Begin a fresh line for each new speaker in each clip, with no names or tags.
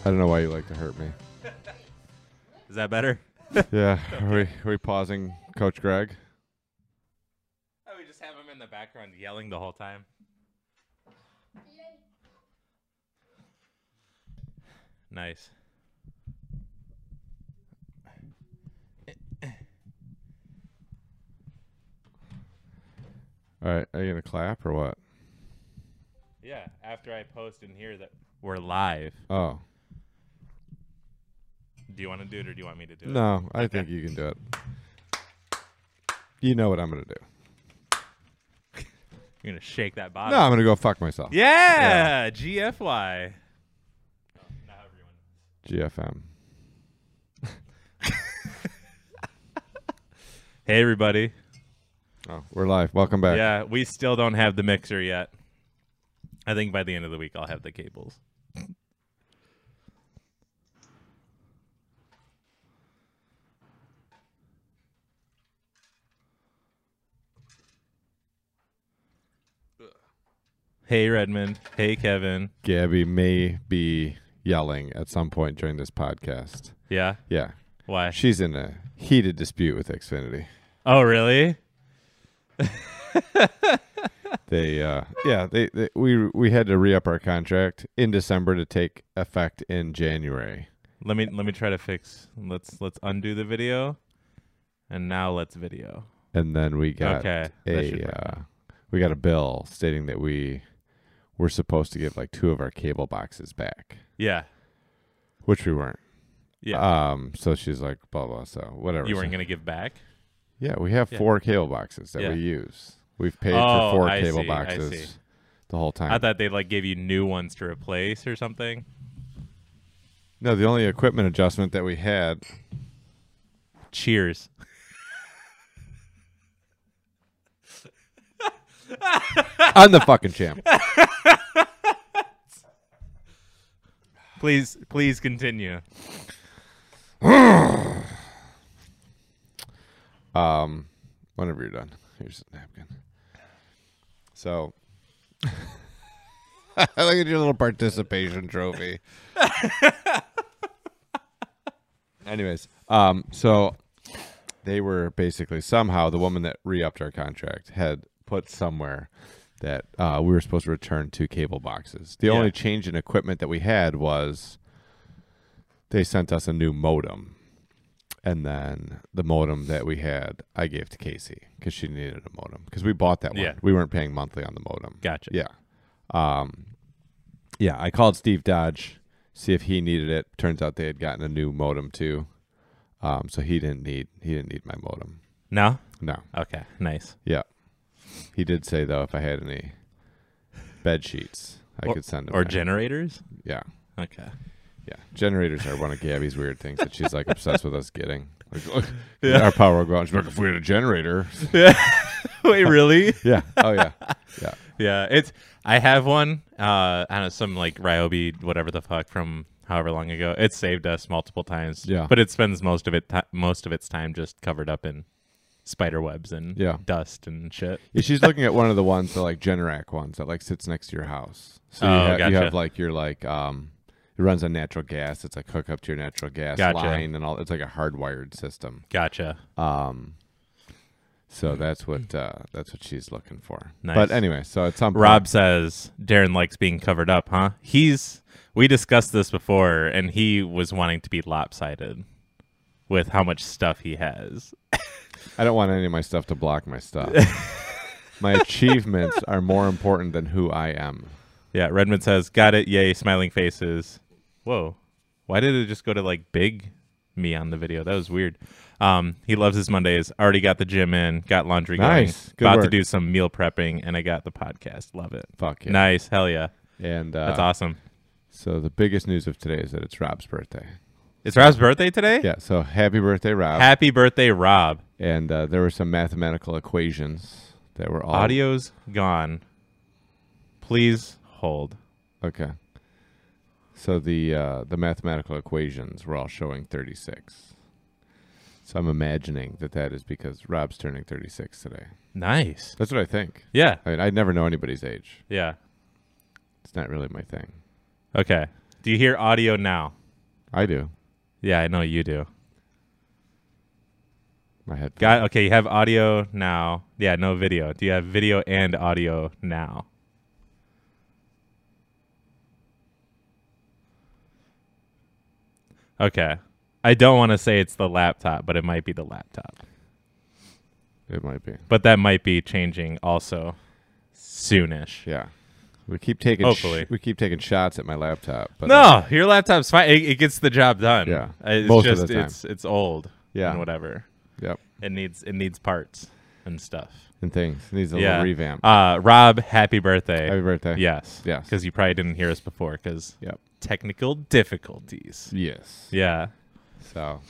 I don't know why you like to hurt me.
Is that better?
Yeah, are we are we pausing, Coach Greg?
Oh, we just have him in the background yelling the whole time. Nice.
All right, are you gonna clap or what?
Yeah, after I post in here that we're live.
Oh
Do you want to do it or do you want me to do it?
no, I think you can do it. You know what I'm gonna do?
You're going to shake that bottle.
No, I'm gonna go fuck myself.
Yeah, GFY.
GFM.
Hey, everybody.
Oh, we're live. Welcome back.
Yeah, we still don't have the mixer yet. I think by the end of the week, I'll have the cables. Hey, Redmond. Hey, Kevin.
Gabby may be yelling at some point during this podcast.
Yeah.
Yeah,
Why?
she's in a heated dispute with Xfinity.
oh, really?
They, uh, yeah, they, they we we had to re up our contract in December to take effect in January.
Let me let me try to fix. Let's let's undo the video, and now let's video.
and then we got
Okay, that should
a
work
uh, we got a bill stating that we were supposed to give like two of our cable boxes back,
Yeah,
which we weren't.
yeah.
Um. So she's like, blah blah. So whatever.
you weren't
So-
gonna give back.
yeah, we have
Yeah.
four cable boxes that
Yeah.
we use. We've paid
Oh,
for four
I
cable
see, I
boxes
see.
the whole time.
I thought they like gave you new ones to replace or something.
no, the only equipment adjustment that we had.
Cheers.
I'm the fucking champ.
Please, please continue.
Um, whenever you're done, here's a napkin. So, look at your little participation trophy. Anyways, um, so they were basically somehow the woman that re-upped our contract had put somewhere that uh, we were supposed to return two cable boxes. The
Yeah.
only change in equipment that we had was they sent us a new modem. And then the modem that we had, I gave to Casey because she needed a modem because we bought that one.
Yeah.
We weren't paying monthly on the modem.
Gotcha.
Yeah. Um, yeah, I called Steve Dodge, see if he needed it. Turns out they had gotten a new modem too. Um, so he didn't need he didn't need my modem.
No.
No.
Okay. Nice.
Yeah. He did say though if I had any bed sheets, I could send them.
Or
back.
generators.
yeah.
Okay.
Yeah, generators are one of Gabby's weird things that she's like obsessed with us getting. Like, look, our power will go out. She's like, if we had a generator,
Wait, really?
yeah, oh yeah, yeah,
yeah. It's. I have one. Uh, I don't know some like Ryobi, whatever the fuck from however long ago. It saved us multiple times.
Yeah.
But it spends most of it ti most of its time just covered up in spider webs and
Yeah.
dust and shit.
yeah. She's looking at one of the ones, the like Generac ones that like sits next to your house. So you,
Oh,
ha- you
gotcha.
have like your like um, it runs on natural gas. It's like hook up to your natural gas
Gotcha.
line and all. It's like a hardwired system.
Gotcha.
Um, so that's what uh, that's what she's looking for.
Hmm. Nice.
But anyway, so at some point,
Rob says Darren likes being covered up, huh? He's we discussed this before and he was wanting to be lopsided with how much stuff he has.
I don't want any of my stuff to block my stuff. my achievements are more important than who I am.
Yeah, Redmond says, "Got it. Yay, smiling faces." Whoa. Why did it just go to like big me on the video? That was weird. Um, he loves his Mondays. Already got the gym in, got laundry
Nice.
going,
Good
about to
work.
do some meal prepping, and I got the podcast. Love it.
Fuck yeah.
Nice, hell yeah,
And uh,
that's awesome.
so the biggest news of today is that it's Rob's birthday.
It's Rob's birthday today.
Yeah. So happy birthday, Rob.
Happy birthday, Rob.
and uh, there were some mathematical equations that were all
Audio's gone. Please hold.
Okay. So the uh, the mathematical equations were all showing 36. So I'm imagining that that is because Rob's turning 36 today.
Nice.
That's what I think.
Yeah.
I mean, I never know anybody's age.
Yeah.
It's not really my thing.
Okay. Do you hear audio now?
I do.
Yeah, I know you do.
My head.
Got okay. You have audio now. Yeah, no video. Do you have video and audio now? Okay. I don't want to say it's the laptop, but it might be the laptop.
It might be.
But that might be changing also soonish.
Yeah. We keep taking. sh-
Hopefully.
we keep taking shots at my laptop. But uh,
No, your laptop's fine. It, it gets the job done.
Yeah,
Uh, It's
most of
just
the time.
it's it's old.
Yeah.
And whatever.
Yep.
It needs it needs parts and stuff.
And things needs a
yeah.
little revamp.
Uh, Rob, happy birthday.
Happy birthday.
Yes.
Yes.
Because you probably didn't hear us before because
Yep.
technical difficulties.
Yes.
Yeah.
So.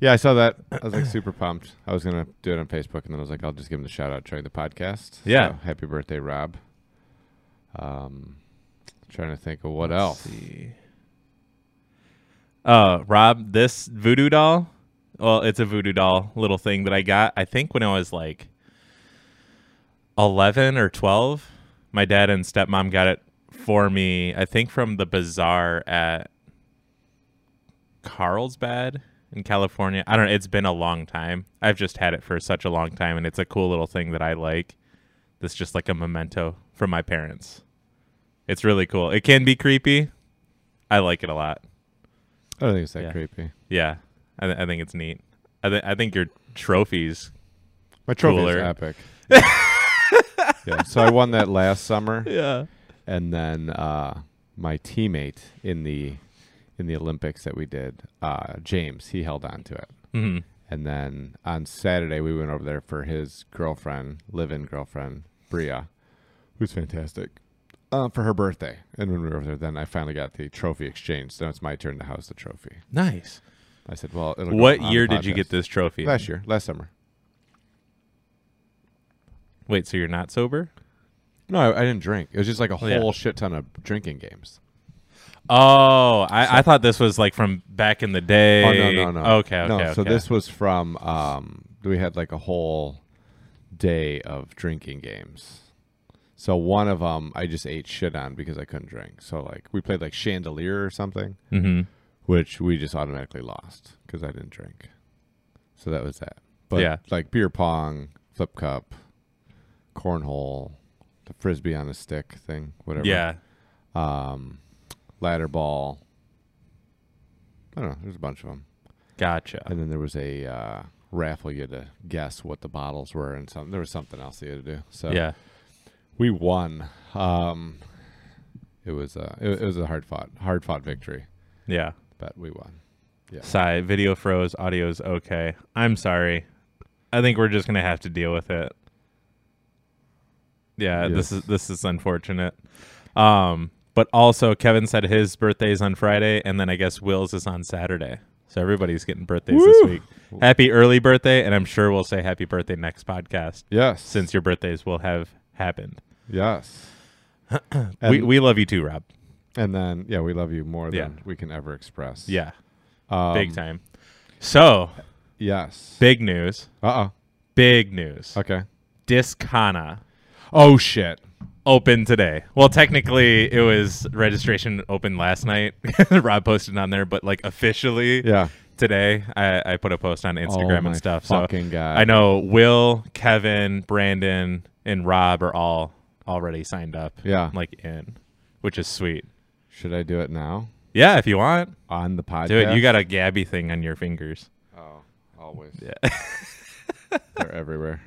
Yeah, I saw that. I was like super pumped. I was gonna do it on Facebook, and then I was like, I'll just give him the shout out during the podcast.
Yeah.
So, happy birthday, Rob. Um, trying to think of what else.
see. Uh, Rob, this voodoo doll. Well, it's a voodoo doll little thing that I got. I think when I was like eleven or twelve, my dad and stepmom got it for me. I think from the bazaar at Carlsbad in California. I don't know. It's been a long time. I've just had it for such a long time, and it's a cool little thing that I like. That's just like a memento from my parents. It's really cool. It can be creepy. I like it a lot.
I don't think it's that
Yeah.
creepy.
Yeah, I, th- I think it's neat. I, th- I think your trophies.
My trophy
Cooler.
is epic. yeah, so I won that last summer,
Yeah.
and then uh, my teammate in the in the Olympics that we did, uh, James, he held on to it.
hmm
And then on Saturday, we went over there for his girlfriend, live-in girlfriend, Bria, who's fantastic, uh, for her birthday. And when we were over there, then I finally got the trophy exchange. So now it's my turn to house the trophy.
Nice.
I said, "Well, it'll go
What
on the
year did you get
podcast.
this trophy?
Last year, last summer.
Wait, so you're not sober?
No, I, I didn't drink. It was just like a whole
yeah.
shit ton of drinking games.
Oh, I, I thought this was like from back in the day.
Oh no, no, no.
Okay, okay.
No, so
okay.
this was from um we had like a whole day of drinking games. So one of them I just ate shit on because I couldn't drink. So like we played like chandelier or something,
Mhm.
which we just automatically lost because I didn't drink. So that was that. But
Yeah.
like beer pong, flip cup, cornhole, the frisbee on a stick thing, whatever.
Yeah.
Um, ladder ball. I don't know. There's a bunch of them.
Gotcha.
And then there was a uh, raffle. You had to guess what the bottles were, and some there was something else you had to do. So
Yeah.
we won. Um, it was uh, it, it was a hard fought, hard fought victory,
Yeah.
but we won.
Sigh. Video froze. Audio's okay. I'm sorry. I think we're just gonna have to deal with it. Yeah, this
Yes.
is this is unfortunate. Um, but also Kevin said his birthday is on Friday, and then I guess Will's is on Saturday. So everybody's getting birthdays this
Woo!
week. Happy early birthday, and I'm sure we'll say happy birthday next podcast
Yes,
since your birthdays will have happened.
yes,
we
And-
we love you too, Rob.
and then yeah, we love you more
Yeah.
than we can ever express.
Yeah,
um,
big time. So
Yes.
big news,
Uh
big news.
oh. Okay.
Discana.
Oh shit.
open today. Well, technically, it was registration open last night. Rob posted on there, but like officially
Yeah.
today, I, I put a post on Instagram
oh, my
and stuff. So
Fucking god.
I know Will, Kevin, Brandon, and Rob are all already signed up.
Yeah.
like in, which is sweet.
Should I do it now
Yeah, if you want,
on the podcast?
do it. You got a Gabby thing on your fingers.
Oh, always.
Yeah.
They're everywhere.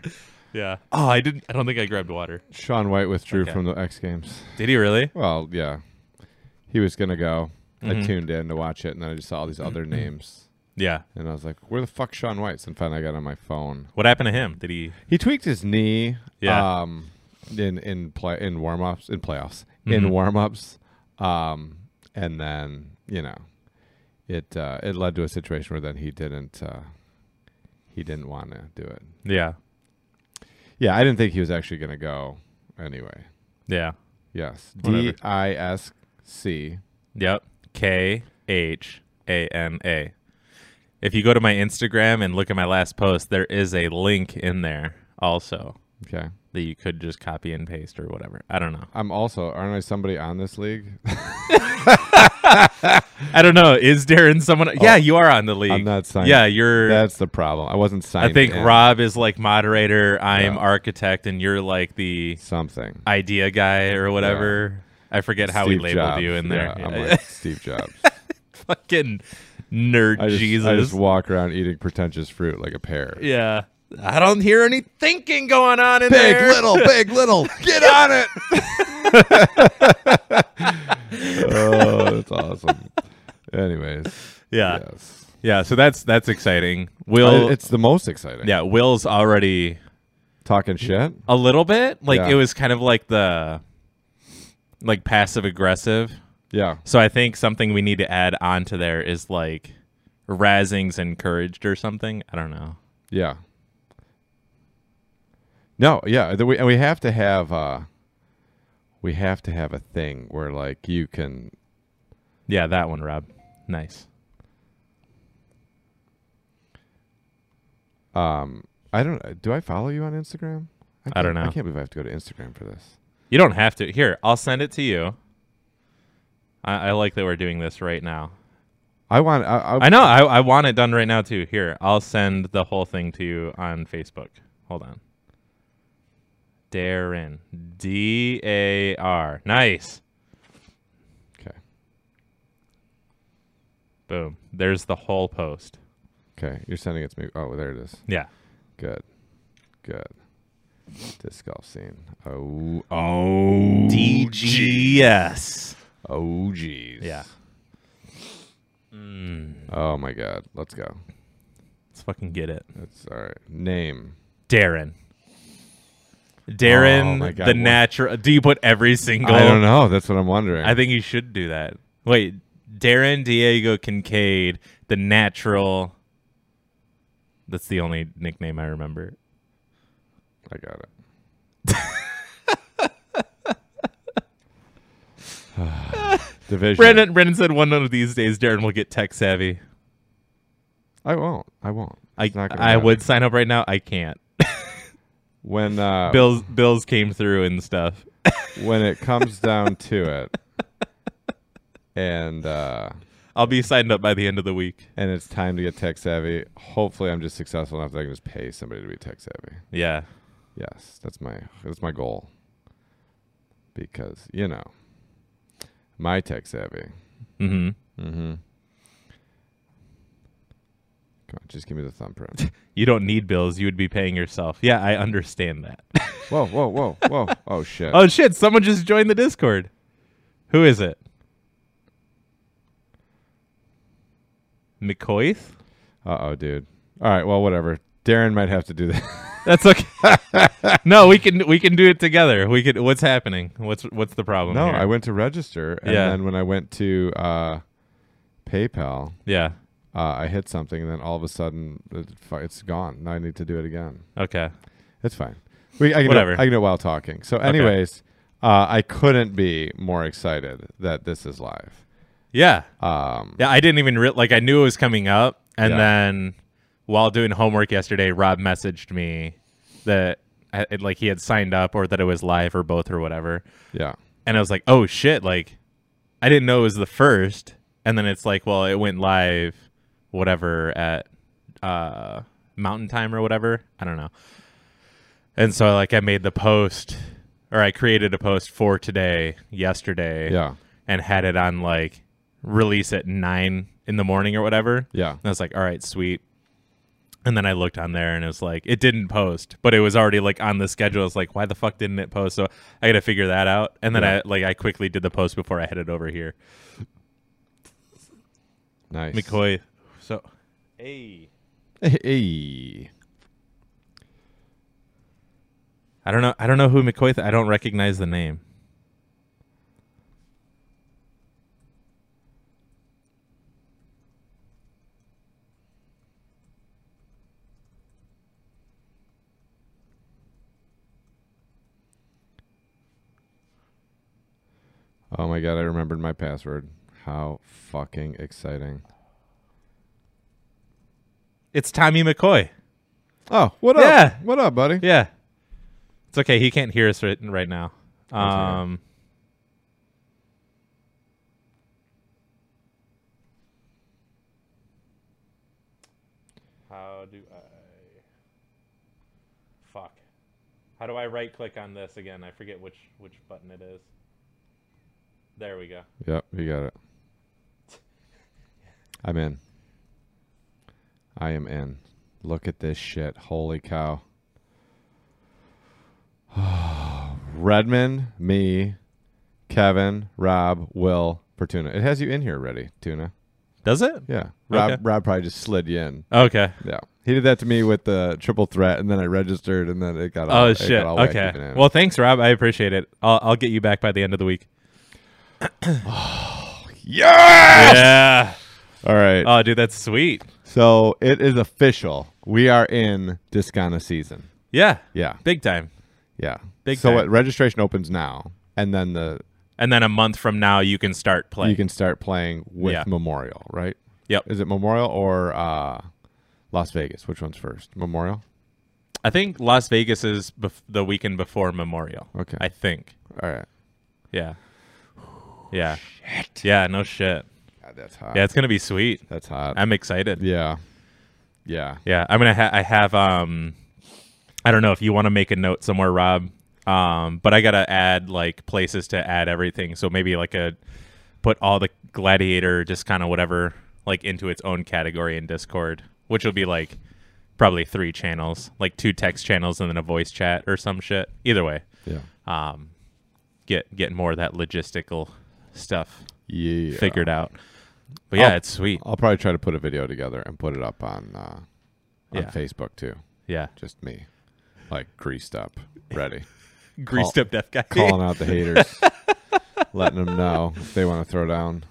Yeah. Oh, I didn't. I don't think I grabbed water.
Sean White withdrew
Okay.
from the X Games.
Did he really?
Well, yeah. He was going to go. I
Mhm.
tuned in to watch it, and then I just saw all these other names.
Yeah.
And I was like, where the fuck Sean White's? And finally I got on my phone.
What happened to him? Did he?
He tweaked his knee
Yeah.
um, in, in, play, in warm-ups, in playoffs,
Mhm.
in warm-ups. Um, and then, you know, it uh, it led to a situation where then he didn't uh, he didn't want to do it.
Yeah.
Yeah, I didn't think he was actually going to go anyway.
Yeah.
Yes. D
Whatever.
I S C.
Yep. K H A N A. If you go to my Instagram and look at my last post, there is a link in there also
Okay.
that you could just copy and paste or whatever. I don't know.
I'm also aren't I somebody on this league?
I don't know. Is Darren someone? Yeah, you are on the league.
Oh. I'm not signed.
Yeah, you're.
That's the problem. I wasn't signed.
I think
in.
Rob is like moderator. I am
Yeah.
architect, and you're like the
something.
idea guy or whatever. I forget how we
Steve
labeled
Jobs.
you in there.
Yeah,
Yeah.
I'm like Steve Jobs.
Fucking nerd
I just,
Jesus.
I just walk around eating pretentious fruit like a pear.
yeah. I don't hear any thinking going on in
Big
there.
little, big little, get on it. oh, that's awesome. Anyways,
Yeah. yeah.
yes,
So that's that's exciting. Will
I- it's the most exciting.
yeah, Will's already
talking shit.
a little bit. Like
Yeah.
it was kind of like the like passive aggressive.
Yeah,
So I think something we need to add onto there is like razzing's encouraged or something. I don't know.
yeah. No, yeah, the- we and we have to have uh, we have to have a thing where like you can
Yeah, that one, Rob. Nice.
um I don't do I follow you on Instagram?
I don't
can't- I
know.
can't believe I have to go to Instagram for this.
You don't have to. Here, I'll send it to you. I, I like that we're doing this right now.
I want I, I,
I know. I, I want it done right now too. Here, I'll send the whole thing to you on Facebook. Hold on. Darren. D A R. Nice.
okay.
Boom. There's the whole post.
Okay, you're sending it to me. Oh, there it is.
Yeah.
Good. Good. Disc golf scene. Oh, oh,
DGS.
oh, geez.
Yeah.
Oh my God. Let's go.
Let's fucking get it.
That's all right. Name.
Darren. Darren,
Oh my God,
the
what-
natural. Do you put every single?
I don't know. That's what I'm wondering.
I think you should do that. Wait, Darren Diego Kincaid, the natural. That's the only nickname I remember.
I got it. Division.
Brendan Brendan said one of these days Darren will get tech savvy.
I won't. I won't.
I
It's not gonna
I
happen.
would sign up right now. I can't.
When uh,
Bills Bills came through and stuff.
when it comes down to it, and uh,
I'll be signed up by the end of the week.
and it's time to get tech savvy. Hopefully, I'm just successful enough that I can just pay somebody to be tech savvy.
Yeah.
Yes, that's my that's my goal. Because you know, my tech savvy.
Mm-hmm.
Mm-hmm. Come on, just give me the thumbprint.
You don't need bills. You would be paying yourself. Yeah, I understand that.
whoa, whoa, whoa, whoa! Oh shit!
oh shit! Someone just joined the Discord. Who is it? McCoyth?
Uh oh, dude. All right, well, whatever. Darren might have to do that.
That's okay. no, we can we can do it together. We could. What's happening? What's what's the problem?
no,
here?
I went to register, and
Yeah.
then when I went to uh, PayPal,
yeah.
uh, I hit something, and then all of a sudden, it, fu- it's gone. Now I need to do it again.
Okay.
It's fine. We, I can
Whatever.
Do, I can do it while talking. So, anyways, uh, I couldn't be more excited that this is live.
Yeah.
Um,
Yeah. I didn't even re- like. I knew it was coming up, and
Yeah.
then while doing homework yesterday, Rob messaged me that I, it, like he had signed up or that it was live or both or whatever,
yeah.
and I was like, oh shit! Like, I didn't know it was the first, and then it's like, well, it went live, whatever at uh Mountain Time or whatever. I don't know. And so like I made the post or I created a post for today yesterday
Yeah.
and had it on like release at nine in the morning or whatever. And
Yeah.
I was like, all right, sweet. And then I looked on there and it was like, it didn't post, but it was already like on the schedule. I was like, why the fuck didn't it post? So I got to figure that out. And then
Yeah.
I like, I quickly did the post before I headed over here.
Nice.
McCoy. So, hey,
Hey.
I don't know. I don't know who McCoy. Th- I don't recognize the name.
Oh my god! I remembered my password. How fucking exciting!
It's Tommy McCoy.
Oh, what
Yeah.
up? Oh, What up, buddy?
Yeah. It's okay. He can't hear us right, right now.
okay.
Um, how do I? Fuck. How do I right click on this again? I forget which which button it is. There we go.
Yep, you got it. I'm in. I am in. Look at this shit. Holy cow. Redmond, me, Kevin, Rob, Will, Fortuna. It has you in here already, Tuna.
Does it?
Yeah. Rob
Okay.
Rob probably just slid you in.
Okay.
Yeah. He did that to me with the triple threat and then I registered and then it got all
Oh
it
shit.
got all wacky
Okay.
bananas.
Well, thanks, Rob. I appreciate it. I'll I'll get you back by the end of the week.
yeah!
Yeah.
All right.
Oh, dude, that's sweet.
So it is official. We are in Discana season.
Yeah.
Yeah,
Big time.
yeah.
Big
so
time.
what registration opens now, and then the
And then a month from now, you can start playing.
you can start playing with
Yeah.
Memorial, right?
Yep.
Is it Memorial or uh, Las Vegas? Which one's first? Memorial.
I think Las Vegas is bef- the weekend before Memorial.
Okay.
I think.
All right.
Yeah. Yeah. Yeah. No shit.
God, that's hot.
Yeah, it's gonna be sweet.
that's hot.
I'm excited.
yeah, yeah.
Yeah. I'm gonna. Ha- I have. Um. I don't know if you want to make a note somewhere, Rob. Um. But I gotta add like places to add everything. So maybe like a put all the gladiator just kind of whatever like into its own category in Discord, which will be like probably three channels, like two text channels and then a voice chat or some shit. Either way.
Yeah.
um, get get more of that logistical stuff
Yeah.
figured out. But yeah,
Oh.
it's sweet.
I'll probably try to put a video together and put it up on uh, on
Yeah.
Facebook too.
Yeah,
Just me, like greased up, ready.
greased up deaf guy.
calling out the haters, letting them know if they want to throw down.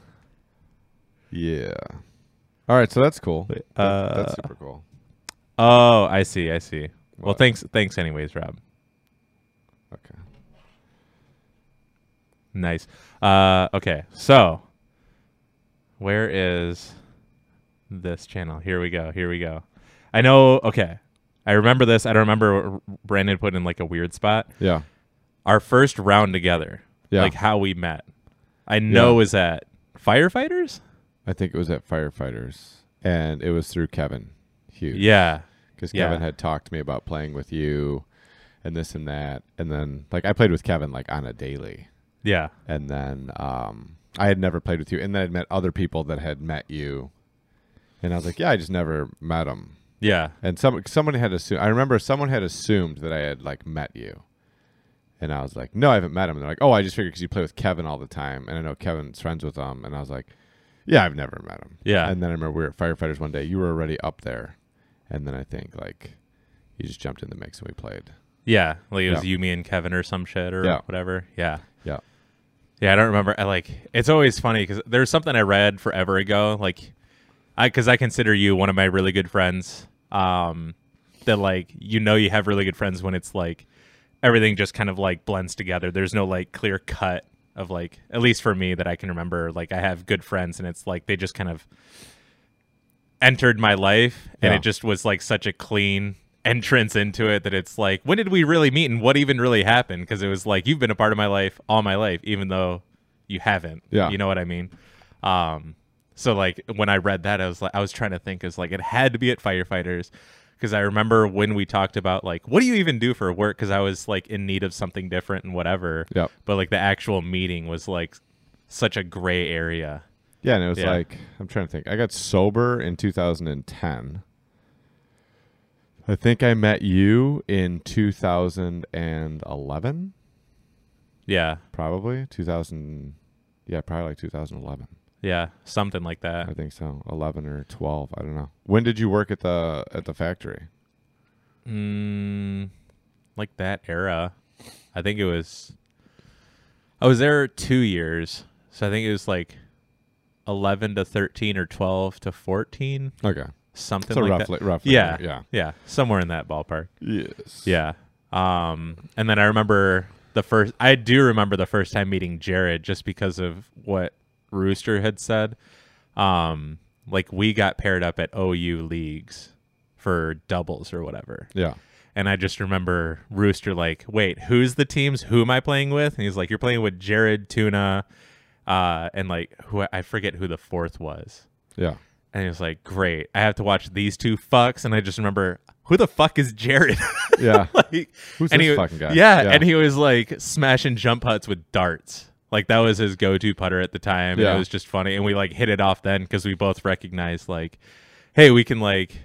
Yeah. All right, so that's cool. That- that's
Uh,
super cool.
Oh, I see. I see. Well,
What?
thanks. Thanks, anyways, Rob.
Okay.
Nice. Uh, okay, so where is this channel? Here we go. Here we go. I know. Okay, I remember this. I don't remember what Brandon put in like a weird spot.
Yeah.
Our first round together,
Yeah.
like how we met. I know is at firefighters.
I think it was at firefighters, and it was through Kevin Hughes.
Yeah.
because
yeah.
Kevin had talked to me about playing with you, and this and that, and then like I played with Kevin like on a daily,
Yeah.
and then um I had never played with you, and then I'd met other people that had met you, and I was like, yeah, I just never met them.
Yeah.
And some someone had assumed. I remember someone had assumed that I had like met you, and I was like, "No, I haven't met him." And they're like, "Oh, I just figured because you play with Kevin all the time, and I know Kevin's friends with him." And I was like, "Yeah, I've never met him."
Yeah.
And then I remember we were at firefighters one day. You were already up there, and then I think like you just jumped in the mix and we played.
Yeah. Like it was
Yeah.
you, me, and Kevin or some shit or
Yeah.
whatever. Yeah.
Yeah.
Yeah. I don't remember. I like, it's always funny because there's something I read forever ago. Like, I, cause I consider you one of my really good friends. Um, that like, you know, you have really good friends when it's like everything just kind of like blends together. There's no like clear cut of like, at least for me that I can remember, like I have good friends and it's like they just kind of entered my life and
Yeah.
it just was like such a clean entrance into it that it's like when did we really meet and what even really happened because it was like you've been a part of my life all my life even though you haven't
Yeah.
you know what i mean um so like when i read that i was like i was trying to think is like it had to be at firefighters because i remember when we talked about like what do you even do for work because i was like in need of something different and whatever
Yep.
but like the actual meeting was like such a gray area
Yeah, and it was
Yeah.
like I'm trying to think. I got sober in 2010. I think I met you in 2011.
yeah
probably 2000 yeah probably like 2011
yeah something like that
i think so 11 or 12 i don't know when did you work at the at the factory
Mm, like that era. I think it was. I was there two years, so I think it was like eleven to thirteen or twelve to fourteen,
okay
something
so
like
roughly
that.
roughly
Yeah,
yeah
yeah, somewhere in that ballpark.
yes
Yeah. Um, and then I remember the first. I do remember the first time meeting Jared, just because of what Rooster had said. Um, like we got paired up at OU leagues for doubles or whatever
yeah
And I just remember Rooster like, wait, who's the teams? Who am I playing with? And he's like, you're playing with Jared Tuna, uh, and like who I forget who the fourth was.
Yeah.
And he was like, great, I have to watch these two fucks. And I just remember, who the fuck is Jared?
Yeah.
like,
Who's
and
this
he-
fucking guy?
Yeah,
Yeah.
and he was like smashing jump putts with darts. Like that was his go-to putter at the time.
Yeah.
And it was just funny, and we like hit it off then because we both recognized like, hey, we can like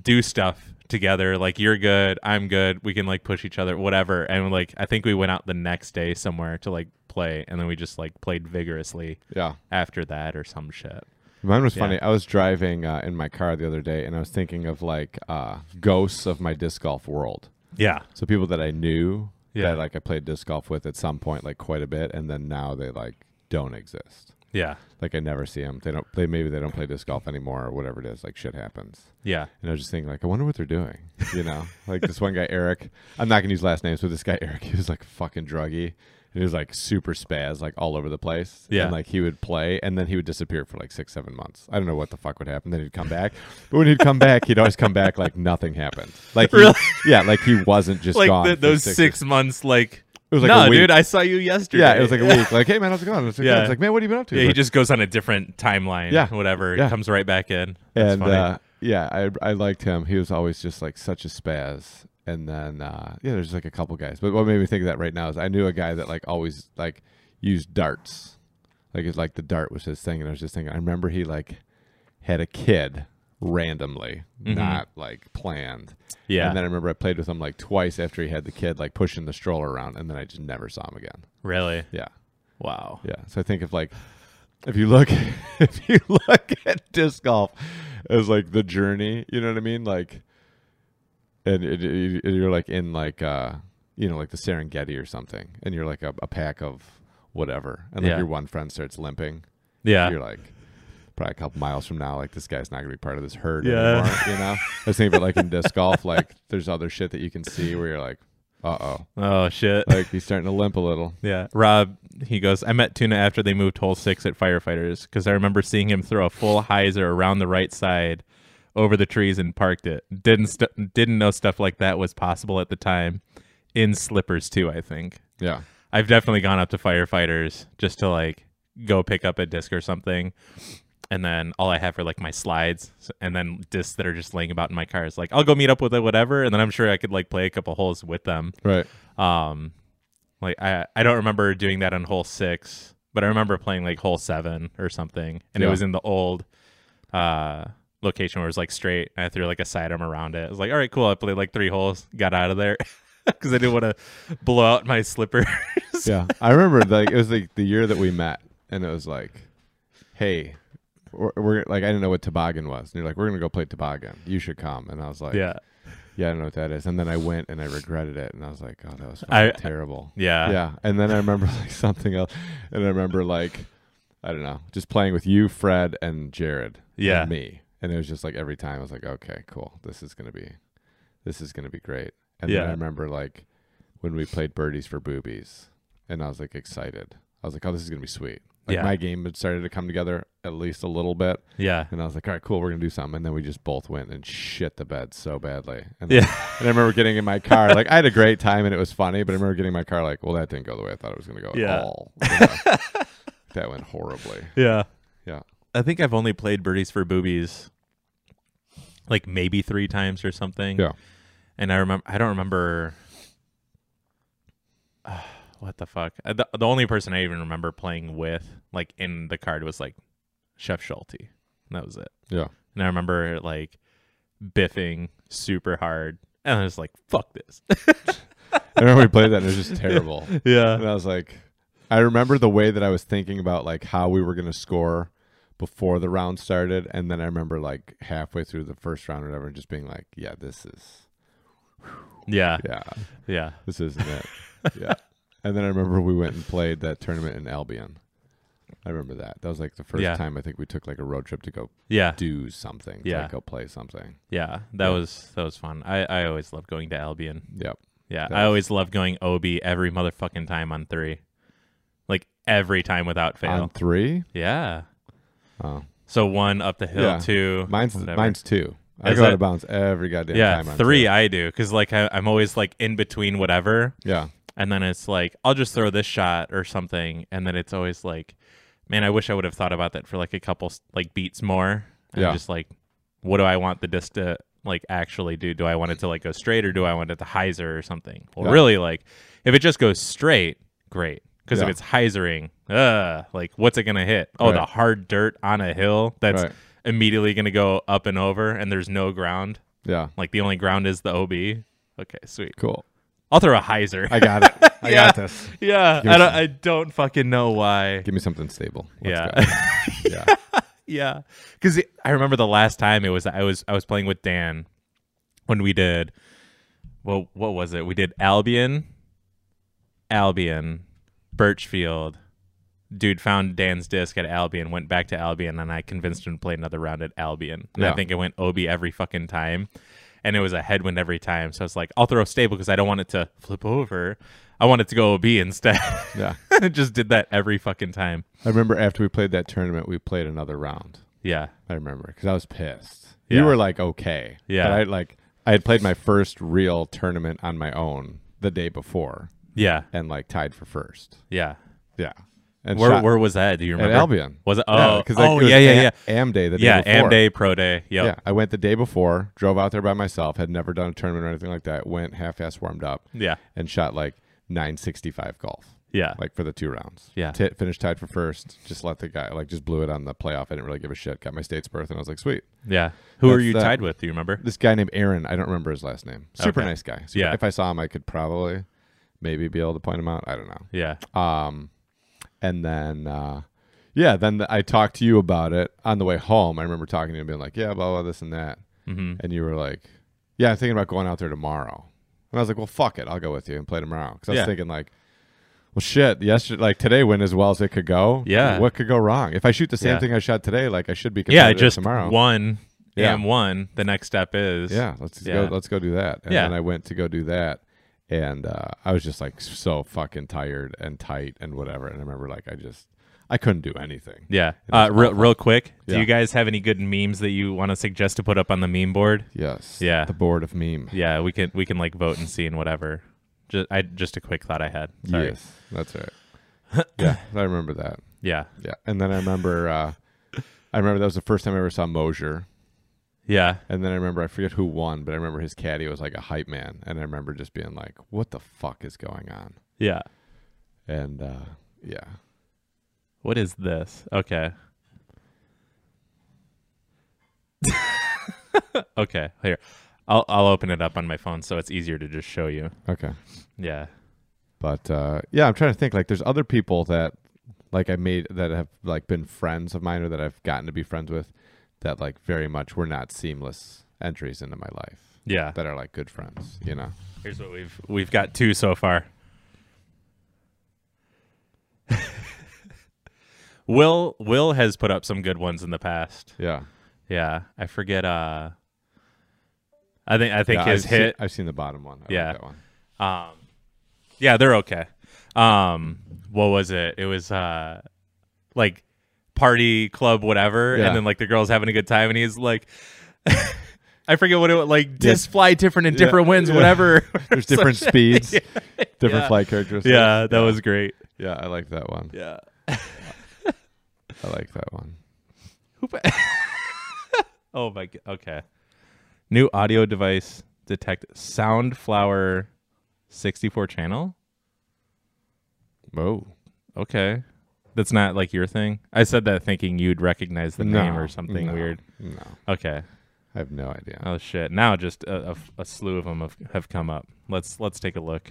do stuff together. Like you're good, I'm good. We can like push each other, whatever. And like I think we went out the next day somewhere to like play, and then we just like played vigorously
yeah.
after that or some shit.
Mine was
Yeah.
funny. I was driving uh, in my car the other day, and I was thinking of like uh, ghosts of my disc golf world.
Yeah,
So people that I knew
Yeah.
that like I played disc golf with at some point, like quite a bit, and then now they like don't exist.
yeah,
Like I never see them. They don't. They maybe they don't play disc golf anymore or whatever it is. Like shit happens.
yeah.
And I was just thinking, like, I wonder what they're doing. You know, like this one guy Eric. I'm not gonna use last names, but this guy Eric, he was like fucking druggy, and he was like super spaz, like all over the place.
Yeah.
And like he would play, and then he would disappear for like six, seven months. I don't know what the fuck would happen. Then he'd come back, but when he'd come back, he'd always come back like nothing happened. Like he-
Really?
yeah, like he wasn't just
Like
gone.
th-
for
those
six
six, months, like.
It was like
no,
a week.
dude, I saw you yesterday.
yeah, it was like a week. Like, hey man, how's it going? It's like,
Yeah.
it's like man, what have you been up to?
Yeah,
Like,
he just goes on a different timeline.
Yeah.
whatever.
Yeah.
Comes right back in. That's
and
funny.
uh, yeah, I I liked him. He was always just like such a spaz. And then uh, yeah, there's like a couple guys. But what made me think of that right now is I knew a guy that like always like used darts. Like it's like the dart was his thing, and I was just thinking. I remember he like had a kid randomly,
Mhm.
not like planned.
yeah,
And then I remember I played with him like twice after he had the kid, like pushing the stroller around, and then I just never saw him again.
really.
Yeah.
Wow.
Yeah. So I think if like if you look if you look at disc golf as like the journey, you know what I mean? Like and it, it- you're like in like uh you know like the Serengeti or something and you're like a, a pack of whatever and like
Yeah.
your one friend starts limping.
Yeah,
You're like probably a couple miles from now like this guy's not going to be part of this herd
Yeah.
anymore, you know? I was thinking about like in disc golf like there's other shit that you can see where you're like, "Uh-oh."
Oh shit.
Like he's starting to limp a little.
yeah, Rob. He goes. I met Tuna after they moved hole six at firefighters because I remember seeing him throw a full hyzer around the right side, over the trees and parked it. Didn't st- didn't know stuff like that was possible at the time, in slippers too. I think.
Yeah.
I've definitely gone up to firefighters just to like go pick up a disc or something. And then all I have are like my slides s- and then discs that are just laying about in my car. It's like, I'll go meet up with it, whatever. And then I'm sure I could like play a couple holes with them.
Right.
Um, like I, I don't remember doing that on hole six, but I remember playing like hole seven or something. And
Yeah.
it was in the old, uh, location where it was like straight. And I threw like a sidearm around it. I was like, all right, cool. I played like three holes, got out of there because I didn't want to blow out my slippers.
yeah i remember like it was like the year that we met and it was like hey we're, we're like i didn't know what toboggan was and you're like we're gonna go play toboggan you should come and i was like
yeah.
yeah i don't know what that is and then i went and i regretted it and i was like oh that was fucking
I-
terrible
Yeah.
yeah and then i remember like something else and i remember like i don't know just playing with you fred and jared
Yeah.
and me and it was just like every time i was like okay cool this is gonna be this is gonna be great and then i
Yeah.
remember like when we played birdies for boobies and i was like excited i was like oh this is gonna be sweet like
Yeah.
my game had started to come together at least a little bit
Yeah.
and i was like all right cool we're gonna do something and then we just both went and shit the bed so badly and
Yeah.
and I remember getting in my car. Like I had a great time and it was funny, but I remember getting in my car like, well, that didn't go the way I thought it was going to go
Yeah.
at all. You know? that went horribly.
Yeah.
Yeah.
I think I've only played Birdies for Boobies like maybe three times or something.
Yeah.
And I remember, I don't remember. what the fuck? Uh, The, the only person I even remember playing with, like in the card, was like Chef Schulte. And that was it.
Yeah.
And I remember like biffing super hard. And I was like, fuck this.
I remember we played that and it was just terrible.
yeah.
And I was like, I remember the way that I was thinking about like how we were going to score before the round started. And then I remember like halfway through the first round or whatever, just being like, yeah, this is,
Yeah.
yeah,
Yeah.
this isn't it. yeah. And then I remember we went and played that tournament in Albion. I remember that. That was like the first
Yeah.
time I think we took like a road trip to go
Yeah.
do something.
Yeah.
Like go play something.
Yeah,
Yeah.
that was that was fun. I I always love going to Albion.
Yep.
Yeah,
That
I
was-
always love going OB every motherfucking time on three, like every time without fail.
On three?
yeah.
Oh.
So one up the hill,
Yeah.
two.
Mine's
whatever.
mine's two. I
Is
go out
it-
of bounds every goddamn
yeah,
time. on
three
tour.
I do because like I, I'm always like in between whatever,
Yeah.
and then it's like I'll just throw this shot or something, and then it's always like, man, I wish I would have thought about that for like a couple s- like beats more. And
Yeah.
just like, what do I want the disc to like actually do? Do I want it to like go straight or do I want it to hyzer or something? Well,
Yeah.
really, like if it just goes straight, great. Because
Yeah.
if it's hyzering, uh, like what's it gonna hit? Oh, the
Right.
hard dirt on a hill that's
Right.
immediately gonna go up and over, and there's no ground.
Yeah.
Like the only ground is the OB. Okay, sweet.
Cool.
I'll throw a hyzer.
I got it. I
Yeah.
got this.
yeah,
Give me
I don't,
some.
I don't fucking know why.
Give me something stable. Let's
yeah,
go. yeah.
yeah. Because I remember the last time it was I was I was playing with Dan when we did. Well, what was it? We did Albion, Albion, Birchfield. Dude found Dan's disc at Albion, went back to Albion, and I convinced him to play another round at Albion. And
Yeah.
I think it went OB every fucking time. And it was a headwind every time. So I was like, I'll throw stable because I don't want it to flip over. I want it to go OB instead.
Yeah.
Just did that every fucking time.
I remember after we played that tournament, we played another round.
Yeah.
I remember because I was pissed.
Yeah.
You were like okay.
Yeah.
But I like I had played my first real tournament on my own the day before
Yeah.
and like tied for first.
Yeah.
Yeah. And
Where
shot
where was that? Do you
at
remember?
Albion.
Was it? Oh,
Yeah,
yeah,
'cause, like,
oh
it was
yeah, yeah,
A-
yeah.
Am Day the day
Yeah,
before.
Am Day, Pro Day. Yep.
Yeah, I went the day before, drove out there by myself, had never done a tournament or anything like that. Went half-ass warmed up
Yeah.
and shot like 965 golf,
Yeah.
like for the two rounds.
Yeah.
Ti- finished tied for first. Just let the guy like just blew it on the playoff. I didn't really give a shit. Got my state's berth, and I was like, sweet.
yeah. Who are
That's
you
that.
tied with? Do you remember?
This guy named Aaron, I don't remember his last name. Super
Okay.
nice guy. Super-
Yeah.
If I saw him, I could probably maybe be able to point him out. I don't know.
Yeah.
Um, and then, uh, yeah, then I talked to you about it on the way home. I remember talking to you and being like, yeah, blah, blah, this and that.
Mm-hmm.
And you were like, yeah, I'm thinking about going out there tomorrow. And I was like, well, fuck it. I'll go with you and play tomorrow. Because I was
Yeah.
thinking, like, well, shit, yesterday, like today went as well as it could go.
Yeah.
What could go wrong? If I shoot the same
Yeah.
thing I shot today, like, I should be
Yeah. I
competitive
just
tomorrow.
won.
Yeah.
Am one. The next step is.
Yeah, let's
Yeah.
go. Let's go do that. And
Yeah.
then I went to go do that, and uh, I was just like so fucking tired and tight and whatever. And I remember like I just I couldn't do anything.
Yeah.
was
Uh, real,
awful.
real quick.
Yeah.
Do you guys have any good memes that you want to suggest to put up on the meme board?
Yes.
Yeah.
The board of meme.
Yeah, we can we can like vote and see and whatever. Just I just a quick thought I had. Sorry.
Yes, that's right. yeah, I remember that.
Yeah.
Yeah, and then I remember uh, I remember that was the first time I ever saw Mosier.
Yeah.
And then I remember I forget who won, but I remember his caddy was like a hype man, and I remember just being like, "What the fuck is going on?"
Yeah.
And uh, yeah,
What is this? Okay. okay, here. I'll I'll open it up on my phone so it's easier to just show you.
okay.
Yeah.
But uh, yeah, I'm trying to think. Like, there's other people that like I made that have like been friends of mine or that I've gotten to be friends with that like very much were not seamless entries into my life
Yeah.
that are like good friends. You know?
Here's what we've we've got two so far. Will Will has put up some good ones in the past.
Yeah.
Yeah. I forget uh I think I think
Yeah,
his
I've
hit
Seen, I've seen the bottom one. I like
Yeah.
that one.
Um, yeah, they're okay. Um, what was it? It was uh, like party club, whatever,
Yeah.
and then like the girls having a good time, and he's like, I forget what it was like. Just fly different and different winds,
yeah.
whatever.
There's different speeds, different flight characteristics.
yeah, that was great.
Yeah, I like that one.
Yeah.
I like that one.
Oh my. g- Okay. New audio device detect Soundflower, sixty-four channel.
Whoa.
Okay. That's not like your thing. I said that thinking you'd recognize the
No,
name or something
no,
weird.
No.
Okay.
I have no idea.
Oh shit! Now just a, a f- a slew of them have, have come up. Let's let's take a look.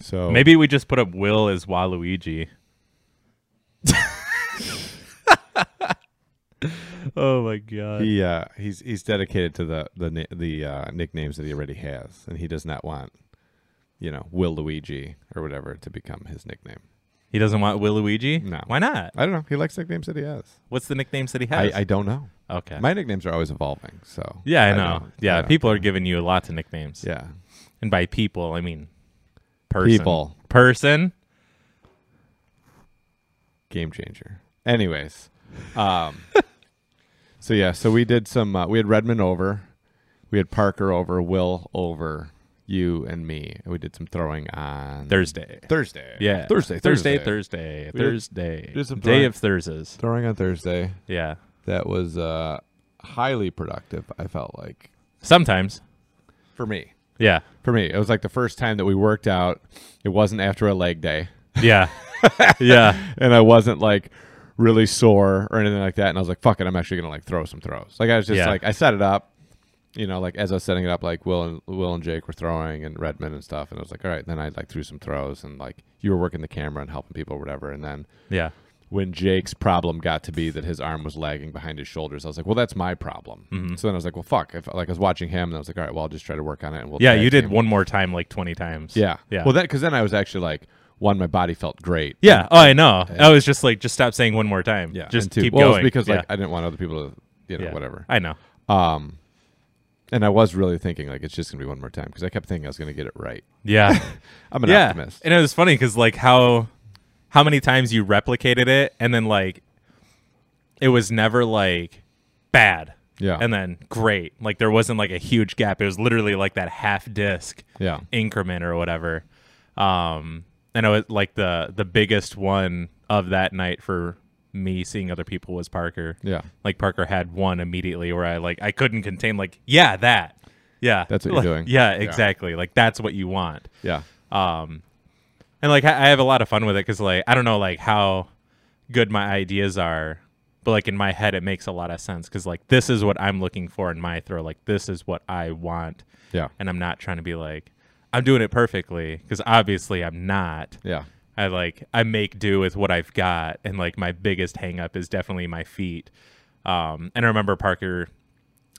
So
Maybe we just put up Will as Waluigi. oh my god!
he uh, he's he's dedicated to the the ni- the uh, nicknames that he already has, and he does not want, you know, Will Luigi or whatever to become his nickname.
He doesn't want Waluigi.
No.
Why not?
I don't know. He likes nicknames that he has.
What's the nicknames that he
I,
has?
I don't know.
okay.
My nicknames are always evolving, so
yeah, I know.
don't-
yeah,
I don't-
people are giving you lots of nicknames.
Yeah,
And by people, I mean person.
People.
Person.
game changer. Anyways, um, So yeah, so we did some. Uh, we had Redmond over, we had Parker over, Will over, you and me, and we did some throwing on
Thursday.
Thursday.
Yeah.
Thursday,
Thursday,
Thursday,
Thursday,
We did-
Thursday.
did some
Day
throwing.
of Thursdays.
Throwing on Thursday.
Yeah.
That was uh, highly productive. I felt like
Sometimes.
for me.
Yeah.
For me, it was like the first time that we worked out. It wasn't after a leg day,
Yeah. yeah.
and I wasn't like really sore or anything like that. And I was like, "Fuck it, I'm actually gonna like throw some throws." Like I was just
Yeah.
like, I set it up, you know, like as I was setting it up, like Will and Will and Jake were throwing and Redmond and stuff, and I was like, "All right." Then I like threw some throws, and like you were working the camera and helping people, or whatever. And then
Yeah.
when Jake's problem got to be that his arm was lagging behind his shoulders, I was like, "Well, that's my problem."
Mm-hmm.
So then I was like, "Well, fuck!" If like I was watching him, and I was like, "All right, well, I'll just try to work on it." And we'll
Yeah.
tag
You did
team."
one more time like 20 times.
Yeah.
Yeah.
Well, that because then I was actually like, one, my body felt great.
yeah. Oh, I know. I was just like, just stop saying one more time. Yeah. Just
And two,
keep
well, it was
going.
because like
Yeah.
I didn't want other people to, you know,
Yeah.
whatever.
I know.
Um, and I was really thinking like it's just gonna be one more time because I kept thinking I was gonna get it right.
Yeah.
I'm an
yeah.
optimist.
And it was funny because like how how many times you replicated it and then like it was never like bad.
Yeah.
And then great. Like there wasn't like a huge gap. It was literally like that half disc
yeah.
increment or whatever. Um and I was like the the biggest one of that night for me seeing other people was Parker.
Yeah.
Like Parker had one immediately where I like I couldn't contain like, yeah, that. Yeah.
That's what you're
Like,
doing.
Yeah,
Yeah.
exactly. Like that's what you want
Yeah.
um and like I I have a lot of fun with it because like I don't know like how good my ideas are, but like in my head it makes a lot of sense because like this is what I'm looking for in my throw, like this is what I want,
Yeah.
and I'm not trying to be like I'm doing it perfectly because obviously I'm not.
Yeah.
I like I make do with what I've got, and like my biggest hang up is definitely my feet. Um, and I remember Parker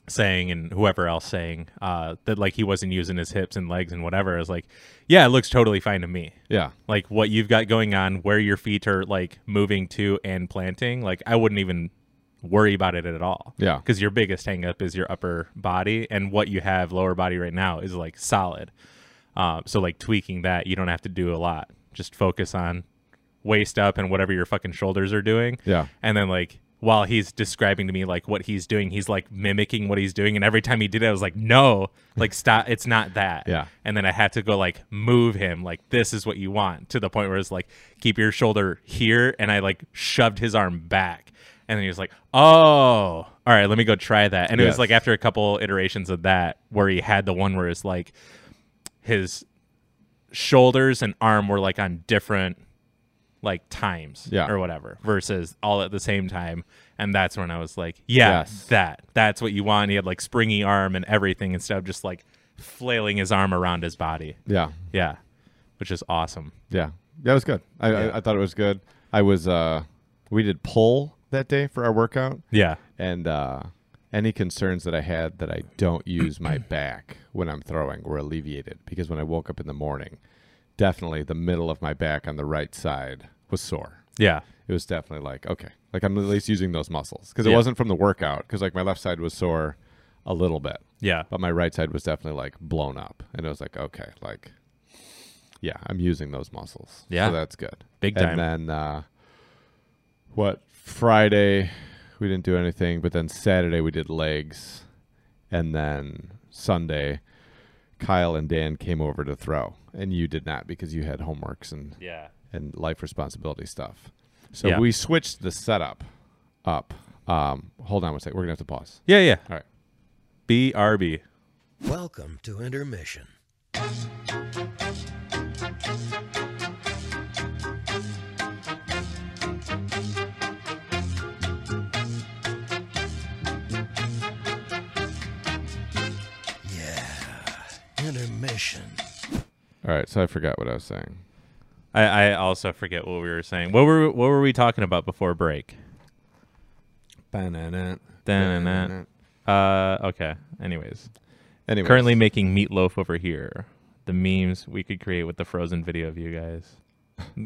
saying and whoever else saying uh, that like he wasn't using his hips and legs and whatever. I was like, yeah, it looks totally fine to me.
Yeah.
Like what you've got going on, where your feet are like moving to and planting, like I wouldn't even worry about it at all.
Yeah.
Because your biggest hang up is your upper body, and what you have lower body right now is like solid. Uh, so like tweaking that, you don't have to do a lot. Just focus on waist up and whatever your fucking shoulders are doing.
Yeah.
And then like while he's describing to me like what he's doing, he's like mimicking what he's doing. And every time he did it, I was like, no, like stop, it's not that.
Yeah.
And then I had to go like move him, like this is what you want, to the point where it's like keep your shoulder here, and I like shoved his arm back, and then he was like, oh. All right, let me go try that. And it was
Yes.
like after a couple iterations of that, where he had the one where it's like his shoulders and arm were like on different like times
Yeah.
or whatever versus all at the same time and that's when i was like yeah
Yes.
that that's what you want he had like springy arm and everything instead of just like flailing his arm around his body
Yeah.
yeah which is awesome
Yeah. That was good. I, I, I thought it was good. I was uh we did pull that day for our workout.
yeah
and uh, any concerns that I had that I don't use my back when I'm throwing were alleviated because when I woke up in the morning, definitely the middle of my back on the right side was sore.
yeah
It was definitely like okay, like I'm at least using those muscles because it
Yeah.
wasn't from the workout because like my left side was sore a little bit,
yeah
but my right side was definitely like blown up, and it was like okay, like yeah, I'm using those muscles.
Yeah.
so that's good.
Big time.
And then uh, what Friday we didn't do anything, but then Saturday we did legs, and then Sunday Kyle and Dan came over to throw, and you did not because you had homeworks and
yeah
and life responsibility stuff. So
Yeah.
we switched the setup up. Um, hold on one sec. We're gonna have to pause.
yeah yeah
All right.
brb
Welcome to intermission. Yeah, intermission.
All right. So I forgot what I was saying.
I, I also forget what we were saying what were what were we talking about before break Dun-dun-dun. uh okay anyways
Anyway,
currently making meatloaf over here. The memes we could create with the frozen video of you guys.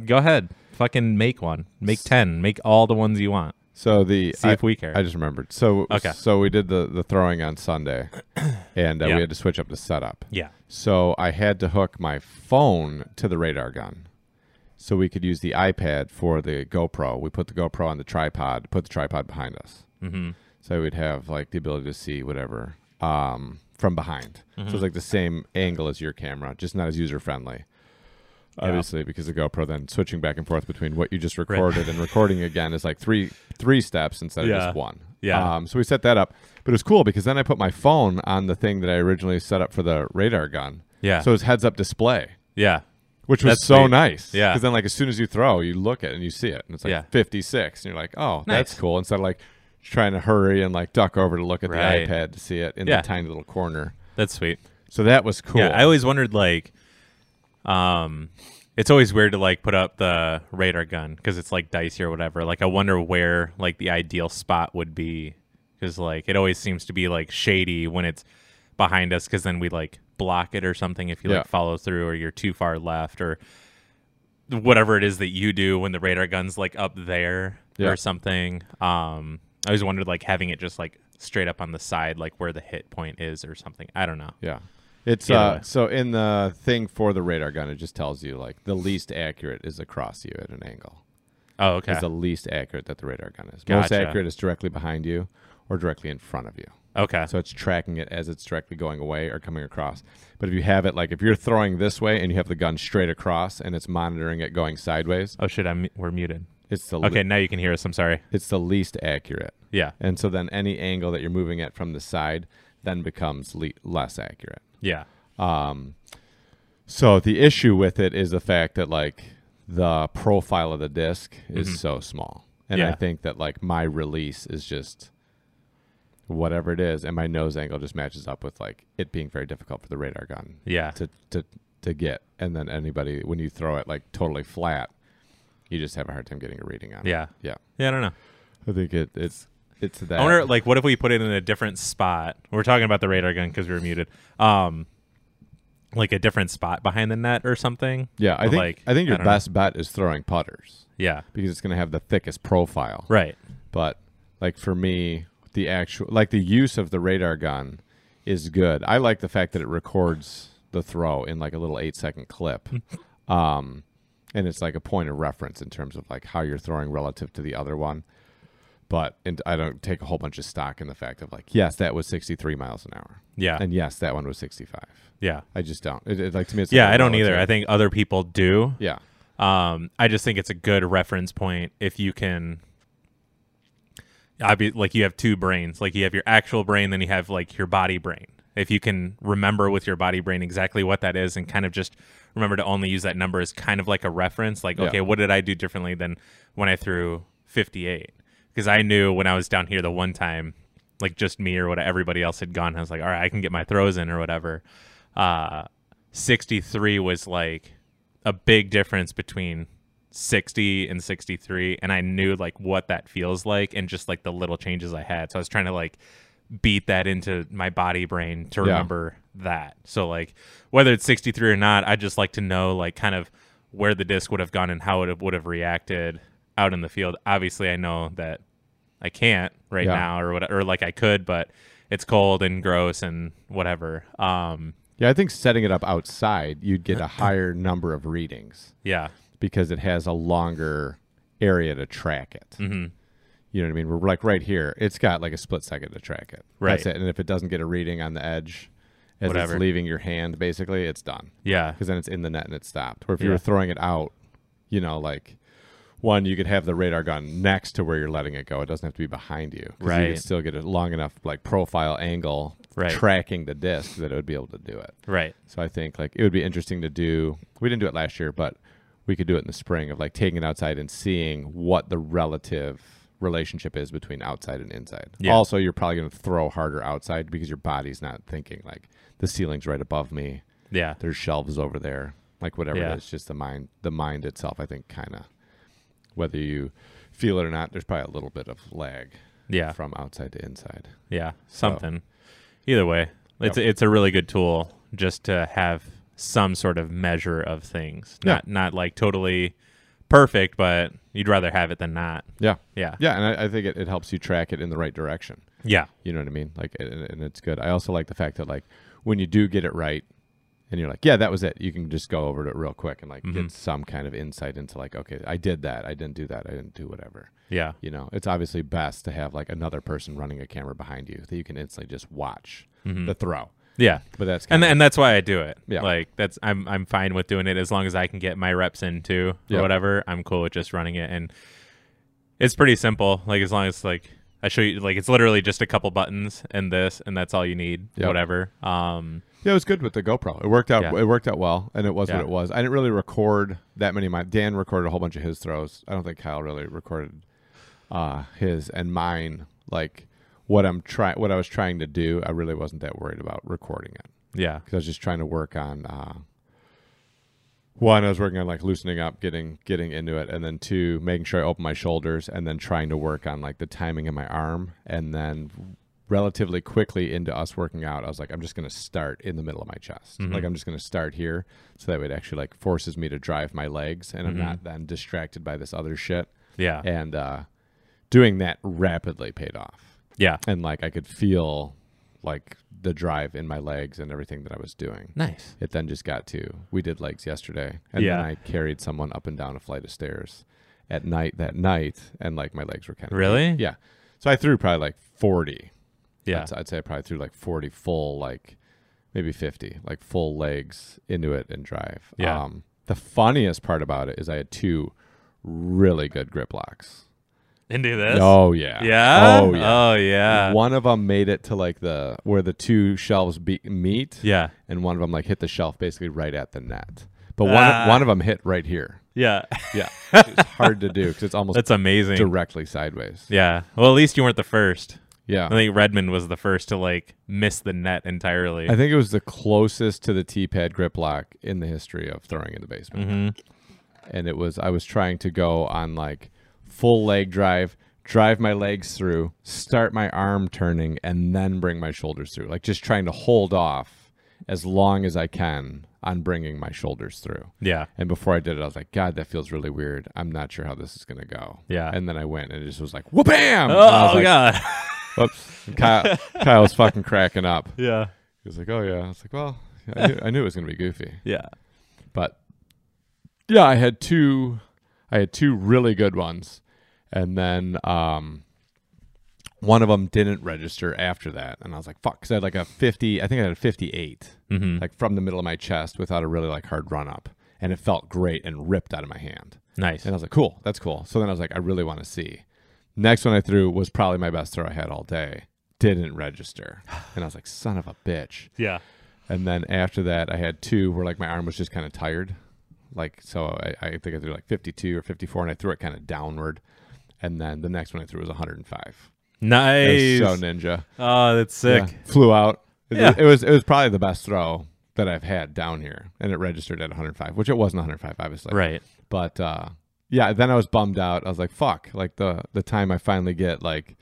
Go ahead, fucking make one. Make ten. Make all the ones you want.
So the
See
I,
if we care.
I just remembered. So
Okay.
So we did the the throwing on Sunday, and uh,
Yeah.
we had to switch up the setup.
yeah.
So I had to hook my phone to the radar gun, so we could use the iPad for the GoPro. We put the GoPro on the tripod, put the tripod behind us.
hmm
so I would have like the ability to see whatever um, from behind. So
Mm-hmm.
it's like the same angle as your camera, just not as user friendly. Obviously, because the GoPro then switching back and forth between what you just recorded and recording again is like three three steps instead of
Yeah.
just one.
Yeah.
Um, so we set that up, but it was cool because then I put my phone on the thing that I originally set up for the radar gun.
Yeah.
So it's heads up display
yeah.
which was
That's
so
sweet.
nice.
Yeah.
Because then, like, as soon as you throw, you look at it and you see it, and it's like
Yeah.
56, and you're like, oh, that's
Nice.
cool. Instead of like trying to hurry and like duck over to look at
Right.
the iPad to see it in
Yeah.
the tiny little corner.
That's sweet.
So that was cool.
Yeah, I always wondered like, um, it's always weird to like put up the radar gun because it's like dicey or whatever. Like, I wonder where like the ideal spot would be because like it always seems to be like shady when it's behind us because then we like block it or something if you
Yeah.
like follow through or you're too far left or whatever it is that you do when the radar gun's like up there
Yeah.
or something. Um, I always wondered like having it just like straight up on the side, like where the hit point is or something. I don't know.
Yeah. It's
Either
uh,
way.
so in the thing for the radar gun, it just tells you like the least accurate is across you at an angle.
Oh, okay.
It's the least accurate that the radar gun is. Most
Gotcha.
accurate is directly behind you or directly in front of you.
Okay.
So it's tracking it as it's directly going away or coming across. But if you have it like if you're throwing this way and you have the gun straight across and it's monitoring it going sideways,
oh shit, I'm we're muted.
it's the le-
Okay, now you can hear us. I'm sorry.
it's the least accurate.
Yeah.
And so then any angle that you're moving at from the side then becomes le- less accurate.
Yeah.
Um, so the issue with it is the fact that like the profile of the disc is so small, and I
Mm-hmm. Yeah.
think that like my release is just whatever it is, and my nose angle just matches up with like it being very difficult for the radar gun
Yeah.
to to to get, and then anybody when you throw it like totally flat, you just have a hard time getting a reading on it.
Yeah.
Yeah,
Yeah, I don't know.
I think it it's it's that.
I wonder like what if we put it in a different spot? We're talking about the radar gun cuz we were muted. Um like a different spot behind the net or something.
yeah, I
But,
think
like,
I think your
don't know.
best bet is throwing putters
Yeah.
because it's going to have the thickest profile.
Right.
but like for me the actual like the use of the radar gun is good i like the fact that it records the throw in like a little eight second clip
Hmm.
um and it's like a point of reference in terms of like how you're throwing relative to the other one but and i don't take a whole bunch of stock in the fact of like yes that was 63 miles an hour
Yeah.
and yes that one was 65
yeah.
i just don't it, it- like to me it's like
Yeah,
a
I don't either.
relative-
I think other people do.
yeah
Um, I just think it's a good reference point if you can. I be like you have two brains, like you have your actual brain, then you have like your body brain. If you can remember with your body brain exactly what that is, and kind of just remember to only use that number as kind of like a reference, like
Yeah.
okay, what did I do differently than when I threw fifty eight? Because I knew when I was down here the one time, like just me or what everybody else had gone, I was like, all right, I can get my throws in or whatever. Uh, sixty three was like a big difference between 60 and 63 and i knew like what that feels like and just like the little changes i had so i was trying to like beat that into my body brain to
Yeah.
remember that so like whether it's 63 or not i just like to know like kind of where the disc would have gone and how it would have reacted out in the field obviously i know that i can't right
Yeah.
now or what or like i could but it's cold and gross and whatever um
yeah i think setting it up outside you'd get a higher number of readings
yeah
because it has a longer area to track it.
Mm.
Mm-hmm. You know what I mean? We're like right here, it's got like a split second to track it. That's
Right.
it. And if it doesn't get a reading on the edge as
Whatever.
it's leaving your hand, basically, it's done
yeah
because then it's in the net and it's stopped. Or if you
Yeah.
were throwing it out, you know, like one, you could have the radar gun next to where you're letting it go. It doesn't have to be behind you. 'cause You
Right.
could still get a long enough like profile angle
Right.
tracking the disc that it would be able to do it.
right
So I think like it would be interesting to do. We didn't do it last year, but we could do it in the spring of like taking it outside and seeing what the relative relationship is between outside and inside.
Yeah.
Also, you're probably going to throw harder outside because your body's not thinking like the ceiling's right above me.
yeah
There's shelves over there, like whatever
Yeah.
it is. Just the mind, the mind itself. I think kind of whether you feel it or not, there's probably a little bit of lag
yeah
from outside to inside.
Yeah, something. Either way, it's a, it's a really good tool just to have some sort of measure of things.
Yeah.
Not not like totally perfect, but you'd rather have it than not.
Yeah,
Yeah.
yeah, and I, I think it, it helps you track it in the right direction.
Yeah.
You know what I mean? Like, and, and it's good. I also like the fact that like when you do get it right, and you're like, yeah, that was it. You can just go over it real quick and like
Mhm.
get some kind of insight into like, okay, I did that, I didn't do that, I didn't do whatever.
Yeah.
You know, it's obviously best to have like another person running a camera behind you that you can instantly just watch the throw.
Mm-hmm. Yeah.
But that's kind
Hmm. And
of,
and that's why I do it.
Yeah.
Like that's I'm I'm fine with doing it as long as I can get my reps in too or
Yeah.
whatever. I'm cool with just running it and it's pretty simple. Like as long as like I show you like it's literally just a couple buttons and this and that's all you need.
Yep.
Whatever. Um
yeah, it was good with the GoPro. It worked out.
Yeah.
It worked out well, and it was
Yeah.
what it was. I didn't really record that many. Of my Dan recorded a whole bunch of his throws. I don't think Kyle really recorded uh, his and mine. Like what I'm trying, what I was trying to do, I really wasn't that worried about recording it.
yeah.
because I was just trying to work on uh, one. I was working on like loosening up, getting getting into it, and then two, making sure I open my shoulders, and then trying to work on like the timing of my arm, and then relatively quickly into us working out, I was like, I'm just gonna start in the middle of my chest, like I'm just gonna start here, so that way it actually like forces me to drive my legs, and I'm not then distracted by this other shit,
Yeah.
and uh, doing that rapidly paid off
Yeah.
and like I could feel like the drive in my legs and everything that I was doing.
Nice.
It then just got to we did legs yesterday, and
Yeah.
then I carried someone up and down a flight of stairs at night that night, and like my legs were kind of
Really?
yeah. So I threw probably like forty.
Yeah.
I'd, I'd say I probably threw like forty full, like maybe fifty, like full legs into it and drive.
Yeah.
Um, the funniest part about it is I had two really good grip locks.
And do this.
Oh yeah.
Yeah.
Oh yeah.
Oh yeah.
One of them made it to like the where the two shelves be- meet,
Yeah.
and one of them like hit the shelf basically right at the net. But one
Ah.
one of them hit right here.
Yeah.
Yeah, it's hard to do because it's almost
that's amazing.
directly sideways.
Yeah. Well, at least you weren't the first.
Yeah,
I think Redmond was the first to like miss the net entirely.
I think it was the closest to the T pad grip lock in the history of throwing in the basement.
Mm-hmm.
And it was I was trying to go on like full leg drive, drive my legs through, start my arm turning, and then bring my shoulders through. Like just trying to hold off as long as I can on bringing my shoulders through.
yeah.
And before I did it, I was like, God, that feels really weird. I'm not sure how this is gonna go.
Yeah.
And then I went and it just was like, whoop bam!
Oh, god.
Whoops. And Kyle, Kyle was fucking cracking up.
yeah.
He was like, "Oh yeah." I was like, "Well, I knew, I knew it was going to be goofy,
Yeah.
but yeah, I had two, I had two really good ones, and then um, one of them didn't register after that, and I was like, "Fuck," 'cause I had like a fifty, I think I had a fifty-eight,
Mm-hmm.
like from the middle of my chest without a really like hard run up, and it felt great and ripped out of my hand.
Nice.
And I was like, cool, that's cool. So then I was like, I really want to see. Next one I threw was probably my best throw I had all day. Didn't register. And I was like, son of a bitch.
Yeah.
And then after that, I had two where like my arm was just kind of tired. Like, so I, I think I threw like 52 or 54 and I threw it kind of downward. And then the next one I threw was 105.
Nice.
It was so ninja.
oh, that's
Yeah.
sick.
Flew out. It,
Yeah.
it was it was probably the best throw that I've had down here. And it registered at 105, which it wasn't 105, obviously.
Right.
But uh, yeah, then I was bummed out. I was like, fuck, like the, the time I finally get like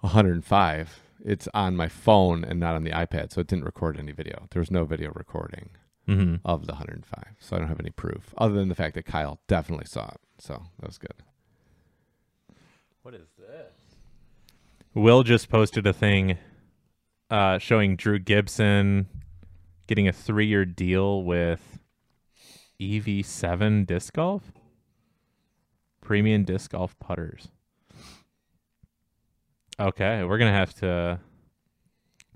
105, it's on my phone and not on the iPad. So it didn't record any video. There was no video recording
Mm-hmm.
of the 105. So I don't have any proof other than the fact that Kyle definitely saw it. So that was good.
What is this? Will just posted a thing uh, showing Drew Gibson getting a three-year deal with EV7 disc golf, premium disc golf putters. Okay, we're gonna have to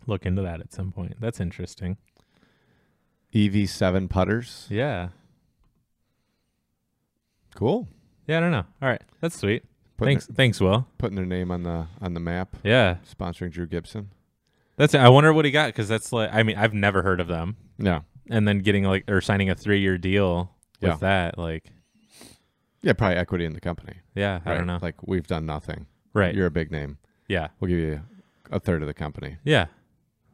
look into that at some point. That's interesting.
EV7 E putters.
Yeah.
Cool.
Yeah, I don't know. All right, that's sweet.
Putting,
thanks, thanks, Will.
putting their name on the on the map,
Yeah,
sponsoring Drew Gibson.
that's. I wonder what he got because that's like. I mean, I've never heard of them.
Yeah.
and then getting like or signing a three year deal
Yeah.
with that, like
Yeah, probably equity in the company.
yeah, I don't know,
Like we've done nothing.
right?
You're a big name.
Yeah,
We'll give you a third of the company.
yeah,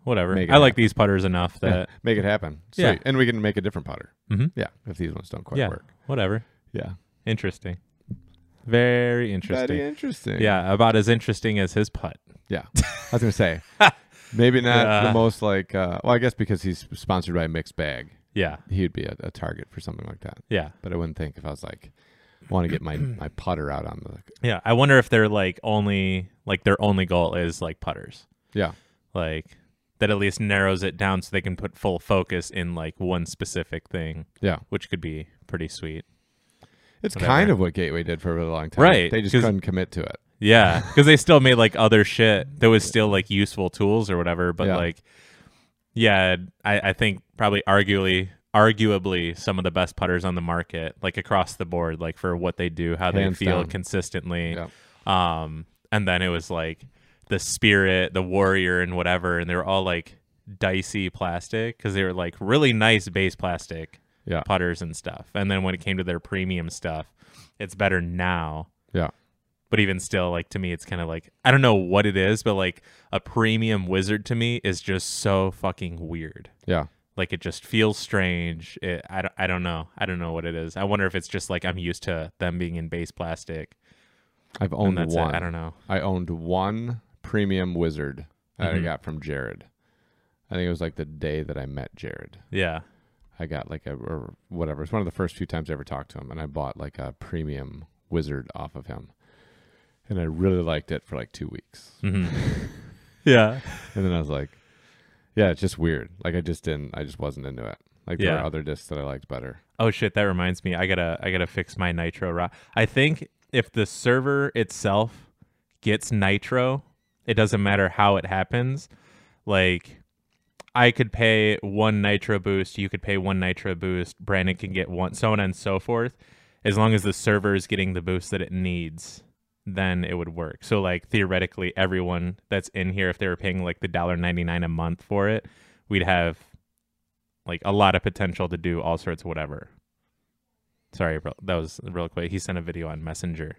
whatever. I
Make it
like
happen.
these putters enough that
make it happen. Sweet.
Yeah.
And we can make a different putter.
Mhm.
Yeah. If these ones don't quite
yeah,
work.
whatever.
Yeah.
Interesting, very interesting.
interesting.
Yeah, about as interesting as his putt.
Yeah. I was going to say, maybe not
Yeah.
the most like, uh, well, I guess because he's sponsored by Mixed Bag,
Yeah,
he'd be a, a target for something like that.
yeah,
But I wouldn't think if I was like, want to get my, my putter out on the.
yeah. I wonder if they're like only like their only goal is like putters,
Yeah.
like that at least narrows it down so they can put full focus in like one specific thing,
Yeah,
which could be pretty sweet.
it's
Whatever.
kind of what Gateway did for a really long time.
Right,
they just
'cause-
couldn't commit to it.
Yeah, because they still made like other shit that was still like useful tools or whatever. But
Yeah.
like, yeah, I, I think probably arguably, arguably some of the best putters on the market, like across the board, like for what they do, how
Hands
they feel
down.
consistently.
Yeah.
Um, and then it was like the spirit, the warrior, and whatever, and they were all like dicey plastic because they were like really nice base plastic
Yeah.
putters and stuff. And then when it came to their premium stuff, it's better now
Yeah,
but even still like to me it's kind of like i don't know what it is but like a premium wizard to me is just so fucking weird
yeah.
like it just feels strange it, I, don't, I don't know i don't know what it is i wonder if it's just like i'm used to them being in base plastic
I've
and
owned
that's
one.
it i don't know
I owned one premium wizard that I
Mhm.
got from Jared. I think it was like the day that I met Jared.
yeah
I got like a or whatever. It's one of the first few times I ever talked to him, and I bought like a premium wizard off of him, and I really liked it for like two weeks,
Mhm. yeah
and then I was like, yeah, it's just weird. Like I just didn't. I just wasn't into it. Like there
Yeah.
were other discs that I liked better.
Oh shit, that reminds me. I gotta I gotta fix my nitro rock. I think if the server itself gets nitro, it doesn't matter how it happens. Like I could pay one nitro boost, you could pay one nitro boost, Brandon can get one, so on and so forth. As long as the server is getting the boost that it needs, then it would work. So like theoretically everyone that's in here, if they were paying like the dollar ninety nine a month for it, we'd have like a lot of potential to do all sorts of whatever. Sorry, bro, that was real quick. He sent a video on Messenger.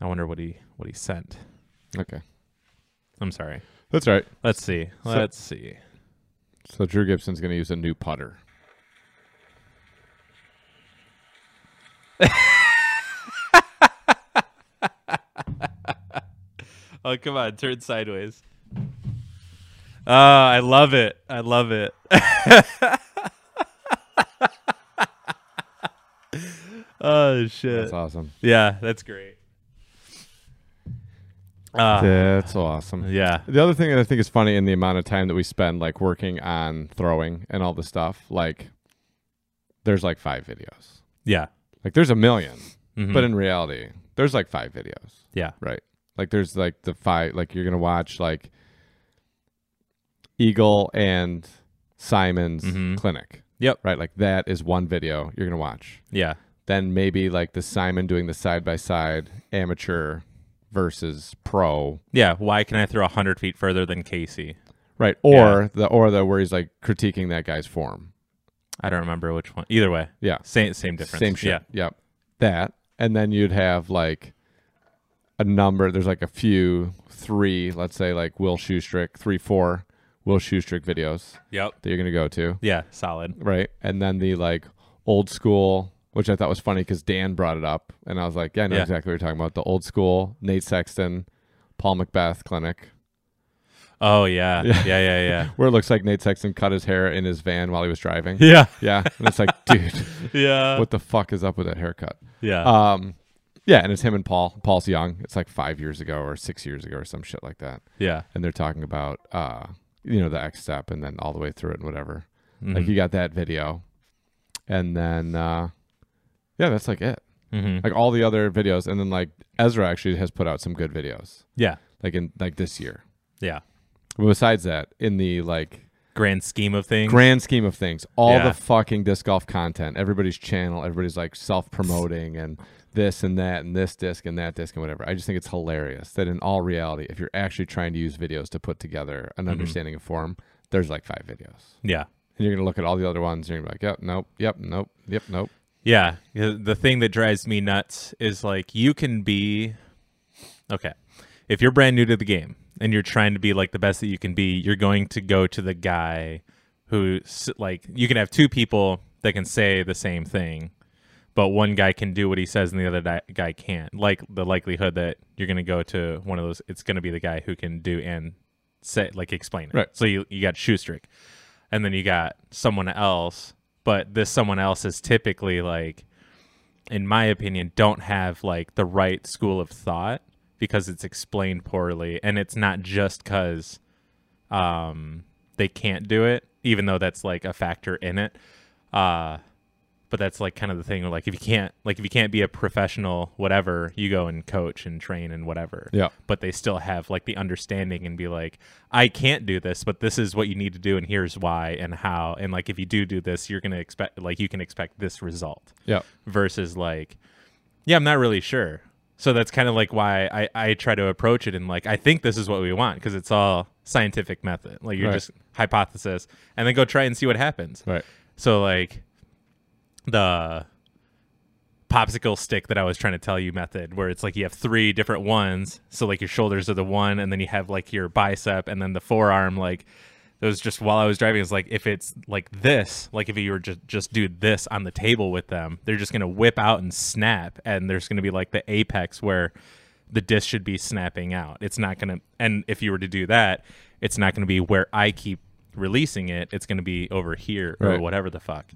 I wonder what he what he sent.
Okay,
I'm sorry.
that's all right.
Let's see. Let's see.
So Drew Gibson's gonna use a new putter.
Oh come on, turn sideways. Oh, I love it. I love it. oh shit.
That's awesome.
Yeah, that's great. Uh,
That's awesome.
yeah.
The other thing that I think is funny in the amount of time that we spend like working on throwing and all this stuff, like there's like five videos.
Yeah.
Like there's a 1000000
Mhm.
but in reality, there's like five videos,
yeah.
right? Like there's like the five like you're gonna watch like Eagle and Simon's
Mhm.
clinic.
Yep.
Right? Like that is one video you're gonna watch.
Yeah.
Then maybe like the Simon doing the side by side amateur versus pro
Yeah, why can I throw 100 feet further than Casey?
Right. Or the or the where he's like critiquing that guy's form.
I don't remember which one. Either way,
Yeah.
same same difference.
Same shit.
Yeah.
Yep. That. And then you'd have like a number. There's like a few, three, let's say like Will Schustrick, three, four Will Schustrick videos
Yep.
that you're gonna go to.
Yeah, solid.
Right. And then the like old school which I thought was funny because Dan brought it up, and I was like, "Yeah, I know
Yeah.
exactly what you're talking about." The old school Nate Sexton, Paul Macbeth clinic,
Oh yeah. Yeah, yeah, yeah.
where it looks like Nate Sexton cut his hair in his van while he was driving.
Yeah.
yeah, and it's like, dude,
Yeah.
what the fuck is up with that haircut?
yeah.
Um, yeah, and it's him and Paul. Paul's young. It's like five years ago or six years ago or some shit like that.
yeah.
And they're talking about uh, you know, the X step and then all the way through it and whatever. Like
Mhm.
you got that video, and then uh, yeah, that's like it.
Mhm.
Like all the other videos, and then like Ezra actually has put out some good videos,
Yeah.
like in like this year.
Yeah.
But besides that, in the like
Grand scheme of things.
grand scheme of things, all
Yeah.
the fucking disc golf content, everybody's channel, everybody's like self promoting and this and that and this disc and that disc and whatever. I just think it's hilarious that in all reality, if you're actually trying to use videos to put together
Mm-hmm.
an understanding of form, there's like five videos.
yeah.
And you're gonna look at all the other ones and you're gonna be like, Yep, nope, yep, nope, yep, nope.
Yeah. The the thing that drives me nuts is like you can be okay. If you're brand new to the game and you're trying to be like the best that you can be, you're going to go to the guy who s- like you can have two people that can say the same thing, but one guy can do what he says and the other di- guy can't. Like the likelihood that you're going to go to one of those, it's going to be the guy who can do and say like explain it.
Right.
So you you got Schustrick, and then you got someone else, but this someone else is typically like in my opinion, don't have like the right school of thought because it's explained poorly, and it's not just because um, they can't do it, even though that's like a factor in it. Uh, but that's like kind of the thing. where, Like if you can't, like if you can't be a professional, whatever, you go and coach and train and whatever.
Yeah.
But they still have like the understanding and be like, I can't do this, but this is what you need to do, and here's why and how, and like if you do do this, you're gonna expect like you can expect this result
Yeah.
versus like yeah i'm not really sure so that's kind of like why I, I try to approach it and like i think this is what we want because it's all scientific method like you
Right.
just hypothesis and then go try and see what happens
Right.
so like the popsicle stick that I was trying to tell you method where it's like you have three different ones. So like your shoulders are the one and then you have like your bicep and then the forearm like it was just while I was driving it's like if it's like this, like if you were just just do this on the table with them, they're just going to whip out and snap and there's going to be like the apex where the disc should be snapping out. It's not going to and if you were to do that, it's not going to be where I keep releasing it. It's going to be over here or
Right.
whatever the fuck.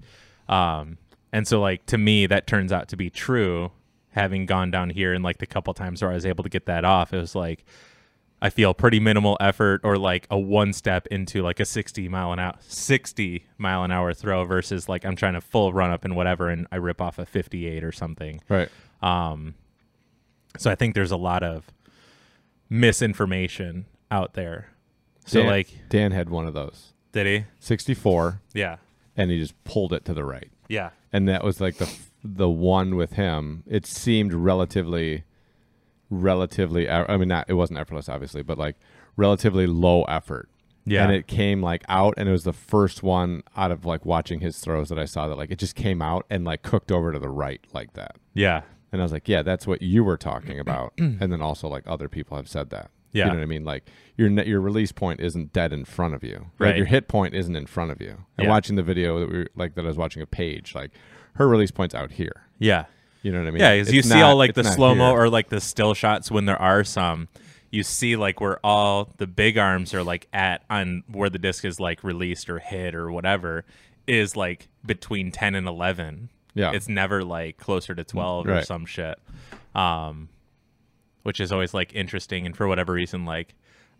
Um, and so like to me that turns out to be true. Having gone down here and like the couple times where I was able to get that off, it was like I feel pretty minimal effort or like a one step into like a sixty mile an hour sixty mile an hour throw versus like I'm trying to full run up and whatever and I rip off a fifty eight or something.
Right.
Um, so I think there's a lot of misinformation out there. So
Dan-
like
Dan had one of those.
did he?
64
Yeah.
and he just pulled it to the right.
Yeah.
and that was like the the one with him. It seemed relatively, relatively. e, I mean, not it wasn't effortless, obviously, but like relatively low effort.
Yeah.
and it came like out, and it was the first one out of like watching his throws that I saw that like it just came out and like cooked over to the right like that.
Yeah.
And I was like, yeah, that's what you were talking about. and then also like other people have said that.
Yeah.
You know what I mean? Like your ne- your release point isn't dead in front of you. Like,
Right.
Your hit point isn't in front of you. And
Yeah.
watching the video that we were, like that I was watching a page, like her release point's out here.
Yeah.
You know what I mean?
Yeah, because you
It's
see
not-
all like
it's
the
not
slow mo
here.
or like the still shots when there are some. You see like where all the big arms are like at on where the disc is like released or hit or whatever is like between ten and eleven.
Yeah.
it's never like closer to twelve or
Right.
some shit. Um, which is always like interesting and for whatever reason like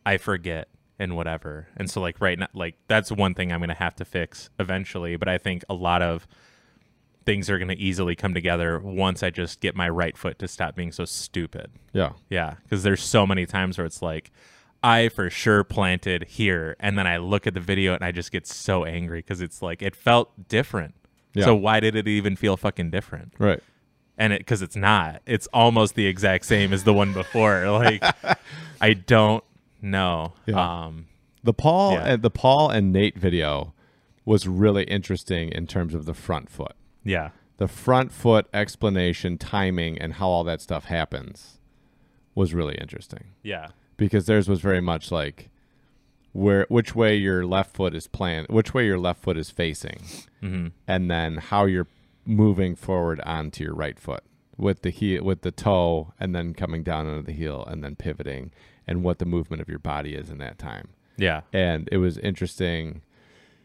I forget and whatever. And so like right now like that's one thing I'm gonna have to fix eventually. But I think a lot of things are going to easily come together once I just get my right foot to stop being so stupid.
Yeah.
Yeah, because there's so many times where it's like, I for sure planted here, and then I look at the video and I just get so angry because it's like it felt different.
Yeah.
So why did it even feel fucking different?
Right.
And it because it's not. It's almost the exact same as the one before. Like I don't know.
Yeah.
Um,
The Paul
Yeah.
and the Paul and Nate video was really interesting in terms of the front foot.
yeah.
the front foot explanation, timing, and how all that stuff happens was really interesting
Yeah.
because theirs was very much like where which way your left foot is planned, which way your left foot is facing, and then how you're moving forward onto your right foot with the heel, with the toe, and then coming down onto the heel, and then pivoting, and what the movement of your body is in that time.
Yeah.
And it was interesting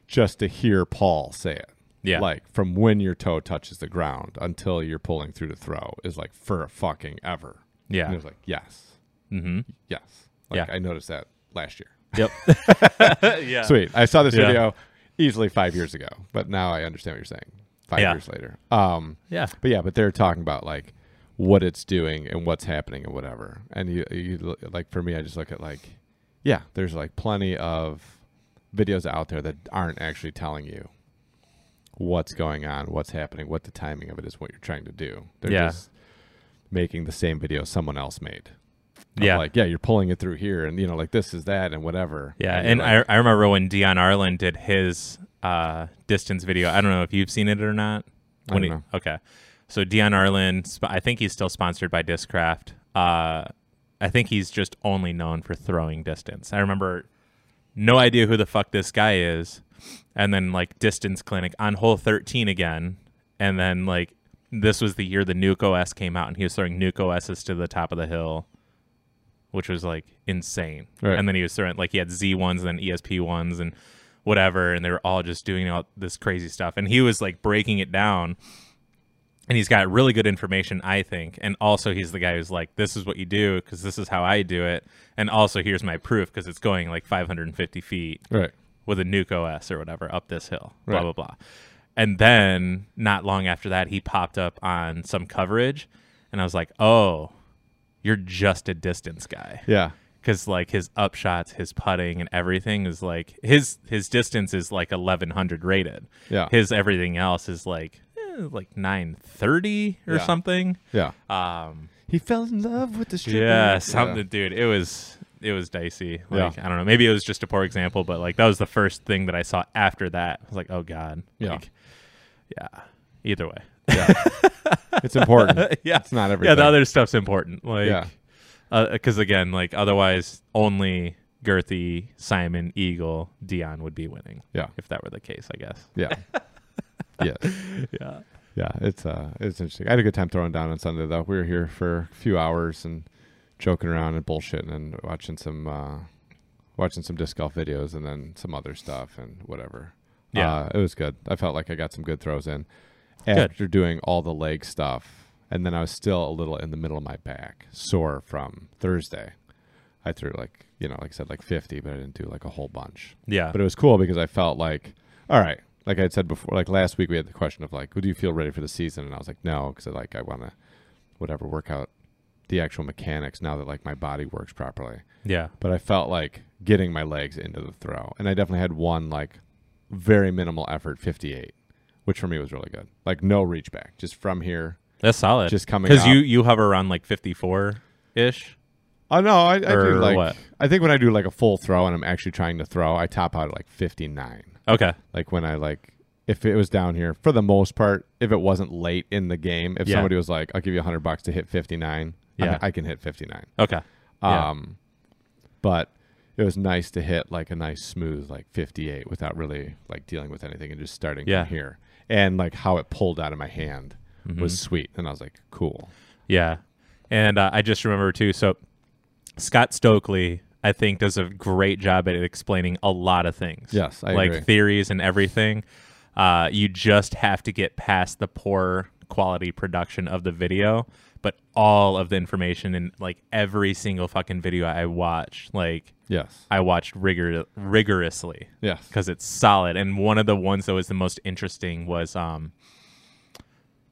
just to hear Paul say it.
Yeah.
Like from when your toe touches the ground until you're pulling through to throw is like for fucking ever.
Yeah.
And it was like, yes. Mm-hmm. Yes. Like
Yeah.
I noticed that last year.
Yep. yeah.
Sweet. I saw this
Yeah.
video easily five years ago, but now I understand what you're saying. Five
Yeah.
years later. Um
Yeah.
but yeah, but they're talking about like what it's doing and what's happening and whatever. And you, you l- like for me, I just look at like, yeah, there's like plenty of videos out there that aren't actually telling you what's going on, what's happening, what the timing of it is, what you're trying to do. They're
Yeah.
just making the same video someone else made. Of,
Yeah.
like yeah, you're pulling it through here, and you know, like this is that, and whatever.
Yeah,
you're
and
like,
I, I remember when Dion Arlen did his uh, distance video. I don't know if you've seen it or not.
I don't
When he-
know.
Okay, so Dion Arlen, sp- I think he's still sponsored by Discraft. Uh, I think he's just only known for throwing distance. I remember no idea who the fuck this guy is, and then like distance clinic on hole thirteen again, and then like this was the year the Nuke OS came out, and he was throwing Nuke OSs to the top of the hill, which was like insane.
Right.
And then he was throwing like he had Z ones, and then ESP ones, and whatever, and they were all just doing all this crazy stuff, and he was like breaking it down and he's got really good information, I think. And also, he's the guy who's like, "This is what you do because this is how I do it," and also here's my proof because it's going like 550 feet
right,
with a Nuke OS or whatever up this hill,
Right.
blah, blah, blah. And then not long after that, he popped up on some coverage, and I was like, oh, you're just a distance guy.
Yeah.
Because like his upshots, his putting, and everything is like his his distance is like eleven hundred rated.
Yeah.
His everything else is like eh, like nine thirty or
Yeah.
something.
Yeah.
Um,
He fell in love with the stripper.
yeah, something, dude. It was it was dicey. Like
Yeah.
I don't know. Maybe it was just a poor example, but like that was the first thing that I saw after that. I was like, oh god.
Yeah.
Like, yeah. Either way.
Yeah. it's important.
yeah.
It's not everything.
Yeah. The other stuff's important. Like.
Yeah.
Because again, like otherwise, only Girthy, Simon, Eagle, Dion would be winning.
Yeah.
If that were the case, I guess.
Yeah. yes.
Yeah.
Yeah. It's uh it's interesting. I had a good time throwing down on Sunday though. We were here for a few hours and joking around and bullshitting and watching some uh watching some disc golf videos and then some other stuff and whatever.
Yeah.
Uh, it was good. I felt like I got some good throws in
Good.
after doing all the leg stuff. And then I was still a little in the middle of my back, sore from Thursday. I threw like, you know, like I said, like 50, but I didn't do like a whole bunch.
Yeah.
but it was cool because I felt like, all right, like I had said before, like last week we had the question of like, do you feel ready for the season? And I was like, no, because like I want to, whatever, work out the actual mechanics now that like my body works properly.
yeah.
But I felt like getting my legs into the throw, and I definitely had one like very minimal effort, fifty-eight, which for me was really good. Like no reach back, just from here,
That's solid.
just coming.
because
Because
you you hover around like fifty four ish.
oh no, I, I do
Or
like.
what?
I think when I do like a full throw and I'm actually trying to throw, I top out at like fifty-nine.
Okay.
like when I like if it was down here for the most part, if it wasn't late in the game, if
Yeah.
somebody was like, "I'll give you a hundred bucks to hit 59,
Yeah.
I, I can hit fifty nine.
Okay. Yeah.
Um, but it was nice to hit like a nice smooth like fifty eight without really like dealing with anything and just starting
Yeah.
from here and like how it pulled out of my hand
Mm-hmm.
was sweet and I was like, cool.
Yeah. And uh, I just remember too. So Scott Stokely, I think, does a great job at explaining a lot of things.
Yes, I
like
agree.
theories and everything. Uh, you just have to get past the poor quality production of the video, but all of the information in like every single fucking video I watch, like
Yes.
I watched rigor- rigorously
Yes.
because it's solid. And one of the ones that was the most interesting was um,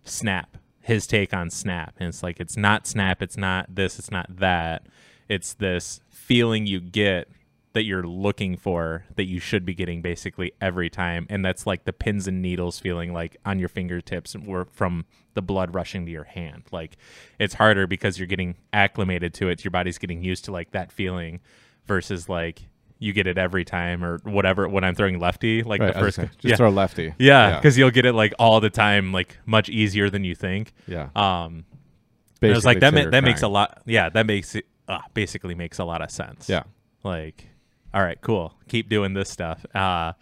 Snap. His take on Snap, and it's like it's not Snap, it's not this, it's not that. It's this feeling you get that you're looking for that you should be getting basically every time, and that's like the pins and needles feeling like on your fingertips were from the blood rushing to your hand. Like it's harder because you're getting acclimated to it. Your body's getting used to like that feeling versus like you get it every time or whatever when I'm throwing lefty like
Right,
the
I was
first
gonna say, just
yeah.
throw lefty.
Yeah,
Yeah.
because you'll get it like all the time, like much easier than you think.
Yeah.
Um, and
Basically
I was like, that ma-
consider
that makes a
crying.
lot. Yeah, that makes it uh, basically makes a lot of sense.
Yeah.
Like, all right, cool. Keep doing this stuff. Uh,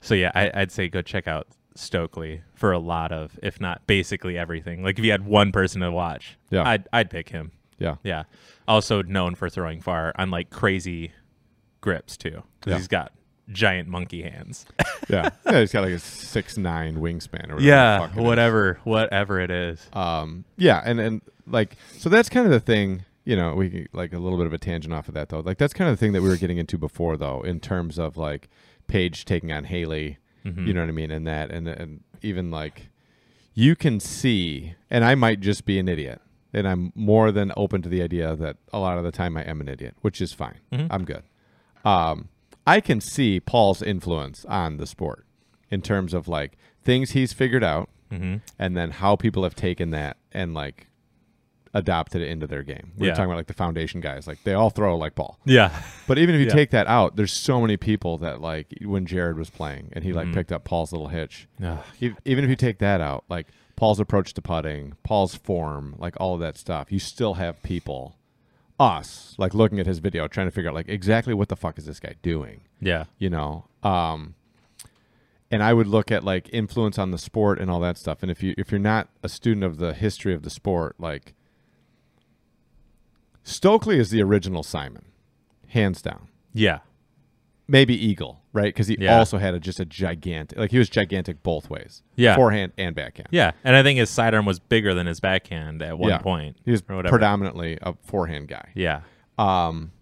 so yeah, I, I'd say go check out Stokely for a lot of, if not basically everything. Like, if you had one person to watch,
Yeah.
I'd I'd pick him.
Yeah.
Yeah. Also known for throwing far on like crazy grips too, because
Yeah.
he's got giant monkey hands.
Yeah. yeah. He's got like a six nine wingspan or whatever. the
yeah,
fuck it is.
whatever, whatever it is.
um yeah and and like so that's kind of the thing you know we can- like a little bit of a tangent off of that though like that's kind of the thing that we were getting into before though in terms of like Paige taking on Haley
Mm-hmm. Hmm.
you know what I mean and that and and even like you can see and I might just be an idiot and I'm more than open to the idea that a lot of the time I am an idiot which is fine I'm good um, I can see Paul's influence on the sport in terms of like things he's figured out,
Mm-hmm.
and then how people have taken that and like adopted it into their game. We We're
Yeah.
talking about like the foundation guys, like they all throw like Paul.
Yeah.
But even if you
Yeah.
take that out, there's so many people that like when Jared was playing and he like picked up Paul's little hitch.
Ugh.
Ev- Even if you take that out, like Paul's approach to putting, Paul's form, like all of that stuff, you still have people, us, like looking at his video, trying to figure out like exactly what the fuck is this guy doing
Yeah.
you know um and i would look at like influence on the sport and all that stuff and if you if you're not a student of the history of the sport like stokely is the original simon hands down
Yeah.
maybe eagle right because he
Yeah.
also had a, just a gigantic like he was gigantic both ways
Yeah.
forehand and backhand
Yeah. And I think his sidearm was bigger than his backhand at one
Yeah.
point.
he was
or whatever.
predominantly a forehand guy
yeah.
um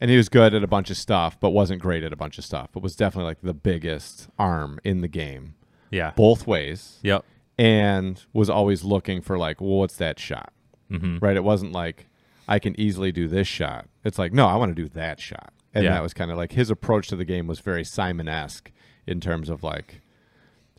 and he was good at a bunch of stuff, but wasn't great at a bunch of stuff. But was definitely like the biggest arm in the game,
Yeah.
both ways,
Yep.
and was always looking for like, well, what's that shot? Mm-hmm. Right? It wasn't like I can easily do this shot. It's like, no, I want to do that shot. And
Yeah.
that was kind of like his approach to the game was very Simon esque in terms of like,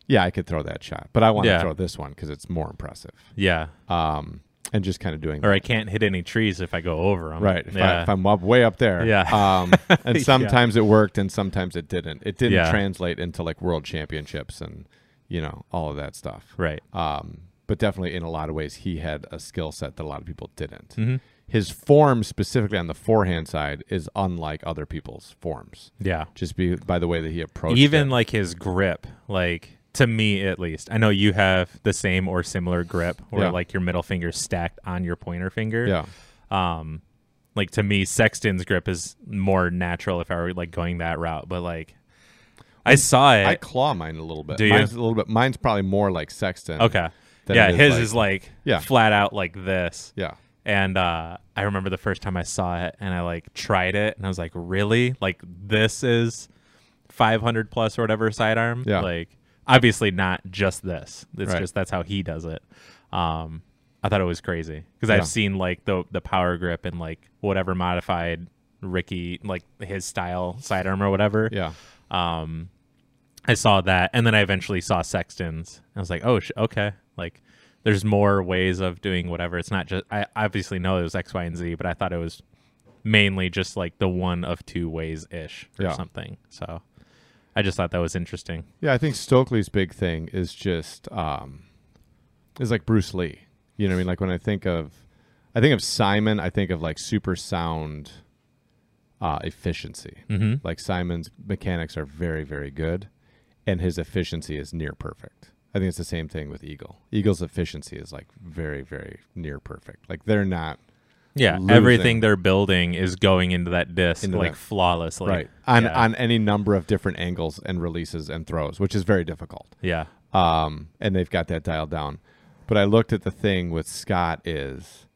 yeah, I could throw that shot, but I want
Yeah.
to throw this one because it's more impressive.
Yeah.
Um, and just kind of doing
Or I can't hit any trees if I go over them.
Right. If, I,
yeah.
if I'm up way up there.
Yeah.
Um, and
Yeah.
sometimes it worked and sometimes it didn't. It didn't
Yeah.
translate into like world championships and, you know, all of that stuff.
right.
Um, but definitely in a lot of ways, he had a skill set that a lot of people didn't.
Mm-hmm.
His form, specifically on the forehand side, is unlike other people's forms.
Yeah.
Just be, by the way that he approached
Even
it.
like his grip, like to me at least. I know you have the same or similar grip where
Yeah.
like your middle finger's stacked on your pointer finger.
yeah,
um like to me sexton's grip is more natural if i were like going that route but like i saw it
I claw mine a little bit.
Do you?
Mine's a little bit. Mine's probably more like Sexton.
okay
Then
yeah
it is
his
like-
is like
Yeah.
flat out like this
Yeah.
and uh i remember the first time i saw it and i like tried it and i was like really like this is 500 plus or whatever sidearm
Yeah.
like obviously not just this it's
Right.
just that's how he does it um i thought it was crazy because
Yeah.
i've seen like the the power grip and like whatever modified ricky like his style sidearm or whatever
Yeah.
um i saw that and then i eventually saw sexton's i was like oh sh- okay like there's more ways of doing whatever it's not just i obviously know it was x y and z but i thought it was mainly just like the one of two ways ish or
Yeah.
something so i just thought that was interesting
Yeah, I think Stokely's big thing is just um, is like Bruce Lee. You know what I mean? Like when I think of, I think of Simon. I think of like super sound uh, efficiency.
Mhm.
Like Simon's mechanics are very very good, and his efficiency is near perfect. I think it's the same thing with Eagle. Eagle's efficiency is like very very near perfect. Like they're not
yeah
Losing.
everything they're building is going into that disc
Into
like
that-
flawlessly
right on
yeah.
on any number of different angles and releases and throws, which is very difficult.
yeah
um, and they've got that dialed down. But I looked at the thing with Scott is,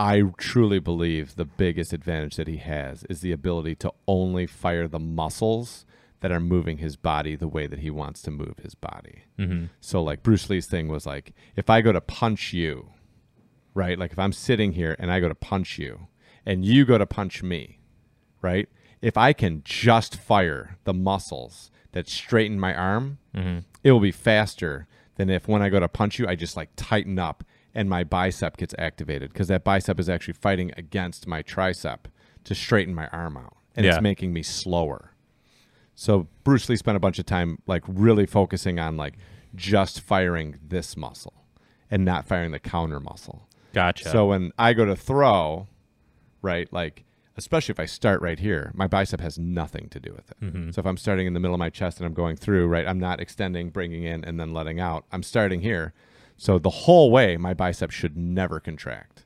I truly believe the biggest advantage that he has is the ability to only fire the muscles that are moving his body the way that he wants to move his body.
hmm
So like Bruce Lee's thing was like, if I go to punch you, right? Like if I'm sitting here and I go to punch you, and you go to punch me, right? If I can just fire the muscles that straighten my arm, it will be faster than if when I go to punch you, I just like tighten up and my bicep gets activated because that bicep is actually fighting against my tricep to straighten my arm out, and
Yeah.
it's making me slower. So Bruce Lee spent a bunch of time like really focusing on like just firing this muscle and not firing the counter muscle.
gotcha
So when I go to throw, right, like especially if I start right here, my bicep has nothing to do with it.
Mm-hmm.
So if I'm starting in the middle of my chest and I'm going through, right, I'm not extending, bringing in, and then letting out. I'm starting here. So the whole way, my bicep should never contract,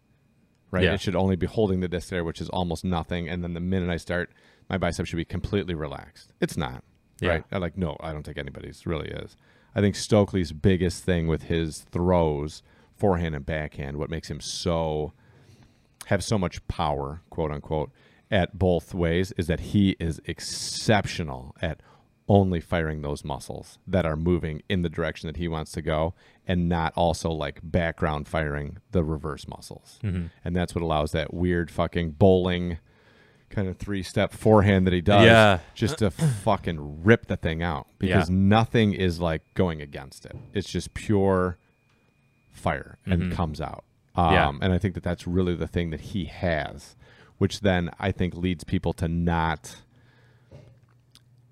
right?
Yeah.
It should only be holding the disc there, which is almost nothing. And then the minute I start, my bicep should be completely relaxed. It's not,
Yeah.
right? I like no, I don't think anybody's really is. I think Stokely's biggest thing with his throws, forehand and backhand, what makes him so have so much power, quote unquote, at both ways is that he is exceptional at only firing those muscles that are moving in the direction that he wants to go and not also like background firing the reverse muscles.
Mm-hmm.
And that's what allows that weird fucking bowling kind of three step forehand that he does
Yeah.
just to fucking rip the thing out because
Yeah.
nothing is like going against it. It's just pure fire and comes out. Um,
Mm-hmm. Yeah.
And I think that that's really the thing that he has, which then I think leads people to not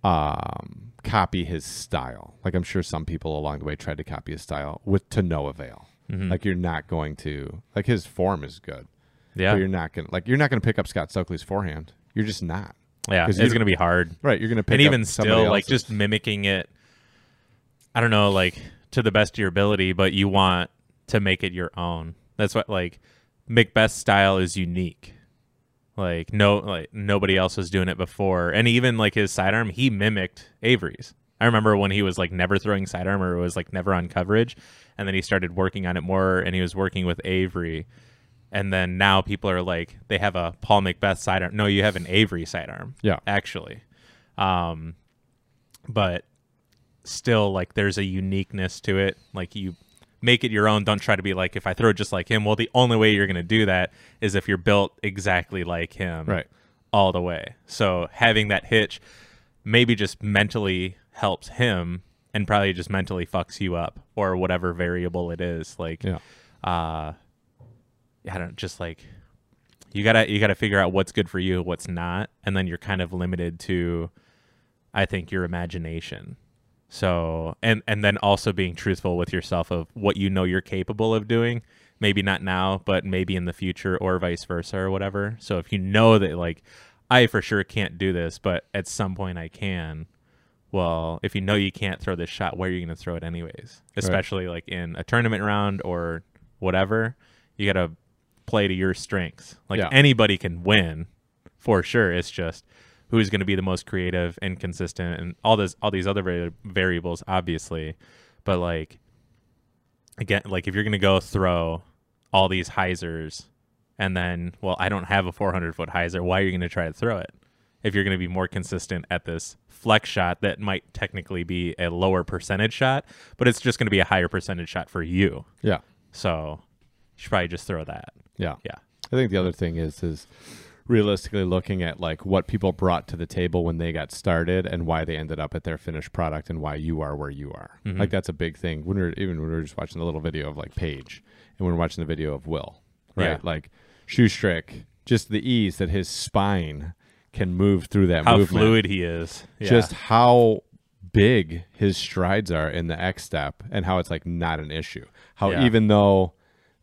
um, copy his style. Like I'm sure some people along the way tried to copy his style with to no avail.
Mm-hmm.
Like you're not going to like his form is good,
yeah
but you're not gonna like you're not gonna pick up Scott Stokely's forehand. You're just not
yeah
'cause
it's
you-
gonna be hard
right. You're gonna pick
and
up
even
somebody
still like
else's.
just mimicking it i don't know like to the best of your ability but you want to make it your own that's what like macbeth's style is unique like no like nobody else was doing it before and even like his sidearm he mimicked avery's i remember when he was like never throwing sidearm or it was like never on coverage and then he started working on it more and he was working with avery And then now people are like, they have a Paul Macbeth sidearm. No, you have an Avery sidearm.
Yeah.
Actually. Um, but still, like, there's a uniqueness to it. Like, you make it your own. Don't try to be like, if I throw it just like him, well, the only way you're going to do that is if you're built exactly like him
Right.
all the way. So having that hitch maybe just mentally helps him and probably just mentally fucks you up or whatever variable it is. Like
Yeah.
uh I don't just like you gotta you gotta figure out what's good for you, what's not, and then you're kind of limited to I think your imagination. So and and then also being truthful with yourself of what you know you're capable of doing. Maybe not now, but maybe in the future or vice versa or whatever. So if you know that like I for sure can't do this, but at some point I can. Well, if you know you can't throw this shot, where are you going to throw it anyways? Especially like in a tournament round or whatever, you got to play to your strengths. Like
Yeah.
anybody can win for sure. It's just who's going to be the most creative and consistent and all this all these other vari- variables obviously. But like again, like if you're going to go throw all these hyzers and then, well, I don't have a 400 foot hyzer. Why are you going to try to throw it? If you're going to be more consistent at this flex shot that might technically be a lower percentage shot, but it's just going to be a higher percentage shot for you.
Yeah.
So you should probably just throw that.
Yeah.
Yeah.
I think the other thing is is realistically looking at like what people brought to the table when they got started and why they ended up at their finished product and why you are where you are.
Mm-hmm.
Like that's a big thing. When we were even when we were just watching the little video of like Paige and we were watching the video of Will, right?
Yeah.
Like Shoestrick, just the ease that his spine can move through that
How
movement
fluid he is. Yeah.
just how big his strides are in the X step and how it's like not an issue. How
Yeah.
even though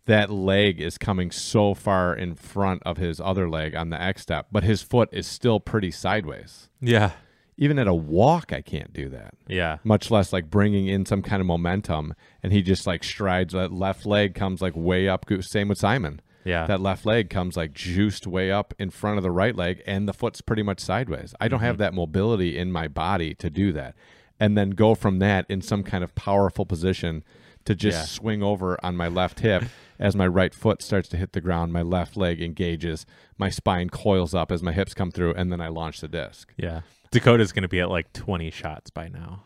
that leg is coming so far in front of his other leg on the X step, but his foot is still pretty sideways.
yeah.
Even at a walk, I can't do that.
Yeah.
Much less like bringing in some kind of momentum, and he just like strides. That left leg comes like way up. go- Same with Simon.
Yeah.
That left leg comes like juiced way up in front of the right leg, and the foot's pretty much sideways. I don't have
Mm-hmm.
that mobility in my body to do that. And then go from that in some kind of powerful position to just
Yeah.
swing over on my left hip. As my right foot starts to hit the ground, my left leg engages, my spine coils up as my hips come through, and then I launch the disc.
yeah. Dakota's going to be at like 20 shots by now.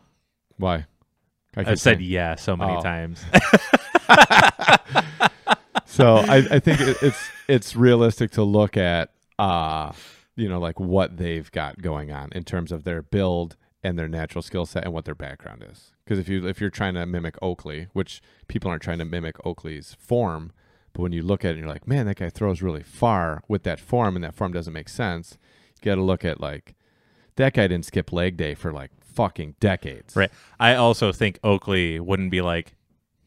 Why? I
I've
keep
said
saying-
yeah so many
Oh.
times.
so I, I think it, it's it's realistic to look at uh you know like what they've got going on in terms of their build and their natural skill set and what their background is because if you if you're trying to mimic Oakley which people aren't trying to mimic Oakley's form but when you look at it you're like man that guy throws really far with that form and that form doesn't make sense you got to look at like that guy didn't skip leg day for like fucking decades
Right. I also think Oakley wouldn't be like,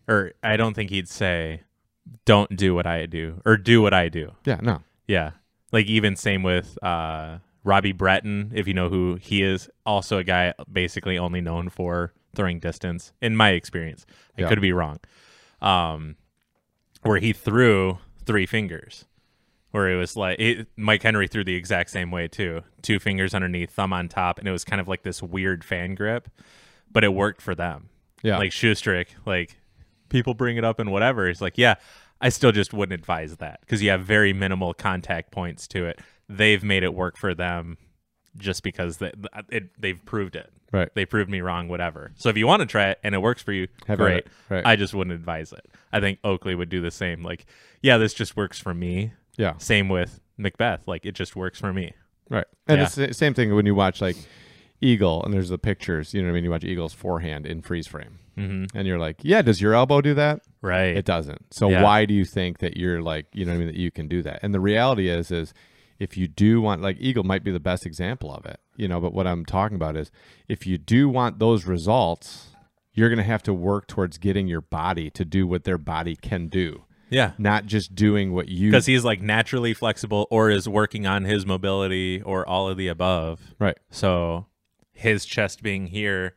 or I don't think he'd say, "Don't do what I do," or "Do what I do."
yeah no
Yeah. Like even same with uh, Robbie Breton, if you know who he is, also a guy basically only known for throwing distance, in my experience. I
Yeah.
could be wrong. Um, where he threw three fingers, where it was like it, Mike Henry threw the exact same way too, two fingers underneath, thumb on top, and it was kind of like this weird fan grip, but it worked for them
yeah
like Shoestrick, like people bring it up and whatever. It's like, yeah, I still just wouldn't advise that because you have very minimal contact points to it. They've made it work for them just because they, uh, it, they've proved it.
right
They proved me wrong, whatever. So if you want to try it and it works for you,
Have at
great.
it. Right.
I just wouldn't advise it. I think Oakley would do the same. Like, yeah, this just works for me.
yeah
Same with Macbeth. Like, it just works for me.
Right. And
Yeah.
it's the same thing when you watch like Eagle and there's the pictures, you know what I mean? You watch Eagle's forehand in freeze frame. Mm-hmm. And you're like, yeah, does your elbow do that?
Right.
It doesn't. So
Yeah.
why do you think that you're like, you know what I mean, that you can do that? And the reality is, is if you do want, like Eagle might be the best example of it, you know, but what I'm talking about is if you do want those results, you're going to have to work towards getting your body to do what their body can do,
yeah.
not just doing what you
Because he's like naturally flexible or is working on his mobility or all of the above.
right.
So his chest being here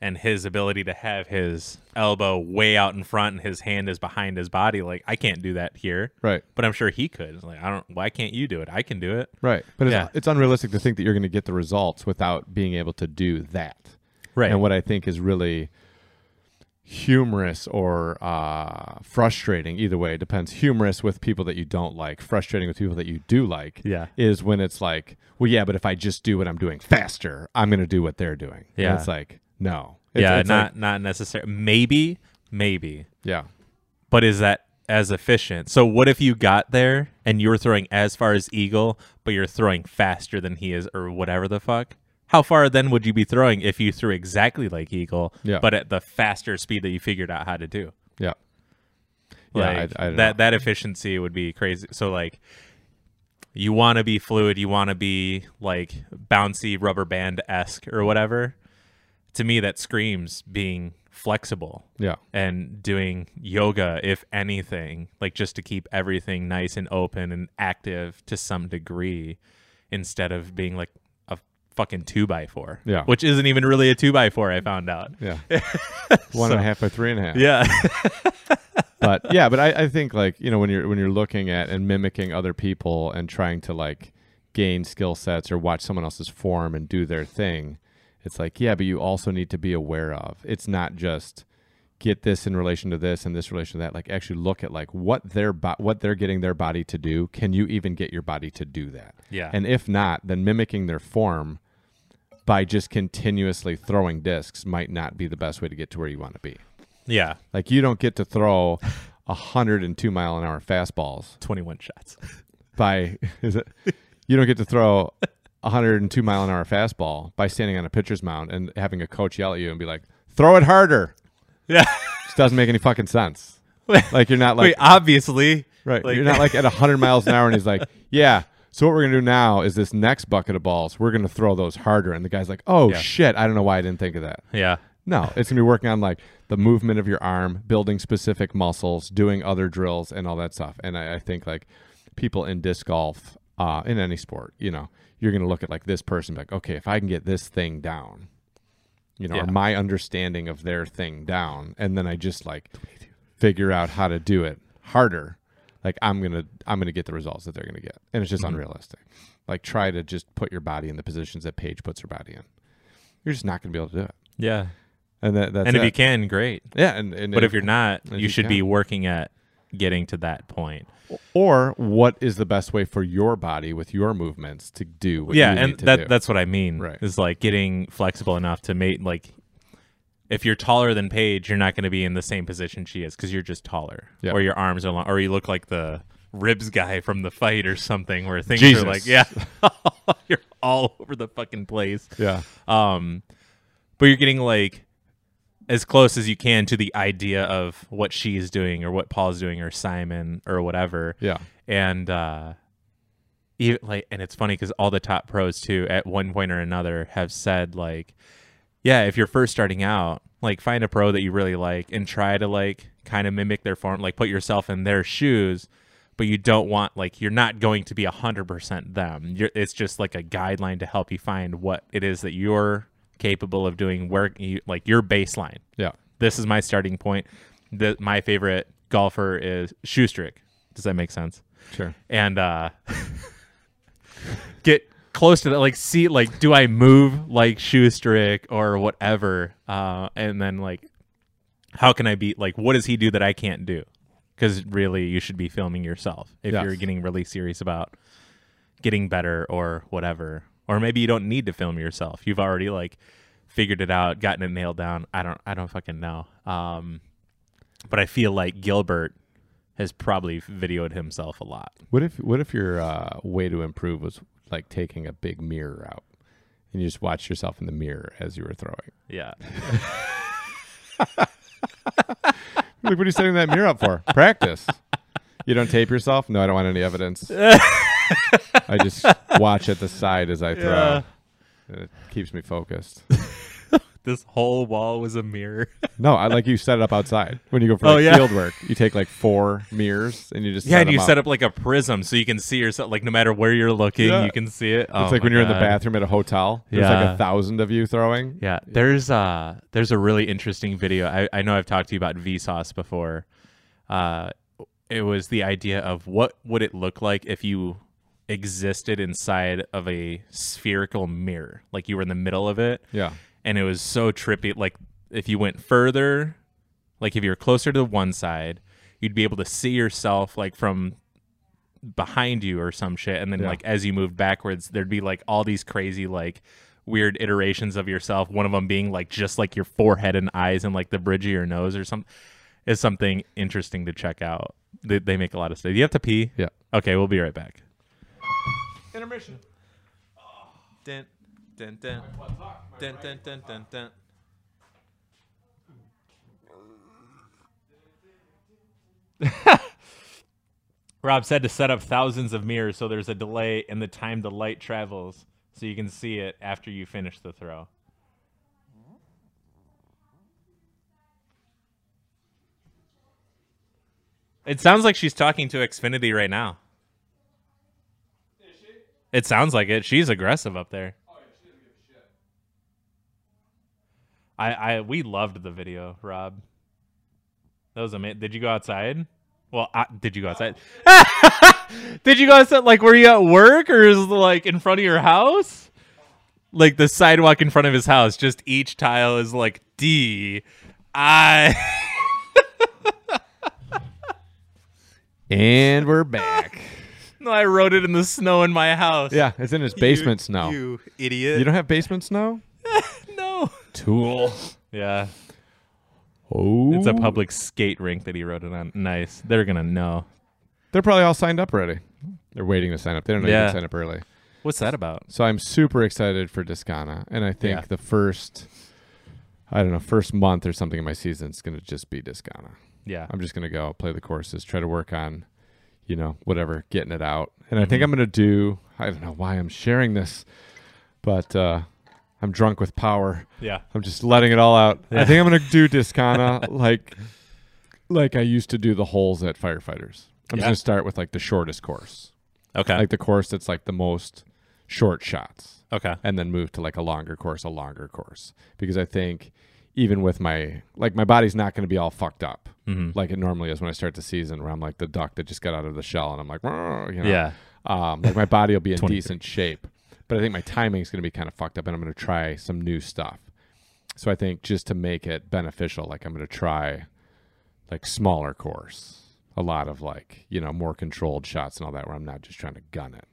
and his ability to have his elbow way out in front and his hand is behind his body, like I can't do that here.
Right.
But I'm sure he could. It's Like I don't why can't you do it? I can do it.
Right. But it's,
Yeah.
it's unrealistic to think that you're going to get the results without being able to do that.
Right.
And what I think is really humorous or uh, frustrating. Either way, it depends. Humorous with people that you don't like, frustrating with people that you do like.
Yeah.
is when it's like, well, yeah, but if I just do what I'm doing faster, I'm gonna do what they're doing. And
Yeah.
it's like no. It's-
yeah,
it's like-
not not necessary. Maybe, maybe,
yeah.
but is that as efficient? So what if you got there and you were throwing as far as eagle, but you're throwing faster than he is, or whatever the fuck? How far then would you be throwing if you threw exactly like eagle,
Yeah.
but at the faster speed that you figured out how to do?
Yeah.
Like,
yeah, I, I don't
that that efficiency would be crazy. So like, you want to be fluid, you want to be like bouncy rubber band esque or whatever. To me, that screams being flexible
know. Yeah.
and doing yoga, if anything, like just to keep everything nice and open and active to some degree, instead of being like a fucking two by four.
Yeah.
which isn't even really a two by four. I found out.
Yeah. one and a half by three and a half.
Yeah,
but yeah, but I, I think like you know when you're when you're looking at and mimicking other people and trying to like gain skill sets or watch someone else's form and do their thing, it's like yeah, but you also need to be aware of it's not just get this in relation to this and this relation to that. Like actually look at like what their bo- what they're getting their body to do. Can you even get your body to do that?
Yeah.
And if not, then mimicking their form by just continuously throwing discs might not be the best way to get to where you want to be.
yeah,
Like you don't get to throw a hundred and two mile an hour fastballs
twenty one shots.
by is it you don't get to throw a hundred and two mile an hour fastball by standing on a pitcher's mound and having a coach yell at you and be like, throw it harder.
Yeah.
Just doesn't make any fucking sense. Like you're not like
Wait, obviously.
right.
like-
you're not like at hundred miles an hour and he's like, Yeah. So what we're gonna do now is this next bucket of balls, we're gonna throw those harder. And the guy's like, Oh
Yeah.
shit, I don't know why I didn't think of that.
Yeah.
No, it's gonna be working on like the movement of your arm, building specific muscles, doing other drills, and all that stuff. And I, I think like people in disc golf, uh, in any sport, you know, you're gonna look at like this person, be like, okay, if I can get this thing down, you know, or
Yeah.
my understanding of their thing down, and then I just like figure out how to do it harder. Like I'm gonna, I'm gonna get the results that they're gonna get, and it's just unrealistic. Like try to just put your body in the positions that Paige puts her body in. You're just not gonna be able to do it.
Yeah.
And that, that's
and if
it.
you can, great.
Yeah, and, and
But if you're not,
if
you,
you
should
can.
be working at getting to that point.
or what is the best way for your body with your movements to do? What
yeah,
you
and
need to
that
do.
that's what I mean.
Right.
Is like getting flexible enough to make like if you're taller than Paige, you're not going to be in the same position she is because you're just taller,
Yeah.
or your arms are long, or you look like the ribs guy from the fight or something, where things
Jesus.
are like, yeah, you're all over the fucking place.
yeah,
um but you're getting like as close as you can to the idea of what she's doing or what paul's doing or simon or whatever
yeah,
and uh even, like and it's funny because all the top pros too at one point or another have said like yeah if you're first starting out like find a pro that you really like and try to like kind of mimic their form like put yourself in their shoes but you don't want like you're not going to be 100% them you're, it's just like a guideline to help you find what it is that you're capable of doing where you like your baseline
yeah,
this is my starting point the, my favorite golfer is shoestrick does that make sense
sure.
and uh get close to that like see like do i move like shoestrick or whatever uh and then like how can i be like what does he do that i can't do because really you should be filming yourself if
Yes.
you're getting really serious about getting better or whatever or maybe you don't need to film yourself you've already like figured it out gotten it nailed down i don't i don't fucking know um but i feel like gilbert has probably videoed himself a lot
What if what if your uh, way to improve was like taking a big mirror out and you just watch yourself in the mirror as you were throwing?
Yeah.
Like, what are you setting that mirror up for? Practice. You don't tape yourself? No, I don't want any evidence. I just watch at the side as I throw.
Yeah.
And It keeps me focused.
This whole wall was a mirror.
No, I like you set it up outside when you go for
Oh,
like,
yeah.
field work. You take like four mirrors and you just
yeah,
set
and you
them up.
set up like a prism so you can see yourself. Like no matter where you're looking,
Yeah.
you can see it. Oh
It's like when you're in the bathroom at a hotel. There's like
Yeah.
a thousand of you throwing.
Yeah, there's uh there's a really interesting video. I, I know I've talked to you about Vsauce before. Uh, it was the idea of what would it look like if you existed inside of a spherical mirror, like you were in the middle of it.
Yeah.
and it was so trippy. Like if you went further Like if you're closer to one side, you'd be able to see yourself like from behind you or some shit and then
Yeah.
like as you moved backwards there'd be like all these crazy like weird iterations of yourself one of them being like just like your forehead and eyes and like the bridge of your nose or something is something interesting to check out they, they make a lot of stuff you have to pee
Yeah.
okay we'll be right back
Intermission.
Dun, dun, dun. Dun, dun, dun, dun, dun. Rob said to set up thousands of mirrors so there's a delay in the time the light travels so you can see it after you finish the throw. It sounds like she's talking to Xfinity right now. It sounds like it. She's aggressive up there. I, I we loved the video, Rob. That was amazing. Did you go outside? Well, I, did you go outside? did you go outside? Like, were you at work or is it, like in front of your house? Like the sidewalk in front of his house. Just each tile is like D, I.
And we're back.
no, I wrote it in the snow in my house.
yeah, it's in his basement snow. You,
You idiot.
don't have basement snow?
no.
Tool.
Yeah.
Oh.
It's a public skate rink that he wrote it on. Nice. They're gonna know.
They're probably all signed up already. They're waiting to sign up. They don't know you
Yeah.
can sign up early.
What's that about?
So I'm super excited for Discana, and I think
Yeah.
the first, I don't know, first month or something in my season is going to just be Discana.
Yeah.
I'm just going to go play the courses, try to work on, you know, whatever, getting it out. And I think I'm going to do. I don't know why I'm sharing this, but uh, I'm drunk with power.
Yeah.
I'm just letting it all out. I think I'm going to do Discana like, like I used to do the holes at firefighters. I'm just
Yeah.
going to start with like the shortest course,
Okay.
like the course that's like the most short shots
okay.
and then move to like a longer course, a longer course. Because I think even with my like my body's not going to be all fucked up
Mm-hmm.
like it normally is when I start the season, where I'm like the duck that just got out of the shell and I'm like, "Rrr," you know?
Yeah.
Um, like my body will be in
23.
decent shape, but I think my timing's going to be kind of fucked up, and I'm going to try some new stuff. So I think just to make it beneficial, like I'm going to try like smaller course, a lot of like you know more controlled shots and all that, where I'm not just trying to gun it.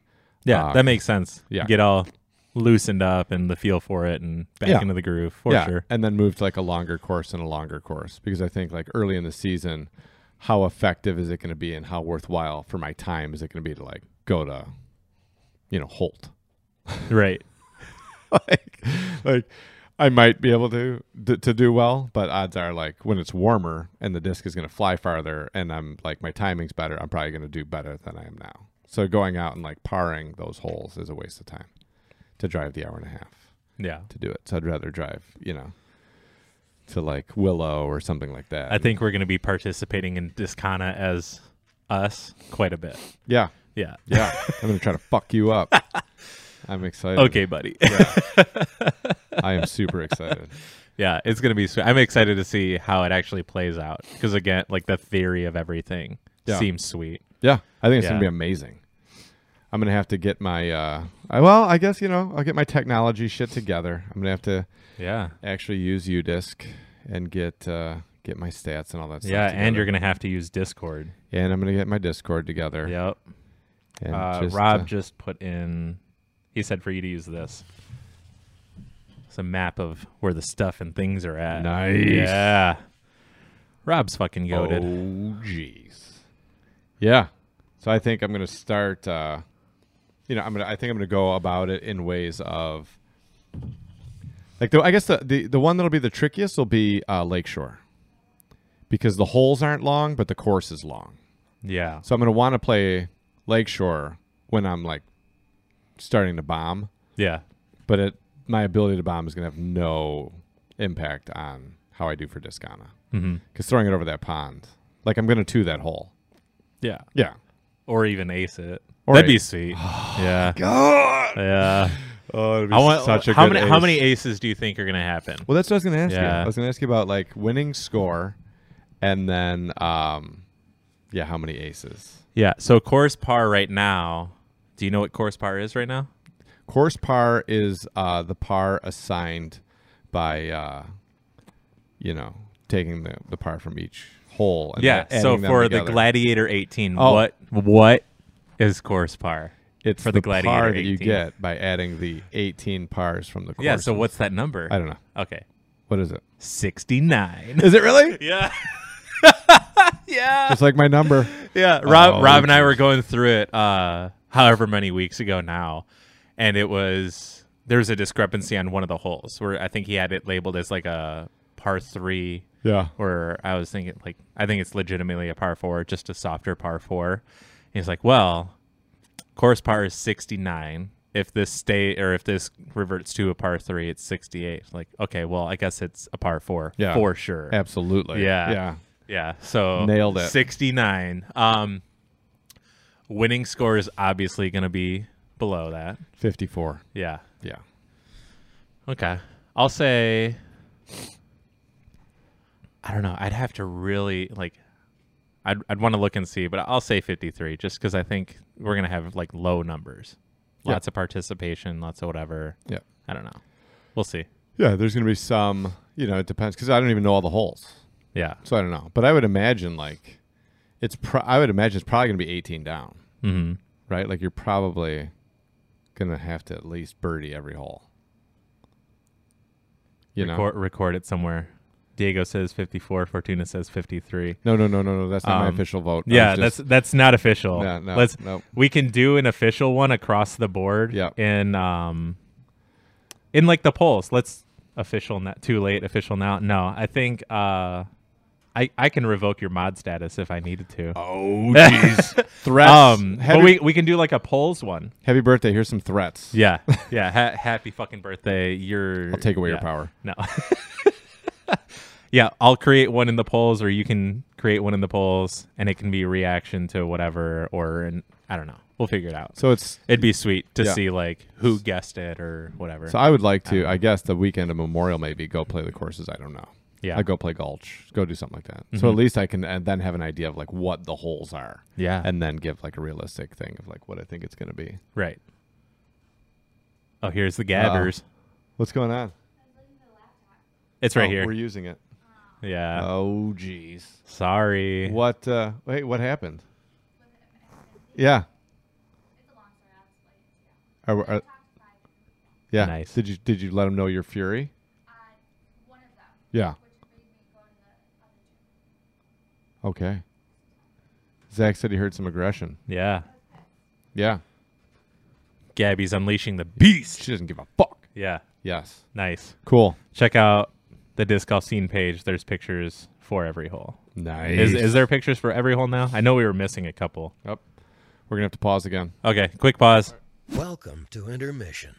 Yeah.
Uh,
that makes sense.
yeah.
Get all loosened up and the feel for it and back
Yeah.
into the groove for sure.
And then move to like a longer course and a longer course because I think like early in the season, how effective is it going to be and how worthwhile for my time is it going to be to like go to, you know, Holt?
Right.
like, like I might be able to d- to do well, but odds are like when it's warmer and the disc is going to fly farther and I'm like my timing's better, I'm probably going to do better than I am now. So going out and like parring those holes is a waste of time to drive the hour and a half
Yeah.
to do it. So I'd rather drive, you know, to like Willow or something like that.
I think we're gonna be participating in Discana as us quite a bit.
Yeah,
Yeah.
yeah. I'm gonna try to fuck you up. I'm excited.
Okay, buddy. Yeah.
I am super excited.
it's gonna be. Sweet. I'm excited to see how it actually plays out because again, like the theory of everything
Yeah.
seems sweet.
Yeah, I think it's
Yeah.
gonna be amazing. I'm gonna have to get my. uh I, Well, I guess you know I'll get my technology shit together. I'm gonna have to
Yeah.
actually use UDisc and get uh get my stats and all that. stuff
Yeah, and
together.
you're gonna have to use Discord.
and I'm gonna get my Discord together.
Yep.
and
Uh,
just,
Rob
uh,
just put in. He said for you to use this. It's a map of where the stuff and things are at.
Nice.
Yeah. Rob's fucking goaded.
Oh, jeez. Yeah. So I think I'm gonna start. Uh, you know, I'm gonna. I think I'm gonna go about it in ways of. Like the, I guess the, the the one that'll be the trickiest will be uh, Lakeshore, because the holes aren't long, but the course is long.
Yeah.
So I'm gonna want to play Lakeshore when I'm like starting to bomb,
Yeah.
but it, my ability to bomb is gonna have no impact on how I do for Discana,
hmm
because throwing it over that pond, like I'm gonna two that hole.
Yeah.
Yeah.
Or even ace it.
Or
That'd be
ace.
sweet. yeah.
God.
Yeah.
Oh, it'd be
I want
such a
how
good
many how
ace.
many aces do you think are gonna happen?
Well, that's what I was gonna ask you.
Yeah.
I was gonna ask you about like winning score, and then um, yeah, how many aces?
Yeah. So course par right now. Do you know what course par is right now?
Course par is uh the par assigned by uh, you know, taking the, the part from each hole. And
yeah.
a-
So
adding them
for the
together.
Gladiator 18,
Oh.
what what is course par?
it's
for the
the,
Gladiator
par that you
18.
get by adding the 18 pars from the course.
Yeah. So what's that number?
I don't know.
Okay.
What is it?
69.
Is it really?
yeah. yeah.
It's like my number.
Yeah, Rob,
Oh,
Rob and I were
geez.
going through it, uh, however many weeks ago now, and it was there was a discrepancy on one of the holes where I think he had it labeled as like a par three,
Yeah.
or I was thinking like I think it's legitimately a par four, just a softer par four. And he's like, well, course par is sixty nine. If this stay or if this reverts to a par three, it's sixty eight. Like, okay, well, I guess it's a par four
Yeah.
for sure.
Absolutely.
Yeah.
Yeah.
Yeah. So
Nailed it.
69. Um winning score is obviously going to be below that.
54.
Yeah.
Yeah.
Okay. I'll say I don't know. I'd have to really like I'd I'd want to look and see, but I'll say 53 just cuz I think we're going to have like low numbers.
Yeah.
Lots of participation, lots of whatever.
Yeah.
I don't know. We'll see.
Yeah. There's going to be some, you know, it depends because I don't even know all the holes.
Yeah.
So I don't know. But I would imagine like it's, pro- I would imagine it's probably going to be 18 down,
Mhm.
right? Like you're probably going to have to at least birdie every hole. You know?
Record, record it somewhere. Diego says 54, Fortuna says 53.
No, no, no, no, no. That's not my
Um,
official vote. I was
Yeah,
just-
that's that's not official.
No, no,
Let's
no.
we can do an official one across the board.
Yeah.
In um, in like the polls. Let's official not too late. Official now. No, I think uh, I I can revoke your mod status if I needed to.
Oh jeez. threats.
um,
heavy,
but we we can do like a polls one.
heavy birthday. Here's some threats.
Yeah, yeah. Ha- happy fucking birthday. You're.
I'll take away your
yeah.
power.
No. yeah, I'll create one in the polls, or you can create one in the polls, and it can be a reaction to whatever, or an, I don't know. We'll figure it out. So
So it's
it'd be sweet to
Yeah.
see like who guessed it or whatever.
so I would like
Um,
to. I guess the weekend of Memorial maybe go play the courses. I don't know.
Yeah. Mm-hmm.
I go play Gulch. Go do something like that. So at least I can and then have an idea of like what the holes are.
Yeah.
And then give like a realistic thing of like what I think it's gonna be.
right. Oh, here's the gabbers.
Uh, What's going on?
it's right
Oh,
here.
We're using it.
yeah.
Oh jeez.
Sorry.
What? uh Wait, what happened? Yeah. Are, we- are, yeah.
Nice.
Did you did you let him know your fury? Yeah. Okay. Zach said he heard some aggression.
Yeah.
Yeah.
Gabby's unleashing the beast.
She doesn't give a fuck.
Yeah.
Yes.
Nice.
Cool.
Check out the disc golf scene page. There's pictures for every hole.
Nice.
Is, is there pictures for every hole now? I know we were missing a couple.
Yep. We're gonna have to pause again.
Okay, quick pause.
Welcome to intermission.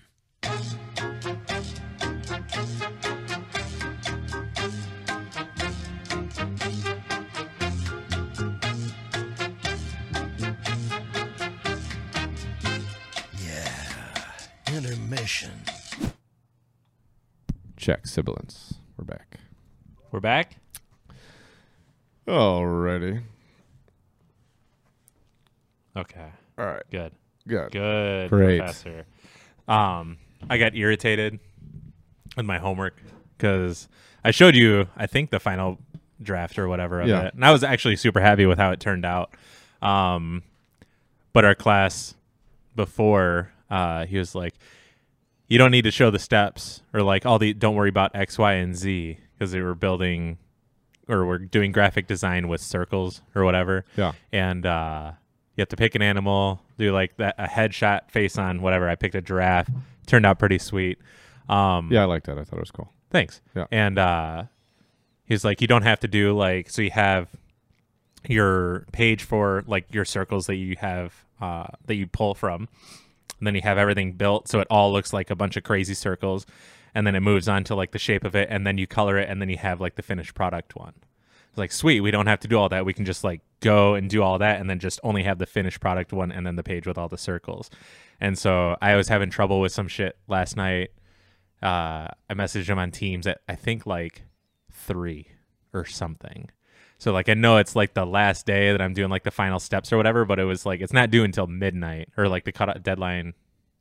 Yeah, intermission.
Check sibilance. We're back.
We're back.
Alrighty.
Okay,
All right.
good,
Good.
good,
Great.
professor. Um, I got irritated with my homework because I showed you, I think, the final draft or whatever of
Yeah.
it, and I was actually super happy with how it turned out. Um, but our class before, uh, he was like, "You don't need to show the steps or like all the don't worry about X, Y, and Z because they were building." Or we're doing graphic design with circles or whatever.
Yeah.
and uh, you have to pick an animal, do like that a headshot, face on, whatever. I picked a giraffe, turned out pretty sweet. Um,
Yeah, I like that. I thought it was cool.
thanks.
Yeah.
And uh, he's like, you don't have to do like so. You have your page for like your circles that you have uh, that you pull from, and then you have everything built so it all looks like a bunch of crazy circles, and then it moves on to like the shape of it, and then you color it, and then you have like the finished product one. It's like sweet, we don't have to do all that. We can just like go and do all that, and then just only have the finished product one, and then the page with all the circles. And so I was having trouble with some shit last night uh, I messaged him on Teams at I think like three or something. So like I know it's like the last day that I'm doing like the final steps or whatever, but it was like it's not due until midnight or like the cutout deadline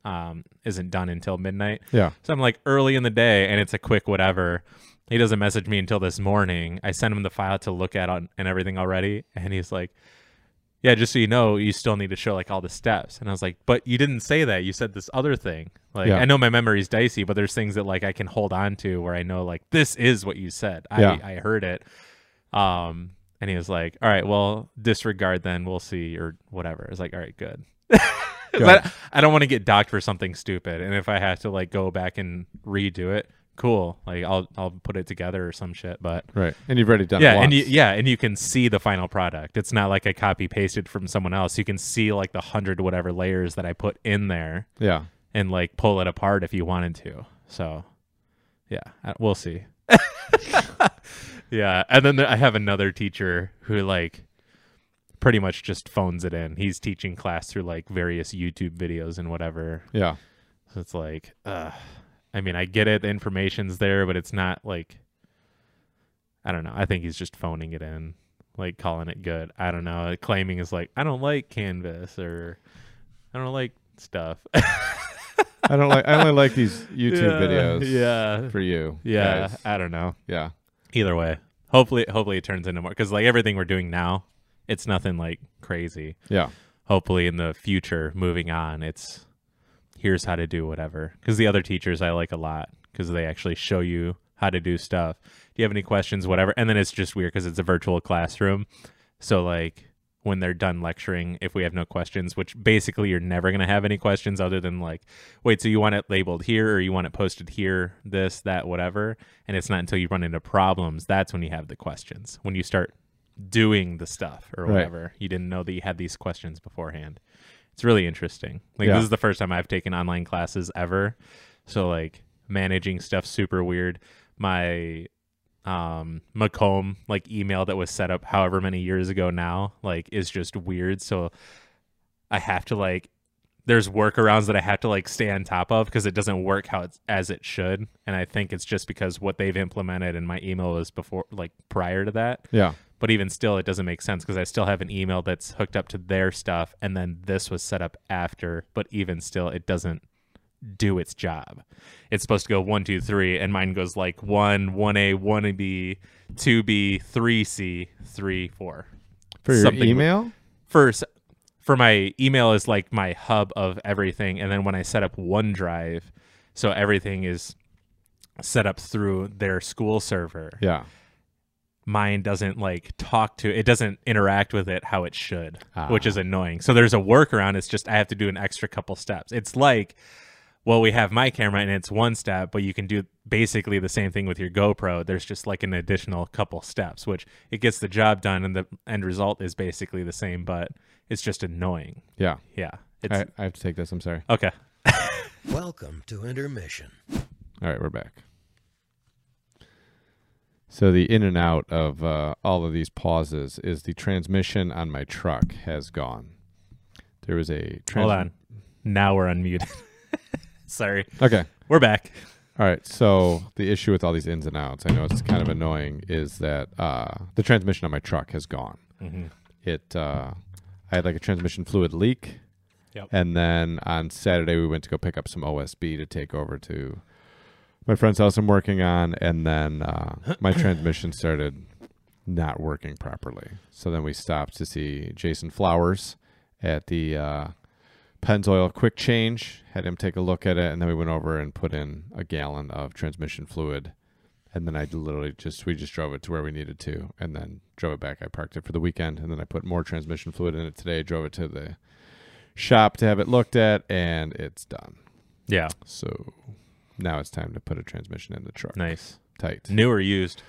um, isn't done until midnight.
Yeah.
So I'm like early in the day and it's a quick whatever. He doesn't message me until this morning. I sent him the file to look at on, and everything already, and he's like, "Yeah, just so you know, you still need to show like all the steps." And I was like, "But you didn't say that. You said this other thing. Like,
Yeah.
I know my memory's dicey, but there's things that like I can hold on to where I know like this is what you said. I
Yeah.
I heard it." Um, and he was like, "All right, well, disregard then. We'll see or whatever." I was like, "All right, good." 'Cause
Got
I, I don't want to get docked for something stupid, and if I have to like go back and redo it, cool. Like I'll I'll put it together or some shit. But
Right. And you've already done it
yeah,
once.
and you, yeah, and you can see the final product. It's not like I copy pasted from someone else. You can see like the hundred whatever layers that I put in there,
yeah.
and like pull it apart if you wanted to. So, yeah, I- we'll see. yeah, and then there, I have another teacher who like pretty much just phones it in. He's teaching class through like various YouTube videos and whatever.
Yeah.
So it's like, uh, I mean, I get it. The information's there, but it's not like, I don't know. I think he's just phoning it in, like calling it good. I don't know. Claiming is like, I don't like Canvas or I don't like stuff.
I don't like I only like these YouTube
Yeah,
videos.
Yeah.
For you.
Yeah.
guys.
I don't know.
Yeah.
Either way, hopefully, hopefully it turns into more because like everything we're doing now, it's nothing like crazy.
Yeah.
Hopefully, in the future, moving on, it's here's how to do whatever. Because the other teachers I like a lot because they actually show you how to do stuff. Do you have any questions? Whatever. And then it's just weird because it's a virtual classroom. So like when they're done lecturing, if we have no questions, which basically you're never gonna have any questions other than like, wait, so you want it labeled here or you want it posted here, this, that, whatever. And it's not until you run into problems that's when you have the questions. When you start doing the stuff or
Right.
whatever, you didn't know that you had these questions beforehand. It's really interesting. Like
Yeah.
this is the first time I've taken online classes ever. So like managing stuff super weird. My um Macomb like email that was set up however many years ago now like is just weird so I have to like there's workarounds that I have to like stay on top of because it doesn't work how it's as it should and I think it's just because what they've implemented in my email was before like prior to that
Yeah.
but even still it doesn't make sense because I still have an email that's hooked up to their stuff and then this was set up after but even still it doesn't do its job. It's supposed to go one, two, three, and mine goes like one, one A, one B, two B, three C, three, four.
For your
Something-
email?
First, for my email is like my hub of everything, and then when I set up OneDrive, so everything is set up through their school server.
Yeah.
Mine doesn't like talk to it doesn't interact with it how it should,
Ah.
which is annoying. So there's a workaround. It's just I have to do an extra couple steps. It's like well, we have my camera and it's one step, but you can do basically the same thing with your GoPro. There's just like an additional couple steps, which it gets the job done and the end result is basically the same, but it's just annoying.
Yeah.
Yeah. It's
I, I have to take this. I'm sorry.
okay.
Welcome to intermission.
All right, we're back. So the in and out of uh, all of these pauses is the transmission on my truck has gone. There was a trans-
Hold on. Now we're unmuted. Sorry.
Okay.
We're back.
All right. So the issue with all these ins and outs, I know it's kind of annoying, is that uh, the transmission on my truck has gone.
Mhm.
It, uh, I had like a transmission fluid leak,
Yep.
and then on Saturday we went to go pick up some OSB to take over to my friend's house I'm working on, and then uh, my transmission started not working properly. So then we stopped to see Jason Flowers at the uh, Pennzoil Quick Change, had him take a look at it, and then we went over and put in a gallon of transmission fluid. And then I literally just we just drove it to where we needed to, and then drove it back. I parked it for the weekend, and then I put more transmission fluid in it today. Drove it to the shop to have it looked at, and it's done.
Yeah.
So now it's time to put a transmission in the truck
Nice.
tight.
New or used.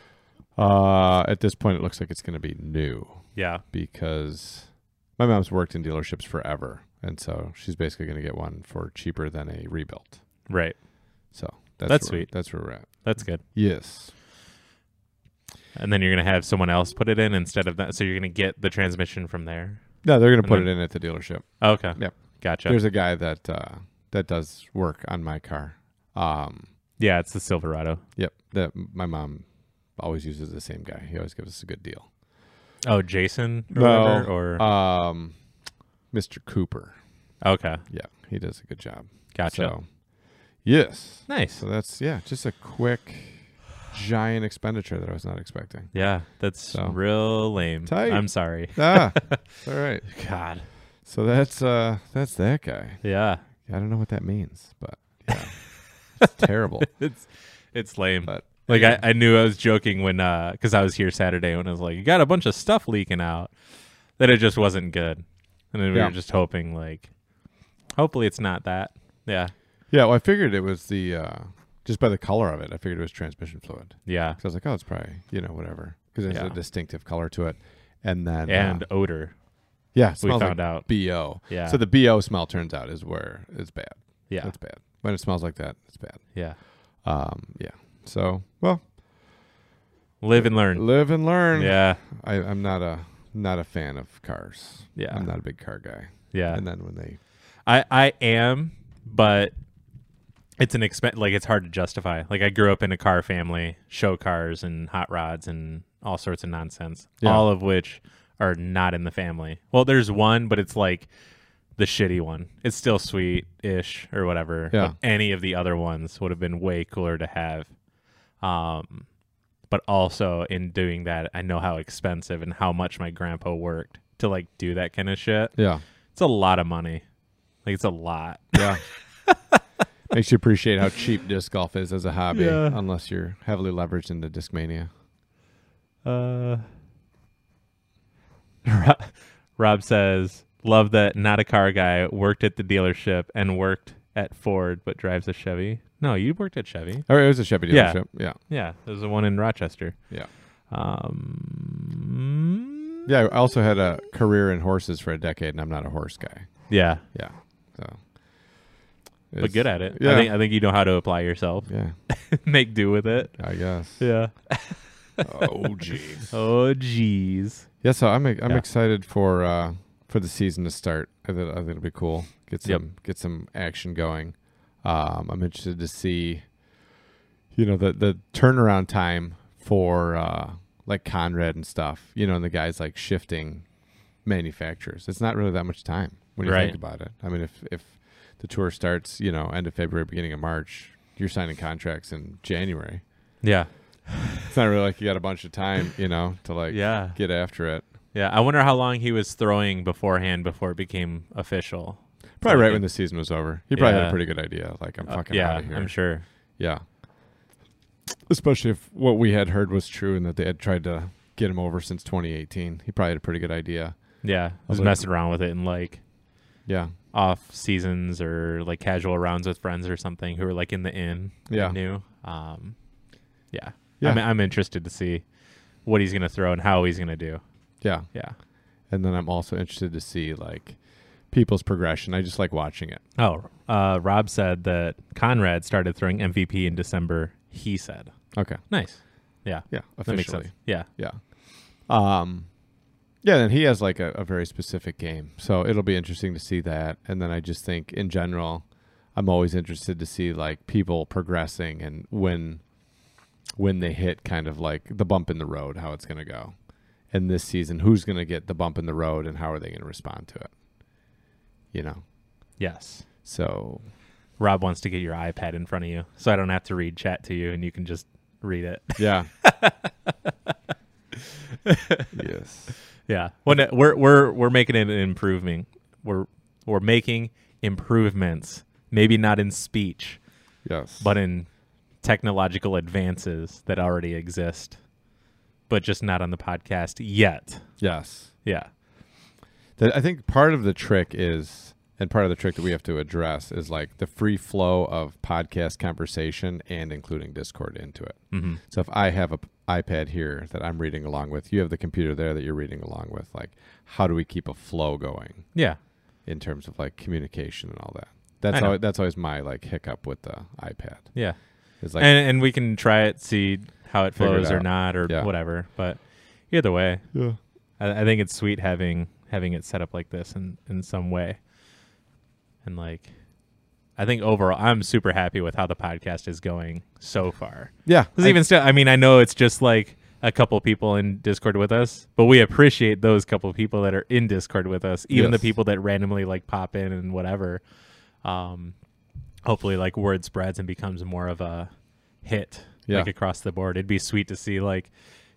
Uh, at this point, it looks like it's going to be new
Yeah.
because my mom's worked in dealerships forever, and so she's basically going to get one for cheaper than a rebuilt.
Right.
So that's,
That's
where-
sweet.
That's where we're at.
That's good.
Yes.
And then you're going to have someone else put it in instead of that. So you're going to get the transmission from there.
No, they're going to put
then-
it in at the dealership.
Okay.
Yep.
Gotcha.
There's a guy that uh, that does work on my car. Um,
yeah. It's the Silverado.
yep. That my mom always uses the same guy. He always gives us a good deal.
Oh, Jason or
No,
whatever, or
Um, Mr. Cooper.
okay,
Yeah, he does a good job.
gotcha.
So, yes.
nice.
So that's yeah, just a quick giant expenditure that I was not expecting.
Yeah, that's
So.
real lame.
Tight.
I'm sorry.
Ah, it's all right.
God.
So that's uh that's that guy.
Yeah.
I don't know what that means, but yeah, it's terrible.
It's it's lame.
But
Like I, I knew I was joking when because I was here Saturday when I was like, you got a bunch of stuff leaking out that it just wasn't good, and then we
Yeah.
were just hoping like, hopefully it's not that. Yeah,
yeah, well, I figured it was the uh just by the color of it, I figured it was transmission fluid.
yeah,
So I was like, oh, it's probably you know whatever because it's
Yeah.
a distinctive color to it. And then
and
uh,
odor.
yeah, it
We
smells
found
like
out.
bo.
Yeah.
So the bo smell turns out is where it's bad.
Yeah,
it's bad when it smells like that. It's bad.
yeah.
Um, yeah. So well,
Live and learn.
live and learn.
Yeah,
I, I'm not a not a fan of cars.
yeah,
I'm not a big car guy.
yeah.
And then when they
I I am, but it's an expense. Like it's hard to justify. Like I grew up in a car family, show cars and hot rods and all sorts of nonsense.
Yeah.
All of which are not in the family. Well, there's one, but it's like the shitty one. It's still sweet ish or whatever.
Yeah.
But any of the other ones would have been way cooler to have. Um, but also in doing that, I know how expensive and how much my grandpa worked to like do that kind of shit.
yeah
It's a lot of money. Like it's a lot.
yeah makes you appreciate how cheap disc golf is as a hobby,
Yeah.
unless you're heavily leveraged into discmania.
Uh, Rob, Rob says, "Love that not a car guy worked at the dealership and worked at Ford, but drives a Chevy." No, you worked at Chevy.
Or it was a Chevy
Yeah.
dealership. Yeah.
Yeah, there's the one in Rochester.
Yeah.
Um.
Yeah. I also had a career in horses for a decade, and I'm not a horse guy.
Yeah,
Yeah. So.
but good at it. I
yeah.
think I think you know how to apply yourself.
Yeah.
Make do with it.
I guess.
Yeah.
oh jeez.
Oh, jeez.
Yeah. So I'm I'm
Yeah.
excited for uh for the season to start. I think, I think it'll be cool. Get some
Yep.
get some action going. Um, I'm interested to see, you know, the the turnaround time for uh like Conrad and stuff. You know, and the guys like shifting manufacturers. It's not really that much time when you
Right.
think about it. I mean, if if the tour starts, you know, end of February, beginning of March, you're signing contracts in January.
Yeah.
It's not really like you got a bunch of time, you know, to like
Yeah.
get after it.
Yeah. I wonder how long he was throwing beforehand before it became official.
Probably
Like,
right when the season was over. He probably had
Yeah.
a pretty good idea. Like I'm
uh,
fucking
yeah,
out of here.
I'm sure.
Yeah. Especially if what we had heard was true and that they had tried to get him over since 2018. He probably had a pretty good idea.
Yeah, was
like-
messing around with it in like
Yeah.
off seasons or like casual rounds with friends or something who were like in the inn. and
Yeah.
knew. Um, yeah,
Yeah.
I'm, I'm interested to see what he's gonna throw and how he's gonna do.
Yeah.
Yeah.
And then I'm also interested to see like people's progression. I just like watching it.
Oh, uh, Rob said that Conrad started throwing MVP in December. He said,
Okay.
"Nice, yeah,
Yeah.
that
Officially.
makes sense. Yeah,
Yeah. Um yeah, then he has like a, a very specific game. So it'll be interesting to see that. And then I just think in general, I'm always interested to see like people progressing and when when they hit kind of like the bump in the road, how it's gonna go. And this season, who's gonna get the bump in the road and how are they gonna respond to it? You know?
yes."
So
Rob wants to get your iPad in front of you, so I don't have to read chat to you, and you can just read it.
yeah. yes.
Yeah. Well, no, we're we're we're making an improvement. We're we're making improvements. Maybe not in speech,
Yes.
but in technological advances that already exist, but just not on the podcast yet.
yes.
Yeah.
that I think part of the trick is, and part of the trick that we have to address is like the free flow of podcast conversation and including Discord into it.
Mm-hmm.
So if I have a p- iPad here that I'm reading along with, you have the computer there that you're reading along with. Like, how do we keep a flow going
Yeah.
in terms of like communication and all that? That's
I know.
always, that's always my like hiccup with the iPad.
Yeah.
It's like
and and we can try it, see how it
Figure it
flows or
out.
not or
Yeah.
whatever. But either way,
yeah.
I, I think it's sweet having having it set up like this in in some way. And like, I think overall, I'm super happy with how the podcast is going so far.
yeah,
'Cause
I-
even still, I mean, I know it's just like a couple people in Discord with us, but we appreciate those couple people that are in Discord with us, even the
Yes.
people that randomly like pop in and whatever. Um, hopefully, like word spreads and becomes more of a hit
Yeah.
like across the board. It'd be sweet to see like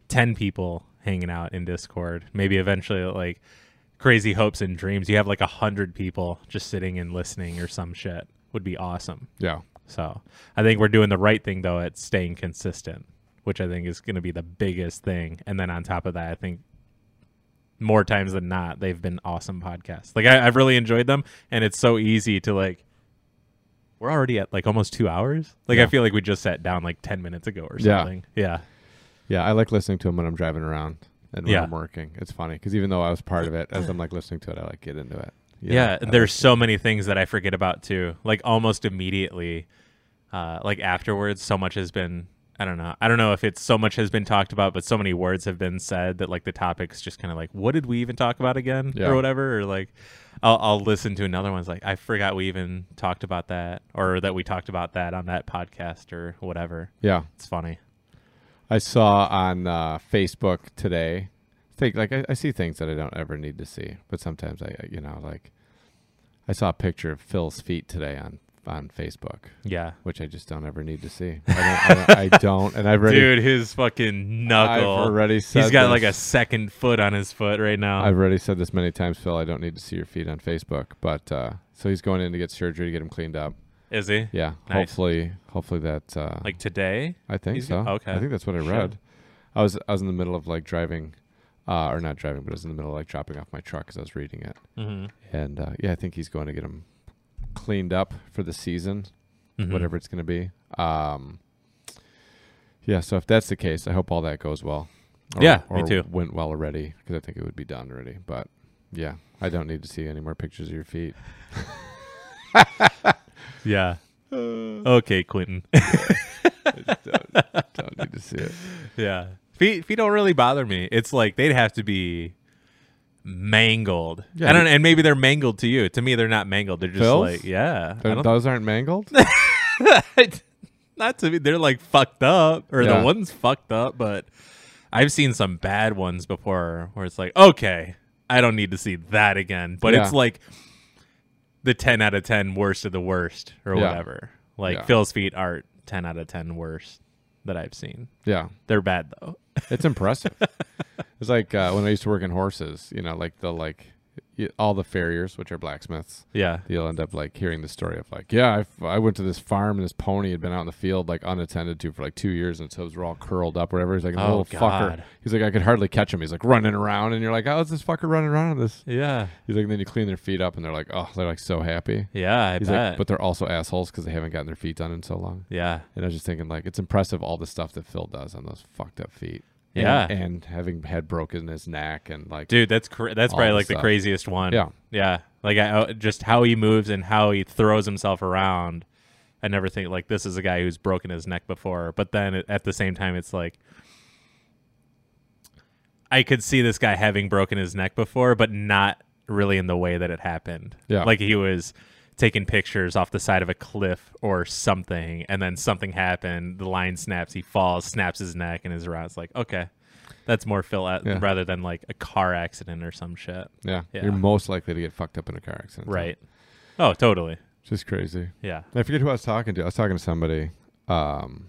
ten people hanging out in Discord. Maybe eventually like crazy hopes and dreams. You have like a hundred people just sitting and listening or some shit. Would be awesome.
Yeah.
So I think we're doing the right thing though at staying consistent, which I think is going to be the biggest thing. And then on top of that, I think more times than not, they've been awesome podcasts. Like I, I've really enjoyed them, and it's so easy to like. We're already at like almost two hours. Like I
Yeah.
feel like we just sat down like ten minutes ago or
Yeah.
something. Yeah,
Yeah, I like listening to them when I'm driving around and when
Yeah.
I'm working. It's funny because even though I was part of it, as I'm like listening to it, I like get into it.
yeah,
I like-
there's so many things that i forget about too like almost immediately uh like afterwards so much has been i don't know i don't know if it's so much has been talked about but so many words have been said that like the topics just kind of like what did we even talk about again
Yeah.
or whatever or like I'll, I'll listen to another one's like i forgot we even talked about that or that we talked about that on that podcast or whatever
yeah.
it's funny
I saw on uh, Facebook today. Think like I, I see things that I don't ever need to see, but sometimes I, you know, like I saw a picture of Phil's feet today on on Facebook,
yeah
which I just don't ever need to see. I don't, I don't, I don't and I've already,
dude his fucking
I've
knuckle
already said
he's got like a
this.
second foot on his foot right now
I've already said this many times, Phil. I don't need to see your feet on Facebook, but uh, so he's going in to get surgery to get him cleaned up.
is he
Yeah,
Nice.
hopefully, hopefully that. Uh,
like today
I think
he's
so.
go- okay.
I think that's what I
Sure.
read. I was I was in the middle of like driving, uh, or not driving, but I was in the middle of like dropping off my truck because I was reading it.
mm-hmm.
And uh, yeah, I think he's going to get him cleaned up for the season, Mm-hmm.
Mm-hmm.
whatever it's going to be. Um, yeah. So if that's the case, I hope all that goes well.
Yeah, me too.
Went well already because I think it would be done already. But yeah, I don't need to see any more pictures of your feet.
Yeah. okay, Quentin.
Don't need to see it.
yeah. Feet feet don't really bother me. It's like they'd have to be mangled.
Yeah,
I don't
you-
and maybe they're mangled to you. To me they're not mangled. They're just
Phil's?
like yeah. I
Th-
don't
Those aren't mangled.
not to me they're like fucked up or
Yeah.
the one's fucked up, but I've seen some bad ones before where it's like, okay, I don't need to see that again. But it's
Yeah.
like the 10 out of 10 worst of the worst or
Yeah.
whatever. Like
Yeah.
Phil's feet are 10 out of 10 worst that I've seen.
yeah.
They're bad though.
It's impressive. it's like uh, when I used to work in horses, you know, like the like y- all the farriers, which are blacksmiths.
Yeah.
You'll end up like hearing the story of like, yeah, I f- I went to this farm and this pony had been out in the field like unattended to for like two years and its hooves were all curled up, whatever. He's like, a
Oh,
little
God.
fucker. He's like, I could hardly catch him. He's like running around, and you're like, how is this fucker running around on this?
Yeah.
He's like, and then you clean their feet up, and they're like, oh, they're like so happy.
Yeah, I
He's
bet.
like, but they're also assholes because they haven't gotten their feet done in so long.
yeah.
And I was just thinking, like, it's impressive all the stuff that Phil does on those fucked up feet.
Yeah.
And, and having had broken his neck and like,
Dude, that's cra- that's
All
probably
the
like the
stuff.
craziest one.
Yeah.
Yeah. Like I, I- just how he moves and how he throws himself around and everything. Like this is a guy who's broken his neck before, but then at- at the same time it's like I could see this guy having broken his neck before, but not really in the way that it happened.
Yeah.
Like he was taking pictures off the side of a cliff or something, and then something happened. The line snaps, he falls, snaps his neck, and is around. It's like, okay, that's more Phil at-
Yeah.
rather than like a car accident or some shit.
yeah,
Yeah.
you're most likely to get fucked up in a car accident.
Right. Oh, totally.
Just crazy.
Yeah.
I forget who I was talking to. I was talking to somebody, um,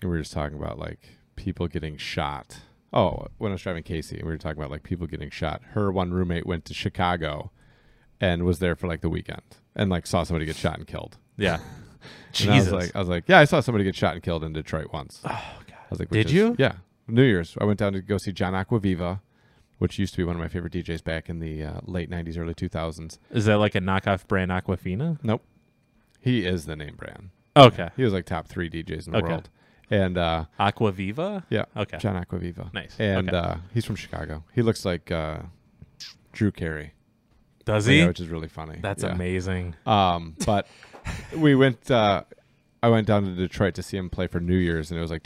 and we were just talking about like people getting shot. Oh, when I was driving Casey, and we were talking about like people getting shot. Her one roommate went to Chicago and was there for like the weekend and like saw somebody get shot and killed.
Yeah.
And I was
Jesus.
like, I was like, yeah, I saw somebody get shot and killed in Detroit once. Oh god. I was like, which
Did
is-
you?
Yeah. New Year's, I went down to go see John Aquaviva, which used to be one of my favorite DJs back in the uh, late '90s, early 2000s.
is that like a knockoff brand Aquafina?
Nope. He is the name brand.
Okay.
He was like top three DJs in the
Okay.
world. And uh,
Aquaviva?
yeah,
Okay.
John Aquaviva.
Nice.
And
Okay.
uh, he's from Chicago. He looks like uh, Drew Carey,
Does
yeah,
he?
which is really funny.
That's
yeah.
amazing.
Um, but we went. Uh, I went down to Detroit to see him play for New Year's, and it was like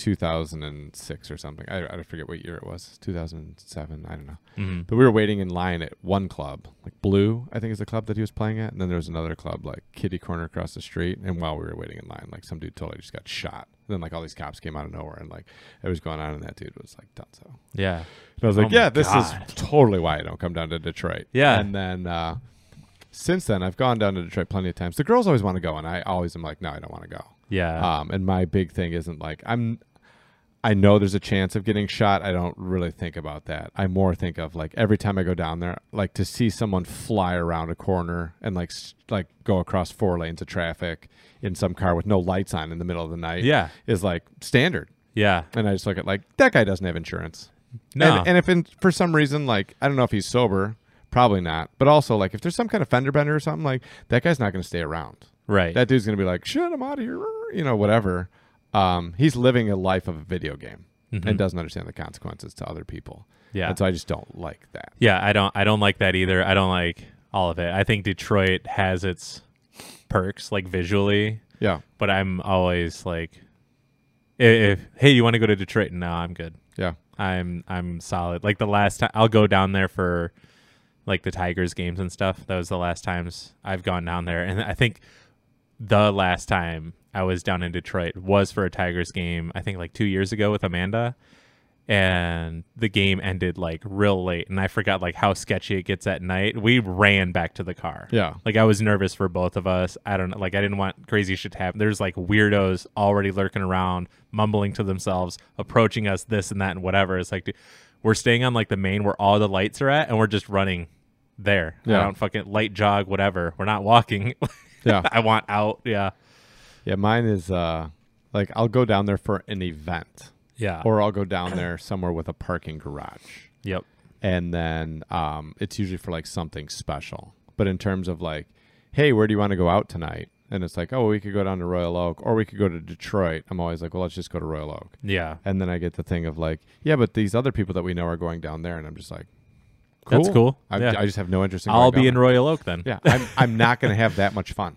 2006 or something. I, I forget what year it was. 2007. I don't know.
Mhm.
But we were waiting in line at one club, like Blue, I think is the club that he was playing at, and then there was another club like Kitty Corner across the street. And while we were waiting in line, like some dude totally just got shot. And then like all these cops came out of nowhere, and like it was going on, and that dude was like done so.
Yeah.
And I was like,
Oh my
yeah, this
God.
is totally why I don't come down to Detroit.
Yeah.
And then uh, since then, I've gone down to Detroit plenty of times. The girls always want to go, and I always am like, no, I don't want to go.
Yeah.
Um, and my big thing isn't like I'm. I know there's a chance of getting shot. I don't really think about that. I more think of like every time I go down there, like to see someone fly around a corner and like s- like go across four lanes of traffic in some car with no lights on in the middle of the night.
Yeah.
is like standard.
Yeah.
And I just look at like that guy doesn't have insurance.
No.
And, and if in, for some reason, like I don't know if he's sober, probably not. But also like if there's some kind of fender bender or something, like that guy's not going to stay around
right.
that dude's gonna be like, "Shit, I'm out of here," you know, whatever. Um, he's living a life of a video game and uh, doesn't understand the consequences to other people.
Mm-hmm. Yeah.
and so I just don't like that.
yeah, I don't I don't like that either. I don't like all of it. I think Detroit has its perks like visually,
Yeah,
but I'm always like i- if, if hey, you want to go to Detroit? No, I'm good.
yeah,
I'm I'm solid. Like the last time I'll go down there for like the Tigers games and stuff. That was the last times I've gone down there. And I think the last time I was down in Detroit was for a Tigers game, I think like 2 years ago with Amanda. And the game ended like real late and I forgot like how sketchy it gets at night. We ran back to the car.
yeah,
Like I was nervous for both of us. I don't know. Like I didn't want crazy shit to happen. There's like weirdos already lurking around, mumbling to themselves, approaching us, this and that and whatever. It's like dude, we're staying on like the main where all the lights are at, and we're just running there.
Yeah.
I don't fucking light jog, whatever. We're not walking.
yeah,
I want out. Yeah.
yeah. Mine is uh, like I'll go down there for an event,
Yeah.
or I'll go down there somewhere with a parking garage,
yep.
and then um, it's usually for like something special. But in terms of like, hey, where do you want to go out tonight? And it's like, oh, we could go down to Royal Oak, or we could go to Detroit. I'm always like, well, let's just go to Royal Oak.
Yeah.
And then I get the thing of like, yeah, but these other people that we know are going down there, and I'm just like, cool.
That's cool.
I,
Yeah.
I just have no interest in.
I'll
going
be
down
in Royal Oak then.
there. Yeah, I'm, I'm not going to have that much fun.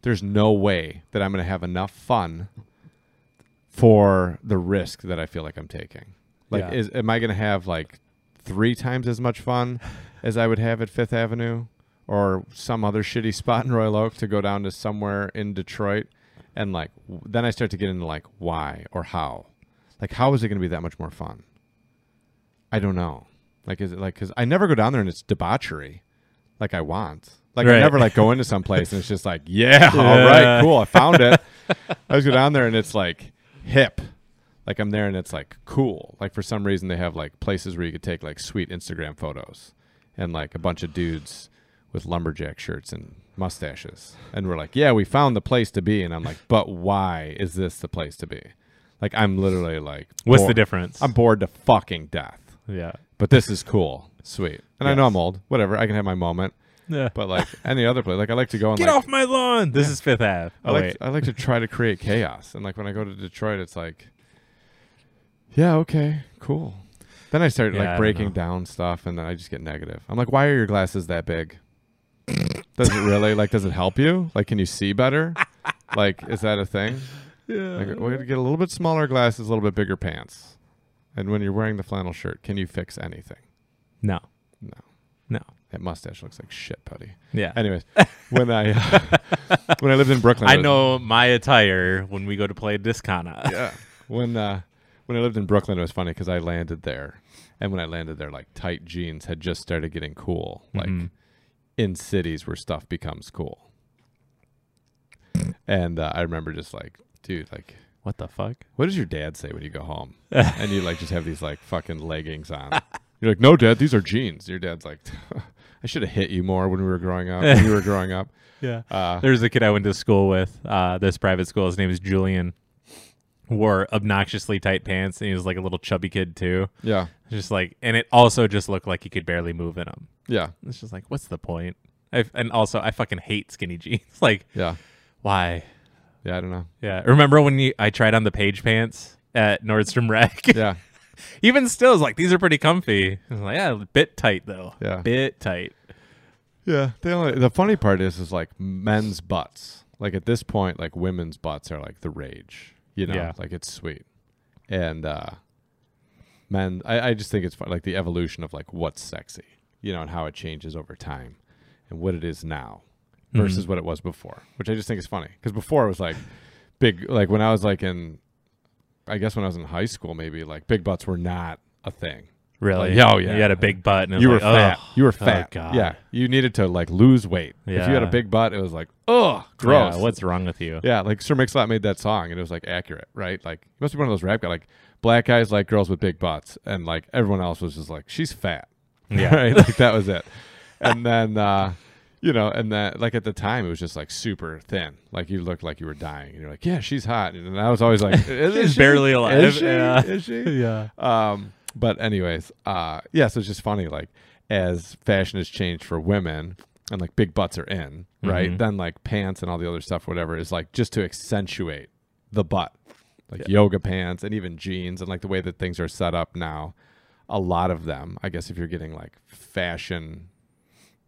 There's no way that I'm going to have enough fun for the risk that I feel like I'm taking. Like,
Yeah.
is am I going to have like three times as much fun as I would have at Fifth Avenue or some other shitty spot in Royal Oak to go down to somewhere in Detroit? And like, w- then I start to get into like why or how. Like, how is it going to be that much more fun? I don't know. Like, is it like, because I never go down there and it's debauchery like I want. Like, I
Right.
never like go into some place and it's just like, yeah, all right,
Yeah.
cool, I found it. I just go down there and it's like hip. Like I'm there and it's like cool. Like for some reason they have like places where you could take like sweet Instagram photos and like a bunch of dudes with lumberjack shirts and mustaches. And we're like, yeah, we found the place to be. And I'm like, but why is this the place to be? Like I'm literally like,
What's the
bored-
difference?
I'm bored to fucking death.
yeah.
But this is cool, sweet. And I know
Yes.
I'm old. Whatever, I can have my moment.
Yeah.
But like any other place, like I like to go and
Get
like,
off my lawn. This is Fifth Ave.
I
Oh,
like
wait.
I like to try to create chaos. And like when I go to Detroit, it's like, yeah, okay, cool. Then I start
Yeah, I
like
don't
breaking
know.
down stuff, and then I just get negative. I'm like, why are your glasses that big? does it really like? Does it help you? Like, can you see better? like, is that a thing? Like, we're gonna get a little bit smaller glasses, a little bit bigger pants. And when you're wearing the flannel shirt, can you fix anything?
No.
No.
No.
That mustache looks like shit, buddy.
Yeah.
Anyways, when I uh, when I lived in Brooklyn,
I
was-
know my attire when we go to play Discana.
Yeah. When uh, when I lived in Brooklyn, it was funny because I landed there, and when I landed there, like tight jeans had just started getting cool, like
Mhm.
in cities where stuff becomes cool. And uh, I remember just like, dude, like,
What the fuck?
what does your dad say when you go home? and you like just have these like fucking leggings on. You're like, no, dad, these are jeans. Your dad's like, I should have hit you more when we were growing up. When you were growing up.
Yeah.
Uh,
There was a kid I went to school with, uh, this private school. His name is Julian. Wore obnoxiously tight pants, and he was like a little chubby kid too.
yeah,
Just like, and it also just looked like he could barely move in them.
yeah,
It's just like, what's the point? i and also, I fucking hate skinny jeans. Like,
yeah,
why?
yeah. I don't know.
Yeah. Remember when you, I tried on the page pants at Nordstrom Rack?
Yeah,
Even still, it's like these are pretty comfy. I was like, yeah, a bit tight though.
Yeah.
Bit tight.
Yeah, they only, the funny part is is like men's butts. Like at this point, like women's butts are like the rage. You know,
Yeah.
like it's sweet, and uh men. I, I just think it's fun, like the evolution of like what's sexy, you know, and how it changes over time, and what it is now
Mm-hmm.
versus what it was before, which I just think is funny because before it was like big. Like when I was like in, I guess when I was in high school, maybe like big butts were not a thing.
Really?
Like, oh, yeah.
You had a big butt. And it
You were
was like,
fat.
oh.
you were fat.
God.
Yeah. You needed to like lose weight. If you had a
Yeah.
big butt, it was like, ugh, gross.
Yeah,
Yeah,
what's wrong with you?
like Sir Mix-a-Lot made that song and it was like accurate, right? Like, you must be one of those rap guys. Like, black guys like girls with big butts, and like everyone else was just like, she's fat.
Yeah.
right? Like that was it. And then, uh, you know, and that like at the time it was just like super thin. Like you looked like you were dying, and you're like, yeah, she's hot. And I was always like, is,
She's
she?
barely alive,
Is she?
yeah.
Is she?
Yeah.
Um, but anyways, uh, yeah. So it's just funny, like as fashion has changed for women, and like big butts are in, right? Then like pants and all the other stuff, whatever, is like just to accentuate the butt, like yoga pants and even jeans, and like the way that things are set up now. A lot of them, I guess, if you're getting like fashion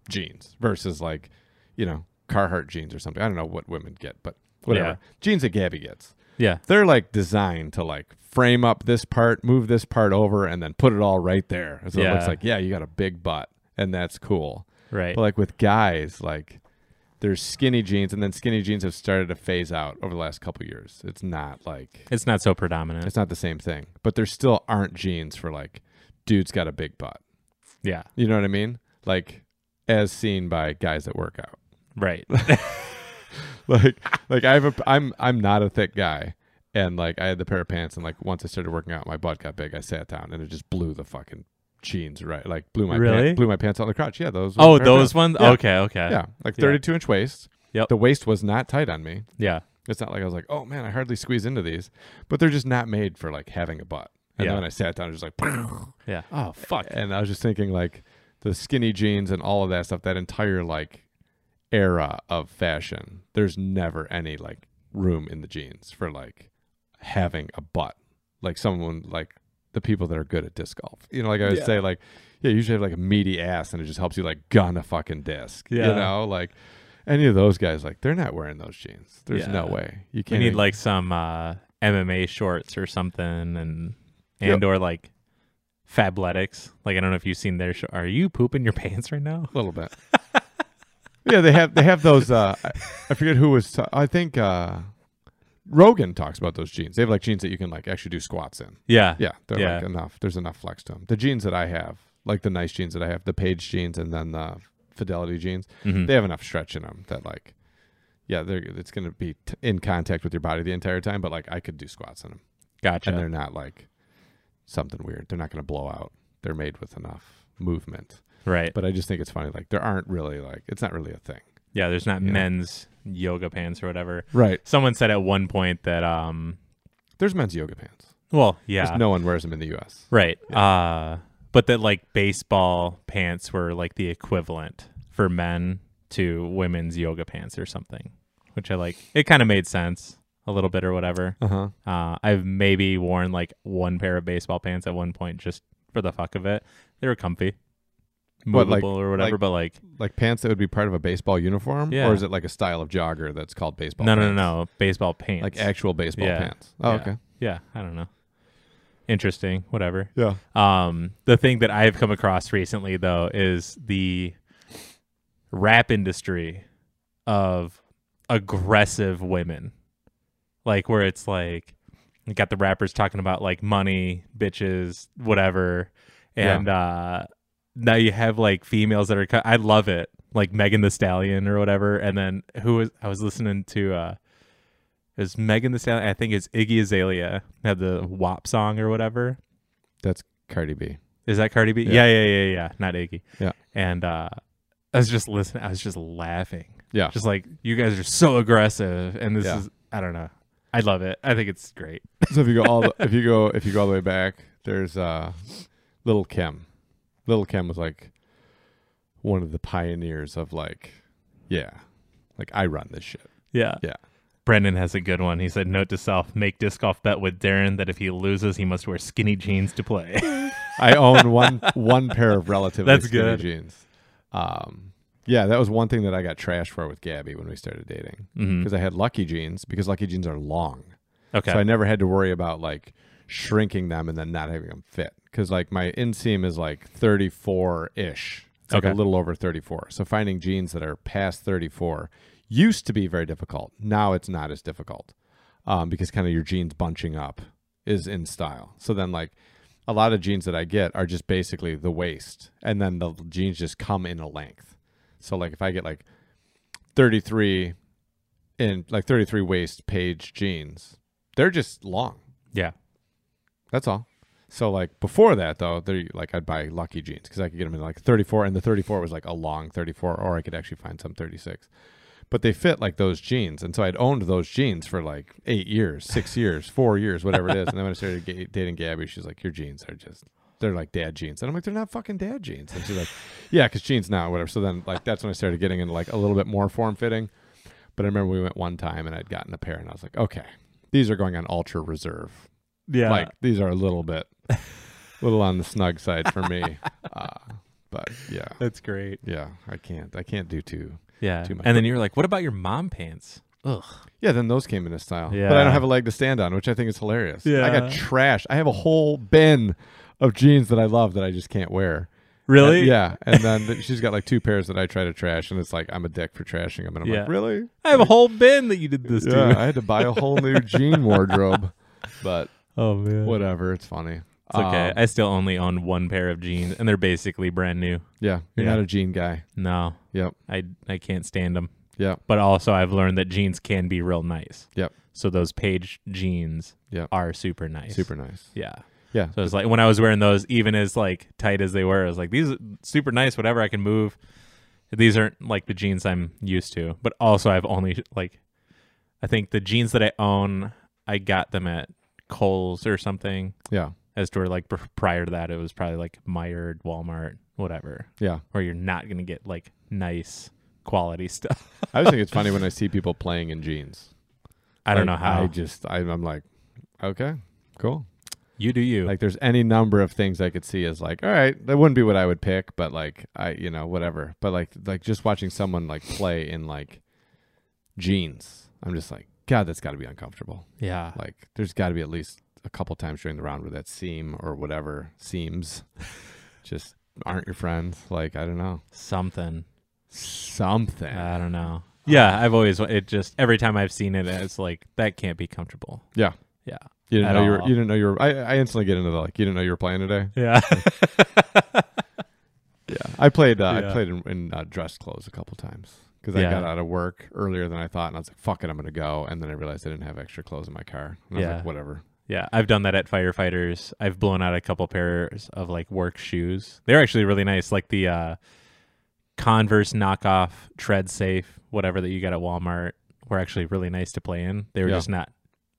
jeans versus like, you know, Carhartt jeans or something. I don't know what women get, but whatever
Yeah.
jeans that Gabby gets
Yeah.
they're like designed to like frame up this part, move this part over, and then put it all right there. And So it looks
Yeah.
like, yeah, you got a big butt, and that's cool.
Right.
But like with guys, like there's skinny jeans, and then skinny jeans have started to phase out over the last couple years. It's not like
it's not so predominant.
it's not the same thing, but there still aren't jeans for like dude's got a big butt.
yeah.
You know what I mean? Like as seen by guys that work out
Right.
like like I have a I'm I'm not a thick guy. And like I had the pair of pants and like once I started working out my butt got big, I sat down and it just blew the fucking jeans right like blew my
Really?
pant, blew my pants on the crotch. Yeah, those were
oh,
the pair of
those
pants.
ones.
Yeah.
Okay. Okay.
Yeah. Like
Yeah.
thirty two inch waist.
Yep.
The waist was not tight on me.
Yeah.
It's not like I was like, Oh man, I hardly squeeze into these. But they're just not made for like having a butt. And
Yeah.
then when I sat down it was just like
Yeah. Oh fuck.
and I was just thinking like the skinny jeans and all of that stuff, that entire like era of fashion. There's never any like room in the jeans for like having a butt. Like someone like the people that are good at disc golf. You know, like I would
Yeah.
say like yeah, you usually have like a meaty ass and it just helps you like gun a fucking disc. You
Yeah.
know, like any of those guys, like they're not wearing those jeans. There's no
Yeah.
way. You
We
can't
need
even-
like some uh, MMA shorts or something, and and
Yep.
or like Fabletics. Like I don't know if you've seen their. Sh- Are you pooping your pants right now?
A little bit. yeah, they have they have those. Uh, I- I forget who was. ta- I think uh, Rogan talks about those jeans. They have like jeans that you can like actually do squats in.
Yeah.
Yeah, they're
Yeah.
like enough. There's enough flex to them. The jeans that I have, like the nice jeans that I have, the Page jeans, and then the Fidelity jeans,
Mhm.
they have enough stretch in them that like, yeah, they're it's gonna be t- in contact with your body the entire time. But like, I could do squats in them,
Gotcha.
and they're not like something weird. They're not gonna blow out. They're made with enough movement
right.
but I just think it's funny. Like there aren't really like it's not really a thing,
yeah. There's not
Yeah.
men's yoga pants or whatever.
right?
Someone said at one point that um.
There's men's yoga pants.
Well, yeah.
Just no one wears them in the U.S.
Right. Uh but that like baseball pants were like the equivalent for men to women's yoga pants or something, which I like. It kind of made sense a little bit or whatever.
Uh huh.
Uh I've maybe worn like one pair of baseball pants at one point just for the fuck of it. They were comfy.
What, like-
Movable or whatever,
like
but like
Like pants that would be part of a baseball uniform,
Yeah.
or is it like a style of jogger that's called baseball?
no, no, no,
pants?
no, baseball pants.
Like actual baseball
Yeah.
pants. Oh,
Yeah.
okay.
yeah, I don't know. Interesting, whatever.
Yeah.
Um, the thing that I've come across recently, though, is the rap industry of aggressive women, like where it's like you got the rappers talking about like money, bitches, whatever,
Yeah.
and uh, now you have like females that are. co- I love it, like Megan the Stallion or whatever, and then who was I was listening to. uh is Megan the Stallion? I think it's Iggy Azalea had the WAP song or whatever.
That's Cardi B.
Is that Cardi B?
Yeah.
Yeah, yeah, yeah, yeah. Not Iggy.
Yeah.
And uh, I was just listening. I was just laughing.
Yeah.
Just like you guys are so aggressive, and this
Yeah.
is I don't know. I love it. I think it's great.
so if you go all the, if you go if you go all the way back, there's uh, Little Kim. Little Kim was like one of the pioneers of like, yeah, like I run this shit.
Yeah.
Yeah.
Brendan has a good one. He said, "Note to self: Make disc golf bet with Darren that if he loses, he must wear skinny jeans to play."
I own one one pair of relatively
That's
skinny
good.
jeans. Um, yeah, that was one thing that I got trashed for with Gabby when we started dating
Mhm.
because I had lucky jeans because lucky jeans are long,
Okay.
so I never had to worry about like shrinking them and then not having them fit because like my inseam is like thirty four ish, like a
Okay.
little over thirty four. So finding jeans that are past thirty four used to be very difficult. Now it's not as difficult um, because kind of your jeans bunching up is in style. So then, like, a lot of jeans that I get are just basically the waist, and then the jeans just come in a length. So, like, if I get like 33 in like 33 waist page jeans, they're just long.
yeah.
That's all. So like before that though, they like I'd buy lucky jeans because I could get them in like 34, and the 34 was like a long 34, or I could actually find some 36. But they fit like those jeans, and so I'd owned those jeans for like eight years, six years, four years, whatever it is. And then when I started ga- dating Gabby, she's like, "Your jeans are just." They're like dad jeans, and I'm like, they're not fucking dad jeans. And she's like, yeah, because jeans now, whatever. So then, like, that's when I started getting into like a little bit more form fitting. But I remember we went one time, and I'd gotten a pair, and I was like, okay, these are going on ultra reserve
Yeah.
like these are a little bit little on the snug side for me uh, but yeah
that's great.
yeah i can't i can't do two
Yeah.
Too much.
And then you're like, what about your mom pants? Ugh.
yeah then those came into style but i don't
Yeah.
have a leg to stand on which i think is hilarious i
Yeah.
got trash i have a whole bin of jeans that i love that i just can't wear
Really?
And- yeah and then th- she's got like two pairs that i try to trash and it's like i'm a dick for trashing them and i'm
Yeah.
like really
I have a whole bin that you did this
yeah
to.
i had to buy a whole new jean wardrobe but
Oh man.
whatever it's funny
It's okay.
Um,
I still only own one pair of jeans, and they're basically brand new.
yeah you're
Yeah.
not a jean guy
No,
yep
I I can't stand them.
yep
But also, I've learned that jeans can be real nice.
Yep.
So those page jeans
Yep.
are super nice.
super nice
Yeah.
yeah
So it's like when I was wearing those, even as like tight as they were, I was like, these are super nice. Whatever I can move. These aren't like the jeans I'm used to. But also, I've only like, I think the jeans that I own, I got them at Kohl's or something.
yeah
as to where like pr- prior to that it was probably like Meyer, Walmart, whatever,
yeah
where you're not gonna get like nice quality stuff.
I always think it's funny when I see people playing in jeans.
I don't know
Like,
how
I just I, I'm like, okay, cool.
you do you.
Like, there's any number of things I could see as like, all right, that wouldn't be what I would pick, but like, I you know whatever. But like like just watching someone like play in like jeans, I'm just like, God, that's got to be uncomfortable.
yeah,
Like, there's got to be at least a couple times during the round where that seam or whatever seams just aren't your friends. Like, I don't know
something.
something.
I don't know. Yeah, I've always it just every time I've seen it, it's like that can't be comfortable.
Yeah.
Yeah.
you didn't
at
know you were,
all.
you didn't know you were. I, I instantly get into the like you didn't know you were playing today.
Yeah.
Yeah, I played. Uh, I
Yeah.
played in, in uh, dress clothes a couple times because I
Yeah.
got out of work earlier than I thought, and I was like, "Fuck it, I'm gonna go." And then I realized I didn't have extra clothes in my car. And I was
Yeah.
like, "Whatever."
Yeah, I've done that at firefighters. I've blown out a couple pairs of like work shoes. They're actually really nice, like the uh, Converse knockoff Tread Safe, whatever that you got at Walmart, were actually really nice to play in. They were
Yeah.
just not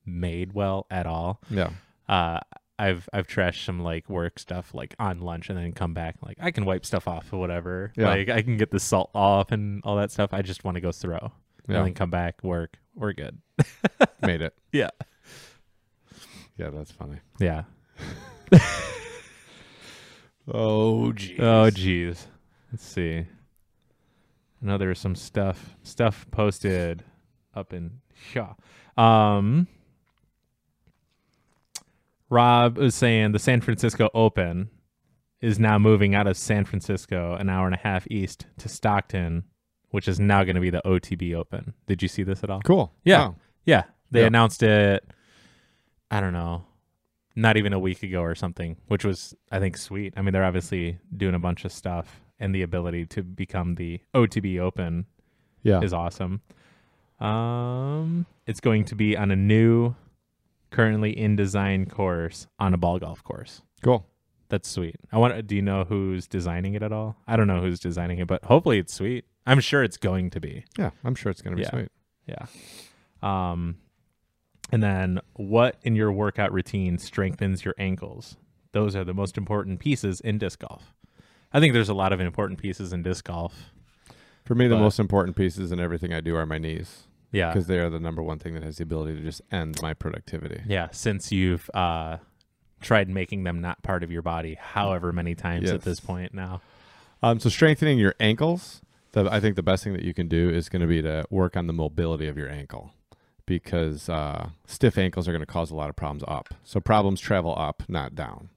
made well at all.
Yeah,
Uh, I've I've trashed some like work stuff like on lunch and then come back like I can wipe stuff off or whatever.
Yeah.
Like I can get the salt off and all that stuff. I just want to go throw
yeah,
and then come back work. We're good.
made it.
Yeah.
Yeah, that's funny.
Yeah.
Oh geez.
Oh, geez. Let's see. I know there was some stuff stuff posted up in Shaw. Um, Rob was saying the San Francisco Open is now moving out of San Francisco an hour and a half east to Stockton, which is now going to be the OTB Open. Did you see this at all?
cool.
Yeah.
Wow.
Yeah. They
Yeah.
announced it, I don't know, not even a week ago or something, which was, I think, sweet. I mean, they're obviously doing a bunch of stuff, and the ability to become the OTB Open
yeah,
is awesome. Um, it's going to be on a new, currently in design course on a ball golf course.
cool.
That's sweet. I want. Do you know who's designing it at all? I don't know who's designing it, but hopefully it's sweet. I'm sure it's going to be.
Yeah, I'm sure it's gonna be
Yeah.
sweet.
Yeah. Um, and then what in your workout routine strengthens your ankles? Those are the most important pieces in disc golf. I think there's a lot of important pieces in disc golf.
For me, the
But-
most important pieces in everything I do are my knees
Yeah.
because they are the number one thing that has the ability to just end my productivity.
Yeah. Since you've uh, tried making them not part of your body however many times
Yes.
at this point now.
Um, so strengthening your ankles. The, I think the best thing that you can do is going to be to work on the mobility of your ankle because uh, stiff ankles are going to cause a lot of problems up. So problems travel up, not down.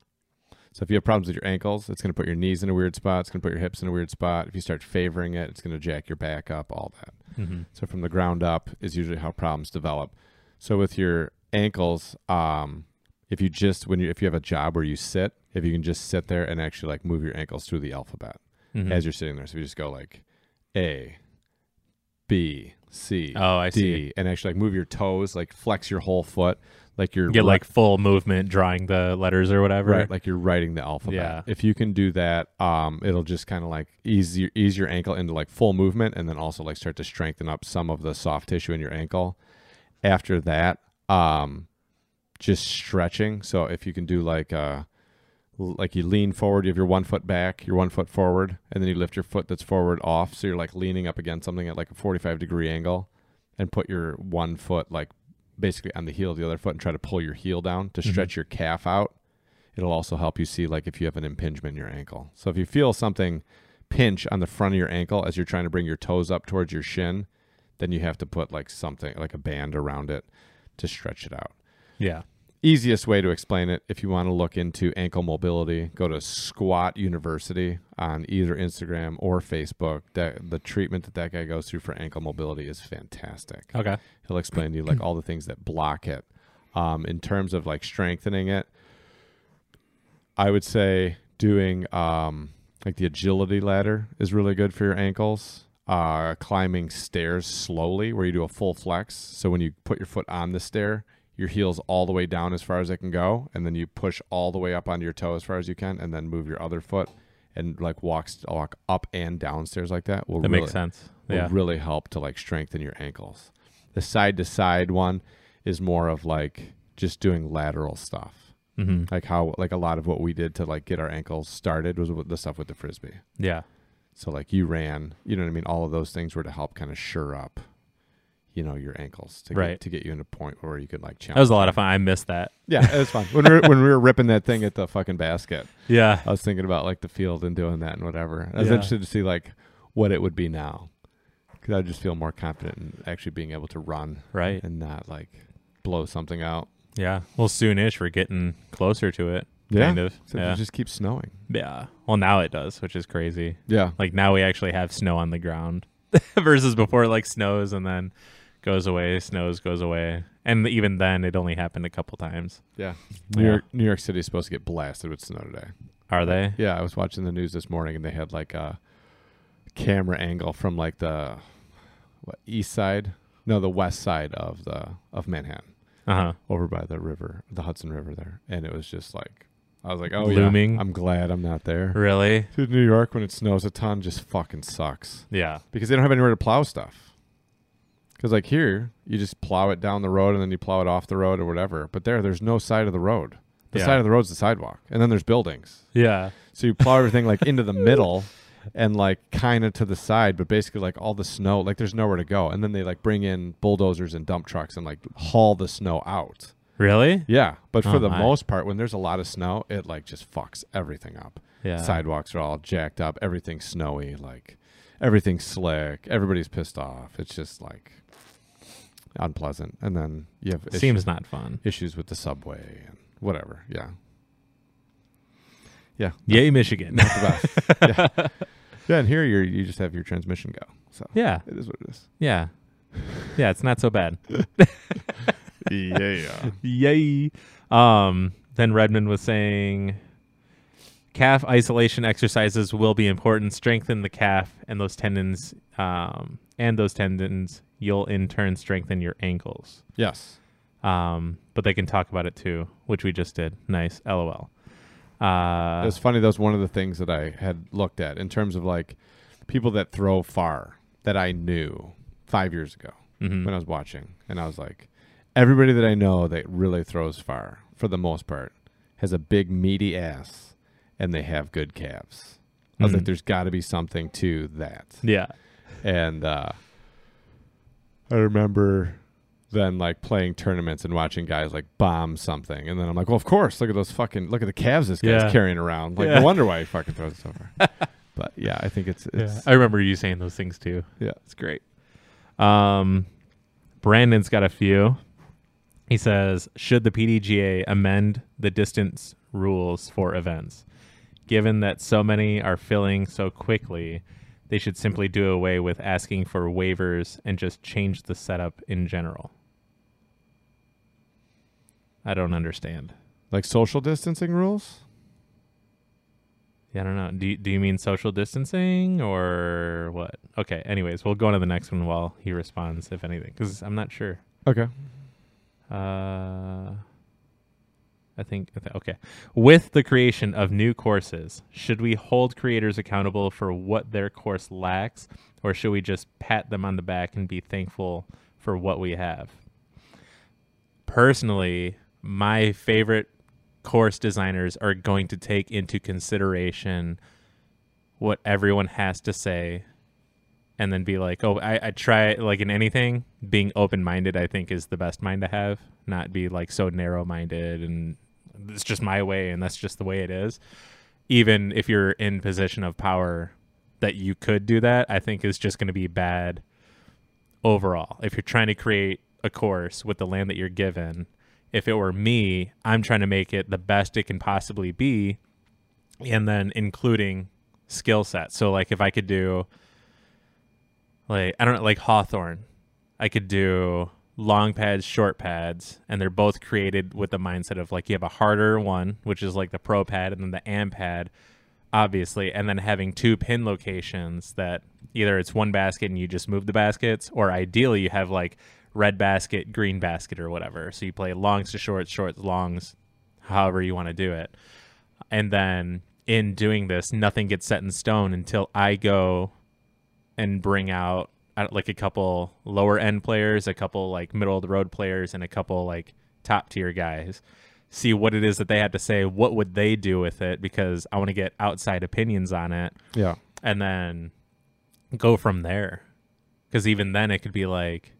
So if you have problems with your ankles, it's going to put your knees in a weird spot. It's going to put your hips in a weird spot. If you start favoring it, it's going to jack your back up. All that.
Mm-hmm.
So from the ground up is usually how problems develop. So with your ankles, um, if you just when you if you have a job where you sit, if you can just sit there and actually like move your ankles through the alphabet
Mm-hmm.
as you're sitting there. So if you just go like A, B, C, D,
oh, I see. Oh,
and actually like move your toes, like flex your whole foot, like you're
You get
ri-
like full movement drawing the letters or whatever.
right, like you're writing the alphabet.
Yeah.
If you can do that, um, it'll just kind of like ease your, ease your ankle into like full movement, and then also like start to strengthen up some of the soft tissue in your ankle. After that, um, just stretching. So if you can do like uh, l- like you lean forward, you have your one foot back, your one foot forward, and then you lift your foot that's forward off. So you're like leaning up against something at like a 45 degree angle, and put your one foot like basically on the heel of the other foot and try to pull your heel down to stretch your calf out. It'll also help you see like if you have an impingement in your ankle. So if you feel something pinch on the front of your ankle as you're trying to bring your toes up towards your shin, then you have to put like something like a band around it to stretch it out.
yeah.
Easiest way to explain it if you want to look into ankle mobility, go to Squat University on either Instagram or Facebook. That the treatment that that guy goes through for ankle mobility is fantastic.
Okay.
He'll explain to you like all the things that block it. Um, in terms of like strengthening it, I would say doing um, like the agility ladder is really good for your ankles. Uh, climbing stairs slowly, where you do a full flex. So when you put your foot on the stair, your heels all the way down as far as it can go, and then you push all the way up onto your toe as far as you can, and then move your other foot and like walk, walk up and down stairs like that. Will
That
really,
makes sense.
will
Yeah.
really help to like strengthen your ankles. The side to side one is more of like just doing lateral stuff.
hmm
Like how like a lot of what we did to like get our ankles started was with the stuff with the frisbee.
Yeah.
So like you ran, you know what I mean? All of those things were to help kind of sure up, you know, your ankles to
Right.
get, to get you in a point where you could like challenge.
That was a lot of fun. I missed that.
yeah, it was fun. When we were, when we were ripping that thing at the fucking basket,
Yeah.
I was thinking about like the field and doing that and whatever. I was
Yeah.
interested to see like what it would be now, because I just feel more confident in actually being able to run
Right.
and not like blow something out.
Yeah. Well, soonish we're getting closer to it.
Yeah.
Kind of.
So
yeah.
it just keeps snowing.
yeah. Well, now it does, which is crazy.
Yeah,
Like now we actually have snow on the ground versus before it, like snows and then goes away, snows goes away. And even then it only happened a couple times.
yeah. New
Yeah.
York, New York City is supposed to get blasted with snow today.
Are they?
Yeah, I was watching the news this morning and they had like a camera angle from like the what east side, no, the west side of the of Manhattan,
Uh-huh.
over by the river, the Hudson River there, and it was just like I was like, oh
Looming.
yeah, I'm glad I'm not there.
Really?
Dude, New York when it snows a ton just fucking sucks
Yeah.
because they don't have anywhere to plow stuff. Because like here, you just plow it down the road and then you plow it off the road or whatever. But there, there's no side of the road. The
Yeah.
side of the road's the sidewalk, and then there's buildings.
Yeah.
So you plow everything like into the middle and like kind of to the side, but basically like all the snow, like there's nowhere to go. And then they like bring in bulldozers and dump trucks and like haul the snow out.
Really?
Yeah. But for
Oh,
the
my.
most part, when there's a lot of snow, it like just fucks everything up.
Yeah.
Sidewalks are all jacked up. Everything's snowy. Like everything's slick. Everybody's pissed off. It's just like unpleasant. And then you have issues,
Seems not fun.
issues with the subway and whatever. Yeah. Yeah.
Yay, Michigan.
the best. yeah. yeah, and here you you just have your transmission go. So
yeah.
it is what it is.
Yeah. Yeah, it's not so bad.
yeah.
Yay. Um, then Redmond was saying calf isolation exercises will be important. Strengthen the calf and those tendons, um, and those tendons you'll in turn strengthen your ankles.
Yes.
Um, but they can talk about it too, which we just did. Nice. LOL. Uh,
it's funny. That was one of the things that I had looked at in terms of like people that throw far that I knew five years ago
mhm.
when I was watching, and I was like, everybody that I know that really throws far for the most part has a big meaty ass, and they have good calves. I was
Mhm.
like, there's got to be something to that.
yeah.
and uh, I remember then like playing tournaments and watching guys like bomb something, and then I'm like, well, of course, look at those fucking look at the calves this guy's
Yeah.
carrying around. Like,
Yeah.
no wonder why he fucking throws it so far. but yeah, I think it's it's
I remember you saying those things too.
Yeah.
It's great. Um, Brandon's got a few. He says, should the PDGA amend the distance rules for events? Given that so many are filling so quickly, they should simply do away with asking for waivers and just change the setup in general. I don't understand.
like social distancing rules.
Yeah, I don't know. Do you, do you mean social distancing or what? Okay. Anyways, we'll go on to the next one while he responds, if anything, because I'm not sure.
Okay,
Uh, I think I thi- okay. With the creation of new courses, should we hold creators accountable for what their course lacks, or should we just pat them on the back and be thankful for what we have? Personally, my favorite course designers are going to take into consideration what everyone has to say and then be like, oh, I, I try like in anything, being open minded, I think is the best mind to have, not be like so narrow minded and it's just my way and that's just the way it is. Even if you're in position of power that you could do that, I think is just going to be bad overall. If you're trying to create a course with the land that you're given, if it were me, I'm trying to make it the best it can possibly be and then including skill sets. So like if I could do like I don't know, like Hawthorne. I could do long pads, short pads, and they're both created with the mindset of like you have a harder one, which is like the pro pad, and then the am pad, obviously, and then having two pin locations that either it's one basket and you just move the baskets, or ideally you have like red basket, green basket, or whatever. So you play longs to shorts, shorts, longs, however you want to do it. And then in doing this, nothing gets set in stone until I go and bring out I don't- like a couple lower end players, a couple like middle of the road players, and a couple like top tier guys. See what it is that they had to say. What would they do with it? Because I want to get outside opinions on it,
Yeah.
and then go from there. Because even then, it could be like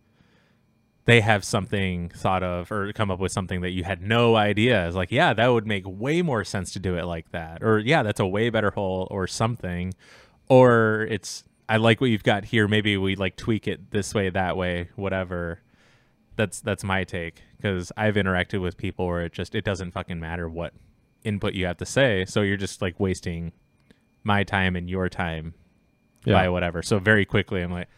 they have something thought of or come up with something that you had no idea. It's like, yeah, that would make way more sense to do it like that. Or, yeah, that's a way better hole or something. Or it's, I like what you've got here. Maybe we like tweak it this way, that way, whatever. That's that's my take because I've interacted with people where it just it doesn't fucking matter what input you have to say, so you're just like wasting my time and your time
Yeah.
by whatever. So very quickly, I'm like,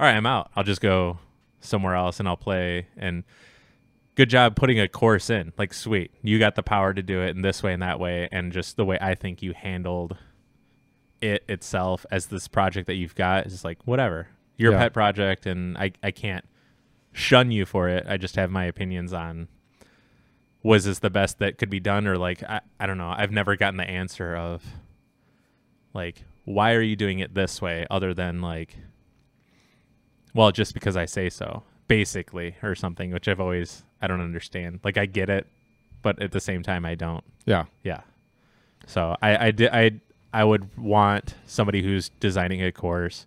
all right, I'm out. I'll just go somewhere else and I'll play. And good job putting a course in. Like, sweet, you got the power to do it in this way and that way, and just the way I think you handled it itself as this project that you've got is like whatever your
Yeah.
pet project, and I I can't shun you for it. I just have my opinions on was this the best that could be done or like I, I don't know i've never gotten the answer of like why are you doing it this way other than like well just because i say so basically or something which i've always i don't understand like i get it but at the same time i don't
Yeah.
yeah so i i did i i would want somebody who's designing a course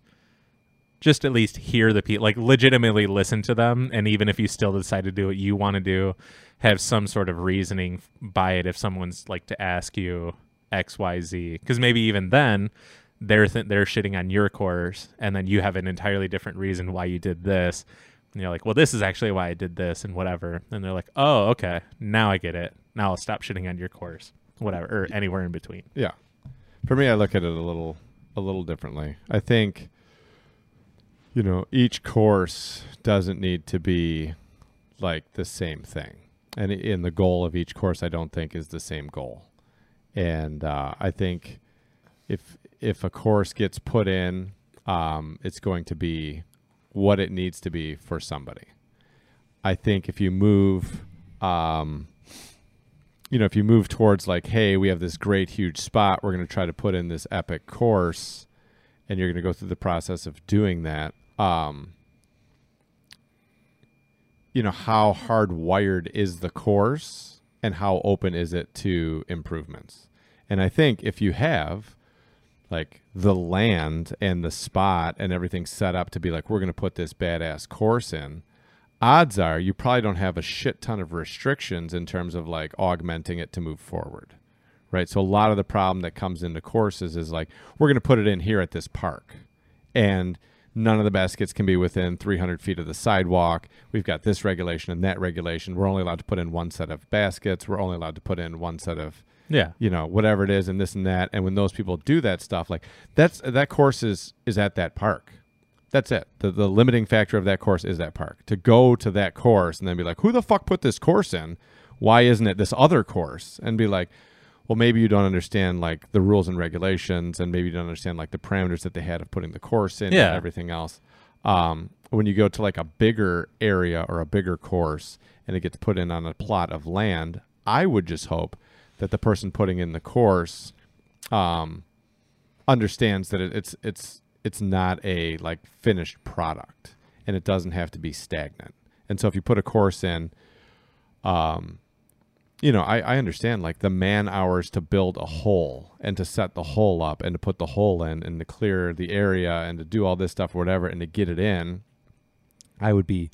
just at least hear the people like legitimately listen to them and even if you still decide to do what you want to do have some sort of reasoning by it if someone's like to ask you xyz because maybe even then they're th- they're shitting on your course and then you have an entirely different reason why you did this and you're like well this is actually why i did this and whatever and they're like oh okay now i get it now i'll stop shitting on your course whatever or anywhere in between
Yeah. For me, I look at it a little a little differently. I think you know, each course doesn't need to be like the same thing. And i- in the goal of each course I don't think is the same goal. And uh, I think if if a course gets put in, um, it's going to be what it needs to be for somebody. I think if you move um, you know, if you move towards like, hey, we have this great huge spot, we're going to try to put in this epic course, and you're going to go through the process of doing that. Um, you know, how hardwired is the course, and how open is it to improvements? And I think if you have like the land and the spot and everything set up to be like, we're going to put this badass course in, odds are you probably don't have a shit ton of restrictions in terms of like augmenting it to move forward. Right. So a lot of the problem that comes into courses is like, we're going to put it in here at this park. And none of the baskets can be within 300 feet of the sidewalk. We've got this regulation and that regulation. We're only allowed to put in one set of baskets. We're only allowed to put in one set of
yeah
you know whatever it is and this and that and when those people do that stuff like that's that course is is at that park that's it the, the limiting factor of that course is that park to go to that course and then be like who the fuck put this course in why isn't it this other course and be like well maybe you don't understand like the rules and regulations and maybe you don't understand like the parameters that they had of putting the course in
Yeah.
and everything else um, when you go to like a bigger area or a bigger course and it gets put in on a plot of land, I would just hope that the person putting in the course um, understands that it, it's it's it's not a like finished product and it doesn't have to be stagnant. And so if you put a course in, um, you know, I, I understand like the man hours to build a hole and to set the hole up and to put the hole in and to clear the area and to do all this stuff, whatever, and to get it in. I would be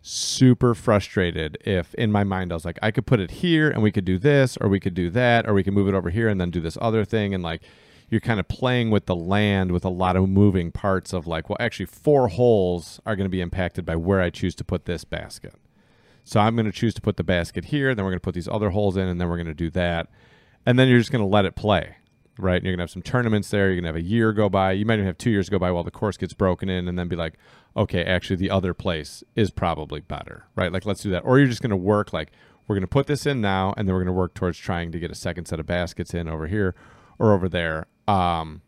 super frustrated if in my mind I was like, I could put it here and we could do this or we could do that or we could move it over here and then do this other thing. And like, you're kind of playing with the land with a lot of moving parts of like, well, actually, four holes are going to be impacted by where I choose to put this basket. So I'm going to choose to put the basket here. Then we're going to put these other holes in, and then we're going to do that. And then you're just going to let it play, right? And you're going to have some tournaments there. You're going to have a year go by. You might even have two years go by while the course gets broken in, and then be like, okay, actually, the other place is probably better, right? Like, let's do that. Or you're just going to work like, we're going to put this in now, and then we're going to work towards trying to get a second set of baskets in over here or over there. Um,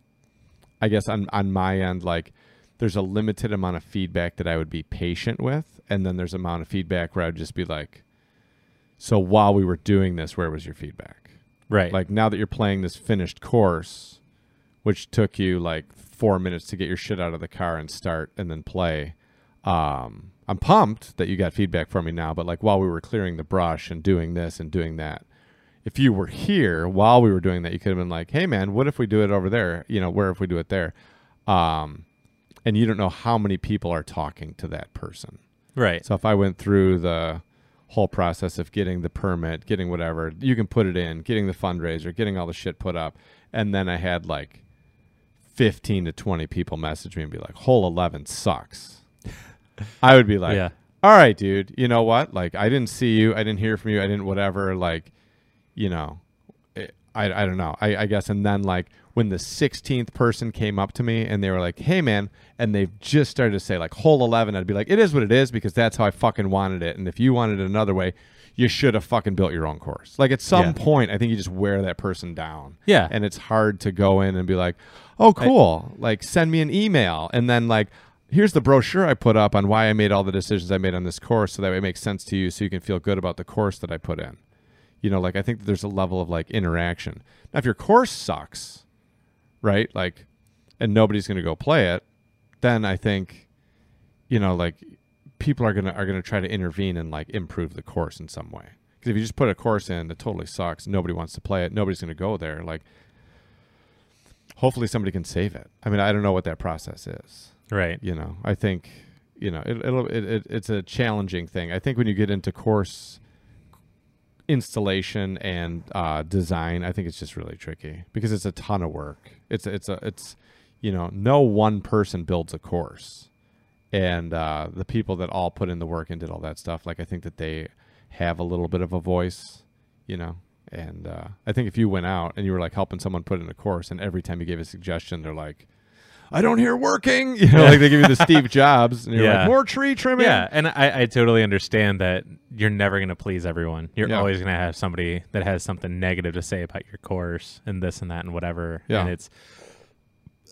I guess on on my end, like there's a limited amount of feedback that I would be patient with, and then there's amount of feedback where I would just be like, "So while we were doing this, where was your feedback?
Right.
Like now that you're playing this finished course, which took you like four minutes to get your shit out of the car and start and then play, um, I'm pumped that you got feedback from me now. But like while we were clearing the brush and doing this and doing that, if you were here while we were doing that, you could have been like, "Hey, man, what if we do it over there? You know, where if we do it there?" Um, and you don't know how many people are talking to that person.
right.
So if I went through the whole process of getting the permit, getting whatever, you can put it in, getting the fundraiser, getting all the shit put up, and then I had like fifteen to twenty people message me and be like, "Whole eleven sucks." I would be like,
Yeah.
"All right, dude. You know what? Like, I didn't see you. I didn't hear from you. I didn't whatever. Like, you know, it, I I don't know. I I guess. And then like when the sixteenth person came up to me and they were like, "Hey, man," and they've just started to say like "whole 11, I'd be like, "It is what it is," because that's how I fucking wanted it. And if you wanted it another way. You should have fucking built your own course. Like at some
Yeah.
point, I think you just wear that person down
Yeah.
and it's hard to go in and be like, "Oh, cool! like, send me an email," and then like, "Here's the brochure I put up on why I made all the decisions I made on this course, so that it makes sense to you, so you can feel good about the course that I put in." You know, like I think that there's a level of like interaction. Now, if your course sucks, right? Like, and nobody's going to go play it, then I think, you know, like people are gonna are gonna try to intervene and like improve the course in some way. Because if you just put a course in that totally sucks, nobody wants to play it, nobody's gonna go there. Like, hopefully somebody can save it. I mean, I don't know what that process is.
Right.
You know, I think you know it, it'll it, it, it's a challenging thing. I think when you get into course installation and uh, design, I think it's just really tricky because it's a ton of work. It's it's a it's you know no one person builds a course, and uh, the people that all put in the work and did all that stuff, like I think that they have a little bit of a voice, you know. And uh, I think if you went out and you were like helping someone put in a course, and every time you gave a suggestion, they're like, "I don't hear working," you know, like they give you the Steve Jobs, and you're
Yeah.
like, "More tree trimming."
Yeah, and I, I totally understand that you're never going to please everyone. You're
Yeah.
always going to have somebody that has something negative to say about your course and this and that and whatever.
Yeah.
And it's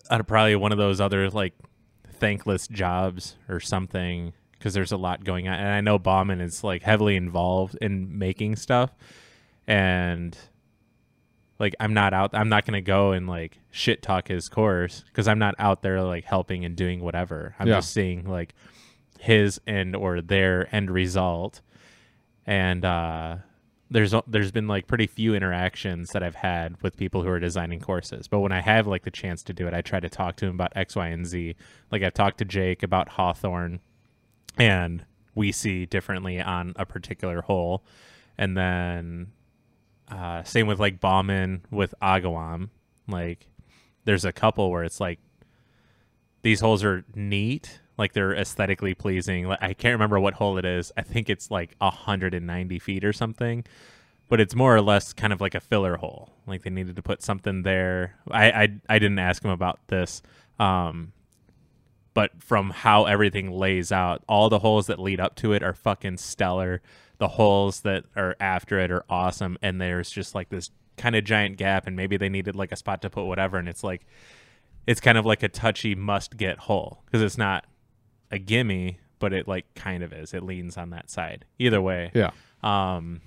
uh, probably one of those other like thankless jobs or something because there's a lot going on. And I know Bauman is like heavily involved in making stuff. And like I'm not out I'm not going to go and like shit talk his course because I'm not out there like helping and doing whatever. I'm
Yeah.
just seeing like his end or their end result. And uh there's there's been like pretty few interactions that I've had with people who are designing courses. But when I have like the chance to do it, I try to talk to him about X, Y, and Z. Like I've talked to Jake about Hawthorne and we see differently on a particular hole. And then uh, same with like Bauman with Agawam. Like there's a couple where it's like these holes are neat, like they're aesthetically pleasing. Like I can't remember what hole it is. I think it's like 190 feet or something. But it's more or less kind of like a filler hole. Like they needed to put something there. I I, I didn't ask him about this. Um, but from how everything lays out, all the holes that lead up to it are fucking stellar. The holes that are after it are awesome, and there's just like this kind of giant gap, and maybe they needed like a spot to put whatever, and it's like it's kind of like a touchy must get hole because it's not a gimme, but it like kind of is. It leans on that side. Either way,
Yeah.
um,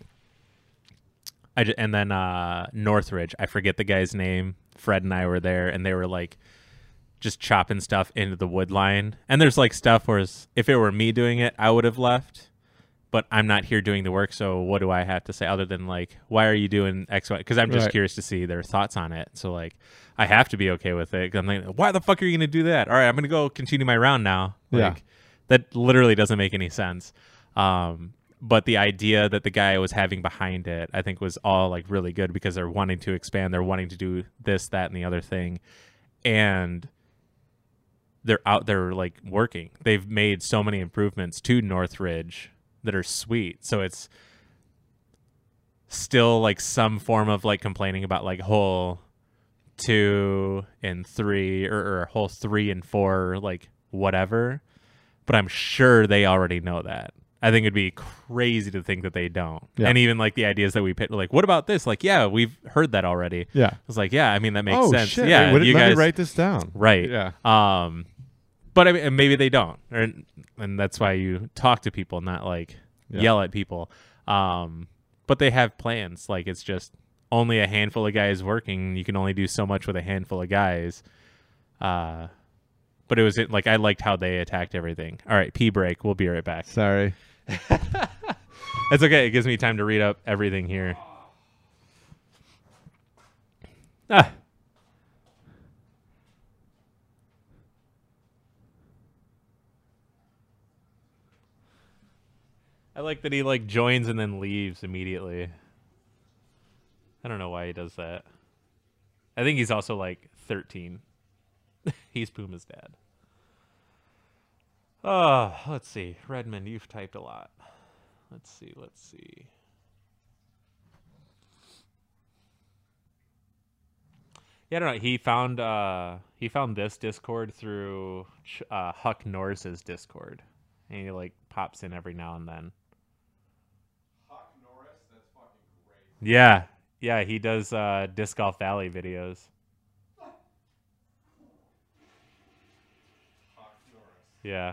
I ju- and then uh, Northridge. I forget the guy's name. Fred and I were there, and they were like just chopping stuff into the wood line. And there's like stuff where it's- if it were me doing it, I would have left. But I'm not here doing the work, so what do I have to say other than like, why are you doing X, Y? Because I'm just
Right.
curious to see their thoughts on it. So like, I have to be okay with it. 'Cause I'm like, why the fuck are you gonna do that? All right, I'm gonna go continue my round now. Like,
Yeah.
that literally doesn't make any sense. Um, but the idea that the guy was having behind it, I think, was all like really good because they're wanting to expand, they're wanting to do this, that, and the other thing, and they're out there like working. They've made so many improvements to Northridge that are sweet. So it's still like some form of like complaining about like whole two and three or, or whole three and four or, like whatever but i'm sure they already know that i think it'd be crazy to think that they don't
Yeah.
and even like the ideas that we picked like what about this like yeah we've heard that already i
Yeah.
was like yeah i mean that makes
oh
sense
shit!
yeah
Wait,
you
let
guys
me write this down.
right
Yeah.
um but i mean and maybe they don't or, and that's why you talk to people not like
Yeah.
yell at people um but they have plans like it's just only a handful of guys working you can only do so much with a handful of guys uh but it was it like i liked how they attacked everything all right p break we'll be right back
Sorry.
it's okay it gives me time to read up everything here ah I like that he like joins and then leaves immediately. I don't know why he does that. I think he's also like 13. he's Puma's dad. Oh, let's see. Redmond, you've typed a lot. Let's see, let's see. Yeah, I don't know. He found uh he found this Discord through Ch- uh, Huck Norris's Discord, and he like pops in every now and then. Yeah. Yeah, he does uh Disc Golf Valley videos. Yeah.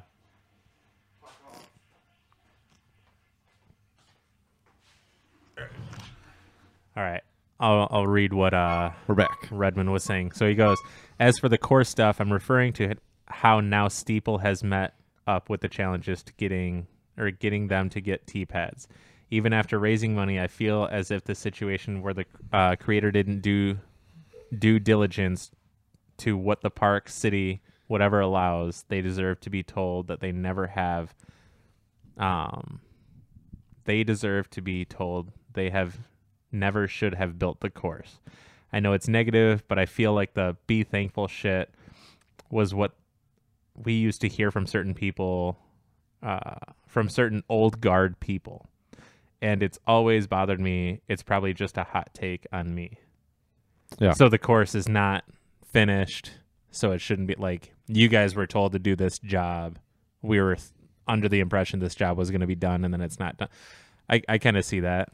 All right. I'll I'll read what uh
We're back.
Redmond was saying. So he goes, As for the core stuff, I'm referring to it- how now Steeple has met up with the challenges to getting or getting them to get T pads. Even after raising money, I feel as if the situation where the uh, creator didn't do due diligence to what the park, city, whatever allows, they deserve to be told that they never have. Um, they deserve to be told they have never should have built the course. I know it's negative, but I feel like the be thankful shit was what we used to hear from certain people, uh, from certain old guard people. And it's always bothered me. It's probably just a hot take on me.
Yeah.
So the course is not finished. So it shouldn't be like you guys were told to do this job. We were th- under the impression this job was going to be done and then it's not done. I, I kind of see that.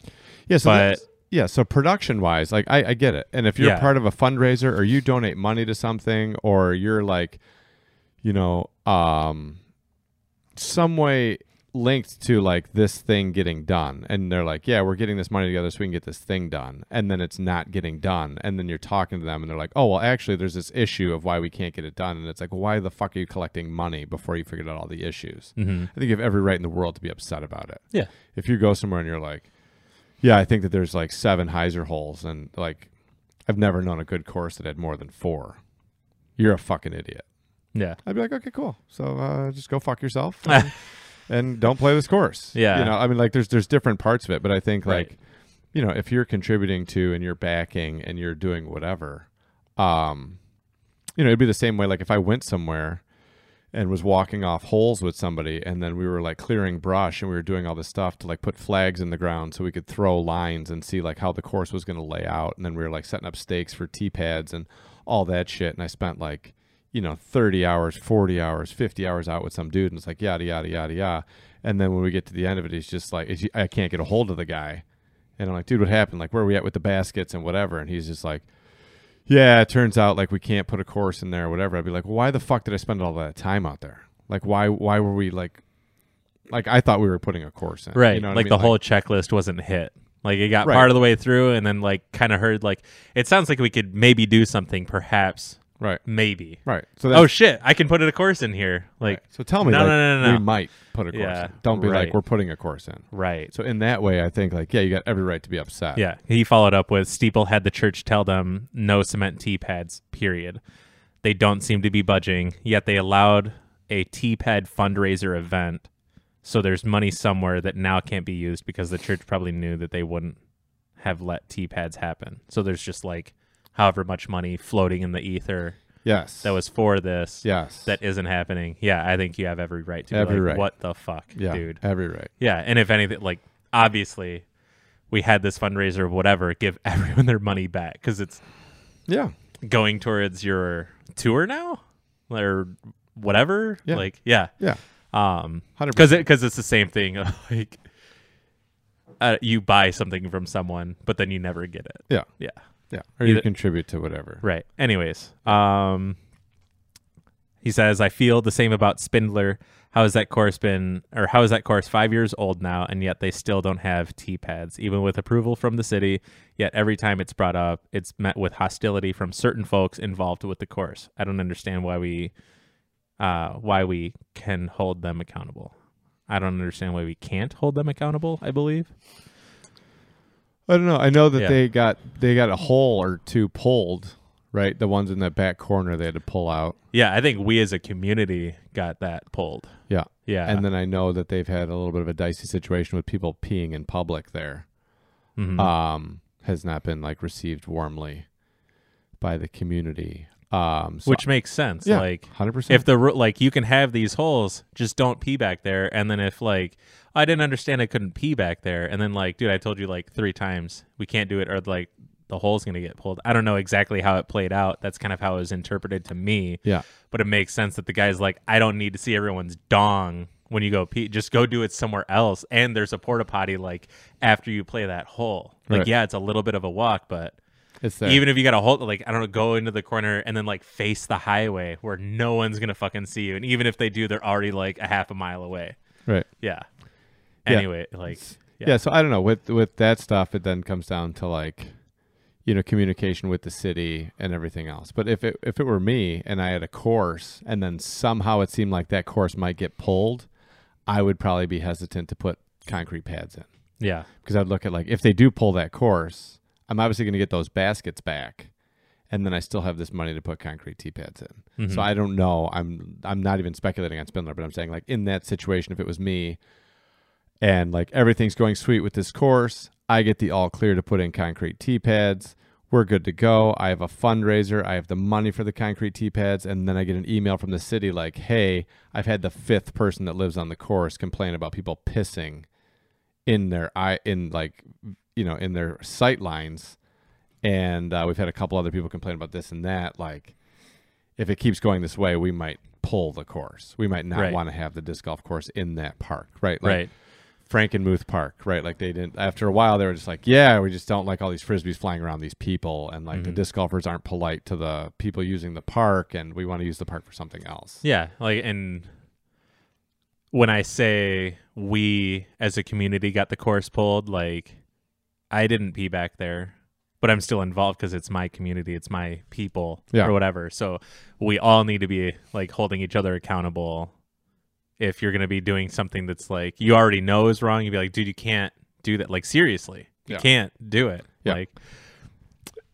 Yeah, so
But-
that's- yeah, so production wise, like I, I get it. And if you're
Yeah.
part of a fundraiser or you donate money to something or you're like, you know, um some way linked to like this thing getting done and they're like, Yeah, we're getting this money together so we can get this thing done and then it's not getting done and then you're talking to them and they're like, Oh well actually there's this issue of why we can't get it done and it's like why the fuck are you collecting money before you figured out all the issues? Mm-hmm. I think you have every right in the world to be upset about it
Yeah.
if you go somewhere and you're like, yeah, I think that there's like seven hyzer holes, and like, I've never known a good course that had more than four. You're a fucking idiot.
Yeah.
I'd be like, okay, cool. So uh, just go fuck yourself, and, and don't play this course.
Yeah.
you know, I mean, like, there's there's different parts of it, but I think
Right.
like, you know, if you're contributing to and you're backing and you're doing whatever, um, you know, it'd be the same way. Like if I went somewhere and was walking off holes with somebody and then we were like clearing brush and we were doing all this stuff to like put flags in the ground so we could throw lines and see like how the course was going to lay out and then we were like setting up stakes for tee pads and all that shit and i spent like you know 30 hours 40 hours 50 hours out with some dude and it's like yada yada yada yada and then when we get to the end of it he's just like he's- i can't get a hold of the guy and i'm like dude what happened like where are we at with the baskets and whatever and he's just like yeah, it turns out like we can't put a course in there or whatever. I'd be like, why the fuck did I spend all that time out there? Like why why were we like like I thought we were putting a course in.
right
You know what I
like
mean?
the whole checklist wasn't hit like it got
Right.
part of the way through and then like kind of heard like it sounds like we could maybe do something perhaps
Right.
maybe
Right. So that's
oh shit i can put it a course in here like
so tell me
No,
like,
no, no, no,
we
no.
might put a course
Yeah,
in. Don't be like
right.
we're putting a course in.
right
So in that way I think like yeah, you got every right to be upset.
yeah he followed up with steeple had the church tell them no cement tea pads period they don't seem to be budging yet they allowed a tea pad fundraiser event so there's money somewhere that now can't be used because the church probably knew that they wouldn't have let tea pads happen so there's just like however much money floating in the ether
Yes.
that was for this
yes.
that isn't happening yeah i think you have every right to be
Every
like,
right.
what the fuck
yeah,
dude
Every right.
yeah, and if anything, like obviously, we had this fundraiser, of whatever. Give everyone their money back because it's
Yeah.
going towards your tour now, or whatever.
Yeah.
Like, yeah,
Yeah.
um,
100%.
because because it's the same thing. of, Like, uh, you buy something from someone, but then you never get it.
Yeah.
Yeah,
Yeah. Or you
Either-
contribute to whatever.
right. Anyways, um, he says, I feel the same about Spindler. How has that course been, or how is that course five years old now, and yet they still don't have T pads, even with approval from the city? Yet every time it's brought up, it's met with hostility from certain folks involved with the course. I don't understand why we, uh, why we can hold them accountable. I don't understand why we can't hold them accountable. I believe.
I don't know. I know that
Yeah.
they got they got a hole or two pulled, right? The ones in the back corner they had to pull out.
Yeah, I think we as a community got that pulled.
Yeah.
Yeah,
And then I know that they've had a little bit of a dicey situation with people peeing in public there.
Mhm.
Um has not been like received warmly by the community. Um so,
which makes sense.
yeah,
Like
100%.
if the ru- like you can have these holes, just don't pee back there. And then if like I didn't understand, I couldn't pee back there. And then like, dude, I told you like three times we can't do it, or like the hole's gonna get pulled. I don't know exactly how it played out. That's kind of how it was interpreted to me.
yeah.
But it makes sense that the guy's like, I don't need to see everyone's dong when you go pee. Just go do it somewhere else. And there's a porta potty like after you play that hole. Like,
Right.
yeah, it's a little bit of a walk, but
It's there.
even if you got to hold, like, I don't know, go into the corner and then, like, face the highway where no one's going to fucking see you. And even if they do, they're already, like, a half a mile away.
right.
Yeah.
Yeah.
Anyway, like,
yeah.
yeah.
so i don't know with with that stuff it then comes down to like you know communication with the city and everything else but if it if it were me and i had a course and then somehow it seemed like that course might get pulled i would probably be hesitant to put concrete pads in
yeah.
because i'd look at like if they do pull that course i'm obviously going to get those baskets back and then I still have this money to put concrete tee pads in. So I don't know. I'm I'm not even speculating on Spindler, but I'm saying like in that situation, if it was me, and like everything's going sweet with this course. I get the all clear to put in concrete tee pads. We're good to go. I have a fundraiser. I have the money for the concrete tee pads. And then I get an email from the city like, hey, I've had the fifth person that lives on the course complain about people pissing in their eye, in like, you know, in their sight lines. And uh, we've had a couple other people complain about this and that. Like, if it keeps going this way, we might pull the course. We might not
Right.
want to have the disc golf course in that park, right? Like,
Right.
Frankenmuth Park, right? Like they didn't. After a while, they were just like, "Yeah, we just don't like all these frisbees flying around these people, and
Mm-hmm.
like the disc golfers aren't polite to the people using the park, and we want to use the park for something else."
Yeah. Like, and when I say we as a community got the course pulled, like, I didn't pee back there, but I'm still involved because it's my community, it's my people,
Yeah.
or whatever. So we all need to be like holding each other accountable. If you're going to be doing something that's like you already know is wrong, you'd be like, dude, you can't do that. Like, seriously, you
Yeah.
can't do it.
Yeah.
Like,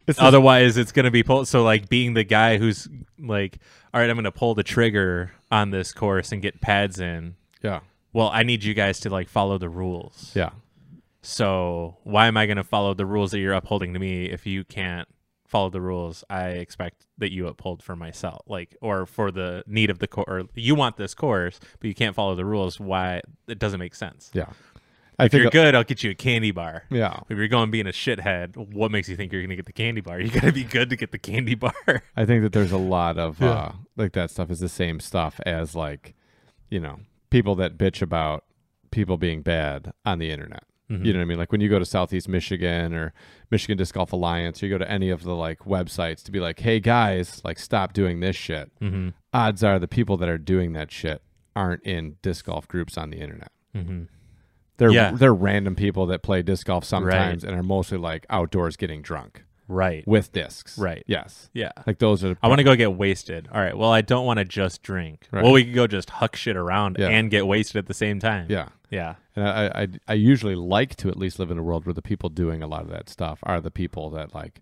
It's the-
otherwise it's gonna be pulled so like being the guy who's like all right i'm gonna pull the trigger on this course and get pads in
Yeah,
well i need you guys to like follow the rules
yeah,
so why am i gonna follow the rules that you're upholding to me if you can't follow the rules i expect that you uphold for myself like or for the need of the course or you want this course but you can't follow the rules why it doesn't make sense
yeah. I
if you're
think.
good i'll get you a candy bar
Yeah,
if you're going being a shithead, what makes you think you're going to get the candy bar? You got to be good to get the candy bar.
I think that there's a lot of uh, like that stuff is the same stuff as like, you know, people that bitch about people being bad on the internet.
Mm-hmm.
You know what I mean? Like when you go to Southeast Michigan or Michigan Disc Golf Alliance, or you go to any of the like websites to be
Mm-hmm.
like, hey guys, like stop doing this shit. Odds are the people that are doing that shit aren't in disc golf groups on the internet.
Mm-hmm.
They're
Yeah.
they're random people that play disc golf sometimes and are mostly like outdoors getting drunk
Right.
with discs.
Right.
Yes.
Yeah.
Like those are.
I want to go get wasted. All right. Well, I don't want to just drink.
Right.
Well, we could go just huck shit around
Yeah.
and get wasted at the same time.
Yeah.
Yeah.
And I, I I usually like to at least live in a world where the people doing a lot of that stuff are the people that like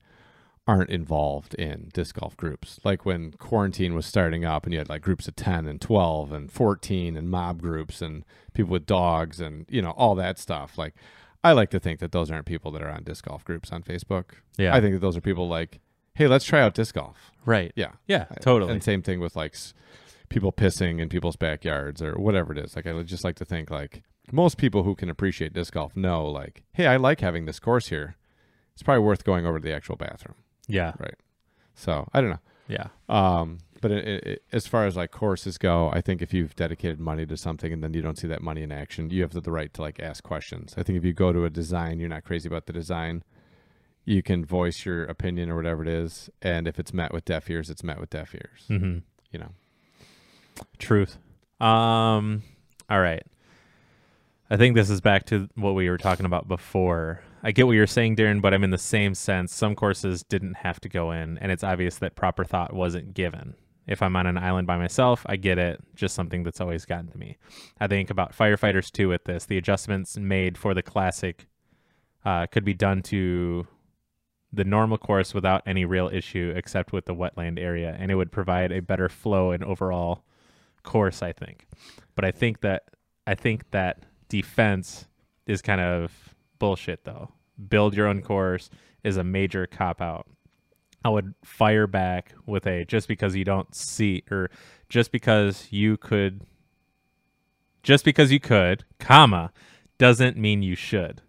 aren't involved in disc golf groups. Like when quarantine was starting up and you had like groups of 10 and 12 and 14 and mob groups and people with dogs and you know all that stuff. Like I like to think that those aren't people that are on disc golf groups on Facebook.
Yeah.
I think that those are people like hey, let's try out disc golf.
Right.
Yeah.
Yeah. Totally.
And same thing with like s- people pissing in people's backyards or whatever it is. Like I would just like to think like most people who can appreciate disc golf know like, hey, I like having this course here. It's probably worth going over to the actual bathroom.
yeah.
So I don't
Yeah.
know. Um, but it, it, it- as far as like courses go, I think if you've dedicated money to something and then you don't see that money in action, you have the, the right to like ask questions. I think if you go to a design, you're not crazy about the design. You can voice your opinion or whatever it is, and if it's met with deaf ears, it's met with deaf ears.
Mm-hmm.
You know.
Truth. Um. All right. I think this is back to what we were talking about before. I get what you're saying, Darren, but I'm in the same sense. Some courses didn't have to go in, and it's obvious that proper thought wasn't given. If I'm on an island by myself, I get it. Just something that's always gotten to me. I think about firefighters too with this. The adjustments made for the classic uh, could be done to the normal course without any real issue, except with the wetland area, and it would provide a better flow and overall course, I think. But I think that I think that defense is kind of bullshit though. Build your own course is a major cop out. I would fire back with a just because you don't see or just because you could just because you could, comma, doesn't mean you should.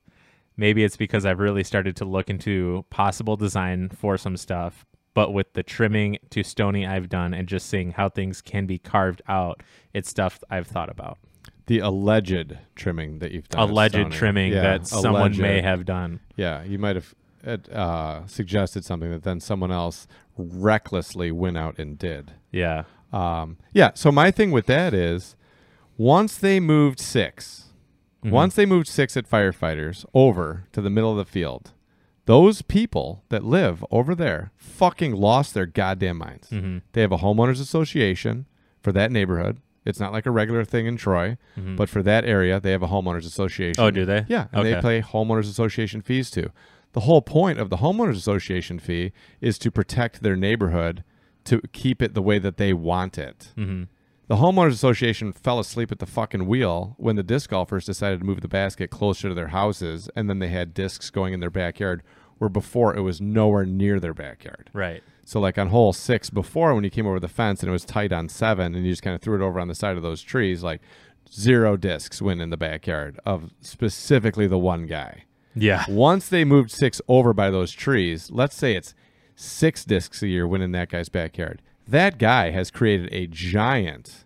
Maybe it's because I've really started to look into possible design for some stuff, but with the trimming to stony I've done and just seeing how things can be carved out, it's stuff I've thought about.
the alleged trimming that you've done. at
alleged
Stony.
trimming
Yeah,
that someone may
alleged.
have done.
Yeah, you might have it, uh, suggested something that then someone else recklessly went out and did.
Yeah.
Um, yeah, so my thing with that is once they moved 6
Mm-hmm.
once they moved six at firefighters over to the middle of the field, those people that live over there fucking lost their goddamn minds.
Mhm.
They have a homeowners association for that neighborhood. It's not like a regular thing in Troy, but for that area, they have a homeowners association.
Mm-hmm. Oh, do they?
Yeah, and
Okay.
they pay homeowners association fees too. The whole point of the homeowners association fee is to protect their neighborhood to keep it the way that they want it.
Mhm.
The homeowners association fell asleep at the fucking wheel when the disc golfers decided to move the basket closer to their houses and then they had discs going in their backyard where before it was nowhere near their backyard.
Right.
So like on hole six before when you came over the fence and it was tight on seven and you just kind of threw it over on the side of those trees, like zero discs went in the backyard of specifically the one guy.
Yeah.
Once they moved six over by those trees, let's say it's six discs a year went in that guy's backyard. That guy has created a giant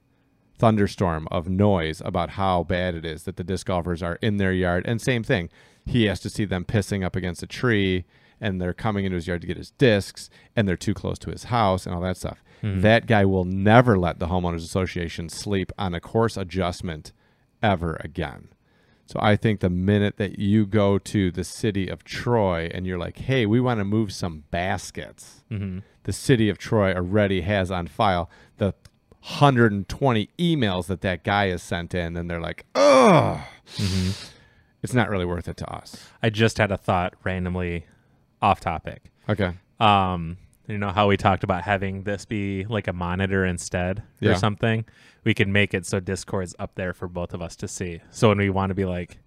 thunderstorm of noise about how bad it is that the disc golfers are in their yard. And same thing, he has to see them pissing up against a tree and they're coming into his yard to get his discs and they're too close to his house and all that stuff. That guy will never let the homeowners association sleep on a course adjustment ever again. So I think the minute that you go to the city of Troy and you're like, hey, we want to move some baskets, the city of Troy already has on file the 120 emails that that guy has sent in, and they're like, oh, it's not really worth it to us.
I just had a thought randomly off topic.
Okay.
um you know how we talked about having this be like a monitor instead
Yeah.
or something we could make it so discord's up there for both of us to see so when we want to be like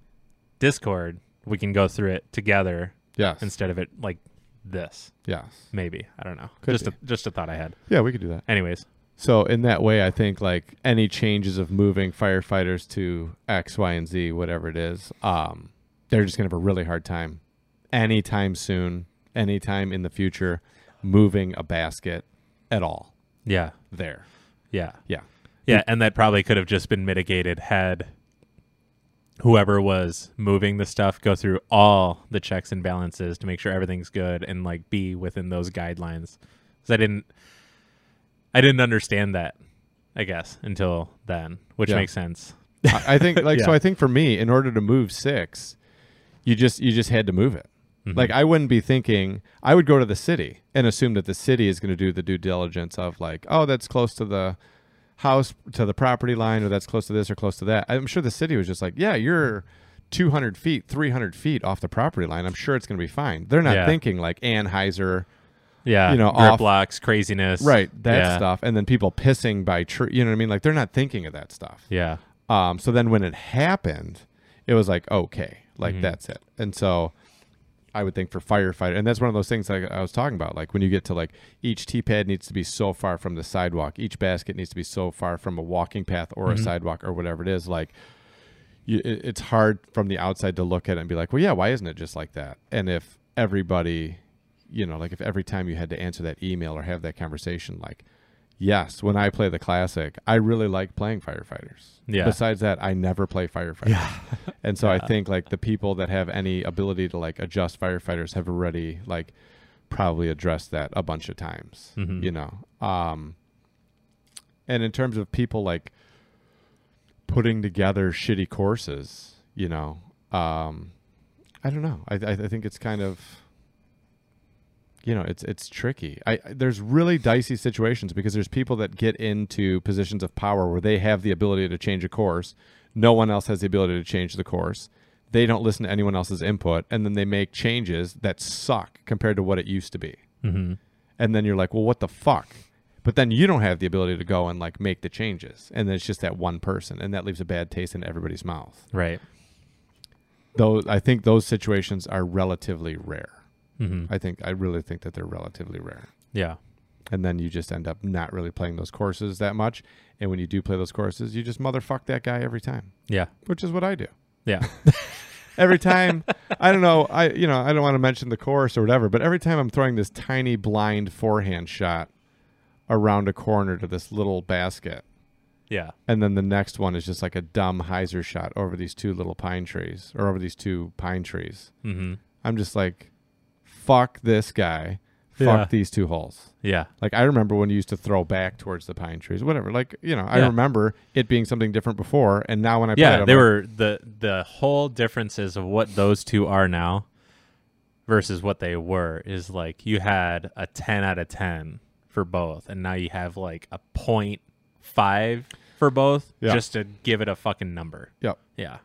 discord we can go through it together
Yes.
instead of it like this
yes.
maybe i don't know
Could
just
be.
a, just a thought i had
Yeah, we could do that.
anyways
So in that way, I think like any changes of moving firefighters to X, Y, and Z, whatever it is, um, they're just gonna have a really hard time anytime soon, anytime in the future, moving a basket at all
yeah
there.
yeah
Yeah.
yeah and that probably could have just been mitigated had whoever was moving the stuff go through all the checks and balances to make sure everything's good and like be within those guidelines because i didn't i didn't understand that I guess, until then, which
Yeah.
makes sense.
I, I think like so
Yeah.
I think for me, in order to move six, you just you just had to move it.
Mm-hmm.
Like I wouldn't be thinking I would go to the city and assume that the city is gonna do the due diligence of like, oh, that's close to the house to the property line or that's close to this or close to that. I'm sure the city was just like, Yeah, you're two hundred feet, three hundred feet off the property line. I'm sure it's gonna be fine. They're not
Yeah.
thinking like Anheuser
Yeah,
you know,
grip
off-
blocks, craziness,
Right, that
yeah.
stuff. And then people pissing by tree you know what I mean? Like they're not thinking of that stuff.
Yeah,
Um, so then when it happened, it was like, okay, like that's it. And so I would think for firefighter, and that's one of those things like I was talking about. Like when you get to like each T pad needs to be so far from the sidewalk, each basket needs to be so far from a walking path or a sidewalk or whatever it is. Like you, it, it's hard from the outside to look at it and be like, well, yeah, why isn't it just like that? And if everybody, you know, like if every time you had to answer that email or have that conversation, like, yes, when I play the classic, I really like playing firefighters.
Yeah.
Besides that, I never play firefighters. and so I think like the people that have any ability to like adjust firefighters have already like probably addressed that a bunch of times,
Mhm.
you know. Um, and in terms of people like putting together shitty courses, you know, um, I don't know. I, I, I think it's kind of, you know, it's it's tricky. I I- there's really dicey situations because there's people that get into positions of power where they have the ability to change a course. No one else has the ability to change the course. They don't listen to anyone else's input, and then they make changes that suck compared to what it used to be
hmm
and then you're like, well, what the fuck? But then you don't have the ability to go and like make the changes, and then it's just that one person, and that leaves a bad taste in everybody's mouth.
right.
Though I think those situations are relatively rare.
hmm
I think I really think that they're relatively rare,
Yeah,
and then you just end up not really playing those courses that much. And when you do play those courses, you just motherfuck that guy every time,
yeah,
which is what I do.
yeah,
every time I don't know, I you know, I don't want to mention the course or whatever, but every time I'm throwing this tiny blind forehand shot around a corner to this little basket,
yeah,
and then the next one is just like a dumb hyzer shot over these two little pine trees or over these two pine trees.
hmm
I'm just like, fuck this guy, fuck
Yeah.
these two holes.
yeah,
Like I remember when you used to throw back towards the pine trees, whatever. Like you know, I
Yeah.
remember it being something different before, and now when I play it,
yeah.
I'm
There
like,
were the the whole differences of what those two are now versus what they were is like you had a ten out of ten for both, and now you have like a point five for both
Yeah.
just to give it a fucking number.
yep.
Yeah,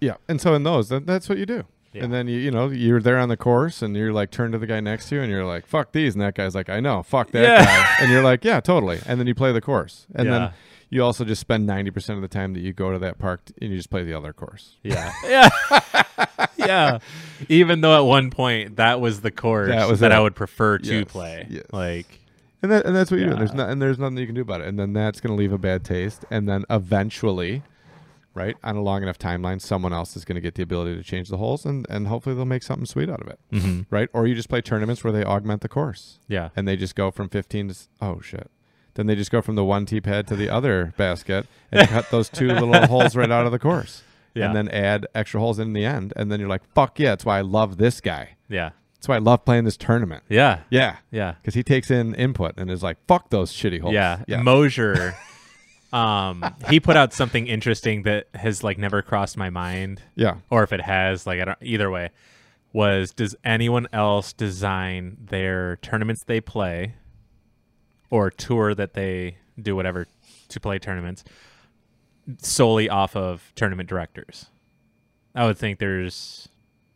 Yeah, and so in those, that, that's what you do.
Yeah.
And then you you know you're there on the course, and you're like turn to the guy next to you, and you're like fuck these, and that guy's like I know, fuck that
Yeah.
guy, and you're like yeah, totally. And then you play the course, and
Yeah.
then you also just spend ninety percent of the time that you go to that park, t- and you just play the other course.
Yeah. yeah. yeah. Even though at one point that was the course
That was
that
it.
I would prefer to
Yes,
play.
yes.
Like
And that, and that's what you do. And there's
Yeah.
not and there's nothing you can do about it. And then that's going to leave a bad taste. And then eventually, right on a long enough timeline, someone else is going to get the ability to change the holes, and and hopefully they'll make something sweet out of it, right? Or you just play tournaments where they augment the course.
mm-hmm. yeah.
and they just go from 15 to s- oh shit then they just go from the one tee pad to the other basket and cut those two little holes right out of the course
Yeah.
and then add extra holes in the end and then you're like fuck yeah that's why i love this guy
Yeah.
that's why i love playing this tournament
Yeah.
yeah
Yeah.
because he takes in input and is like fuck those shitty holes
Yeah.
yeah
Mosier um he put out something interesting that has like never crossed my mind.
yeah
Or if it has, like I don't either way, was does anyone else design their tournaments they play or tour that they do whatever to play tournaments solely off of tournament directors. I would think there's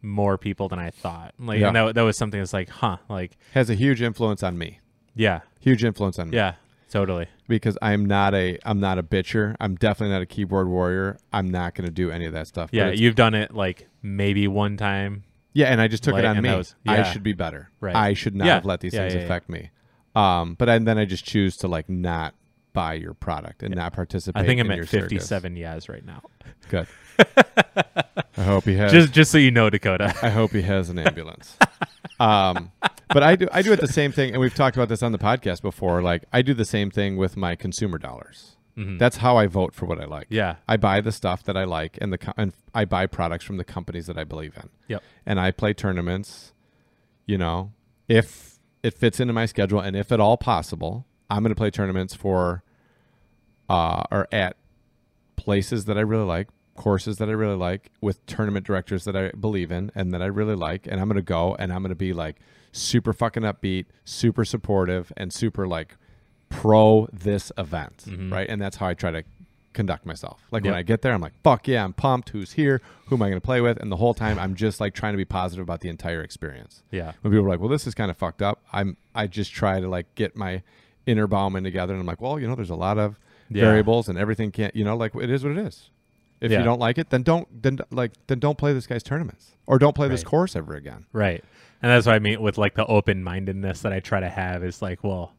more people than I thought. Like
Yeah.
and that, that was something that's like, huh, like
has a huge influence on me
yeah,
huge influence on me
yeah, totally.
because i'm not a i'm not a bitcher i'm definitely not a keyboard warrior i'm not going to do any of that stuff But
Yeah,
it's
you've done it like maybe one time.
Yeah, and I just took
Like,
it on
and
me.
that was-
I
yeah.
should be better.
Right.
I should not
Yeah.
have let these
Yeah,
things
yeah, yeah.
affect me. Um, but I, then I just choose to like not buy your product and not participate.
I think
in
I'm
your
at
circus.
57 yes right now.
Good. I hope he has.
Just just so you know, Dakota.
I hope he has an ambulance. um, but I do. I do it the same thing, and we've talked about this on the podcast before. Like I do the same thing with my consumer dollars. That's how I vote for what I like.
Mm. Yeah.
I buy the stuff that I like, and the co- and I buy products from the companies that I believe in.
Yep.
and I play tournaments, you know, if it fits into my schedule and if at all possible, I'm going to play tournaments for uh, or at places that I really like, courses that I really like, with tournament directors that I believe in and that I really like. And I'm going to go and I'm going to be like super fucking upbeat, super supportive, and super like pro this event. Right. And that's how I try to conduct myself. Like when
Yep.
I get there, I'm like, fuck yeah, I'm pumped. Who's here? Who am I going to play with? And the whole time, I'm just like trying to be positive about the entire experience
Yeah.
when people are like, "Well, this is kind of fucked up," I'm I just try to like get my inner Bauman together, and I'm like, "Well, you know, there's a lot of
Yeah.
variables, and everything can't, you know, like it is what it is. If
Yeah.
you don't like it, then don't then like then don't play this guy's tournaments or don't play this
Right.
course ever again."
Right. And that's what I mean with like the open mindedness that I try to have is like, well,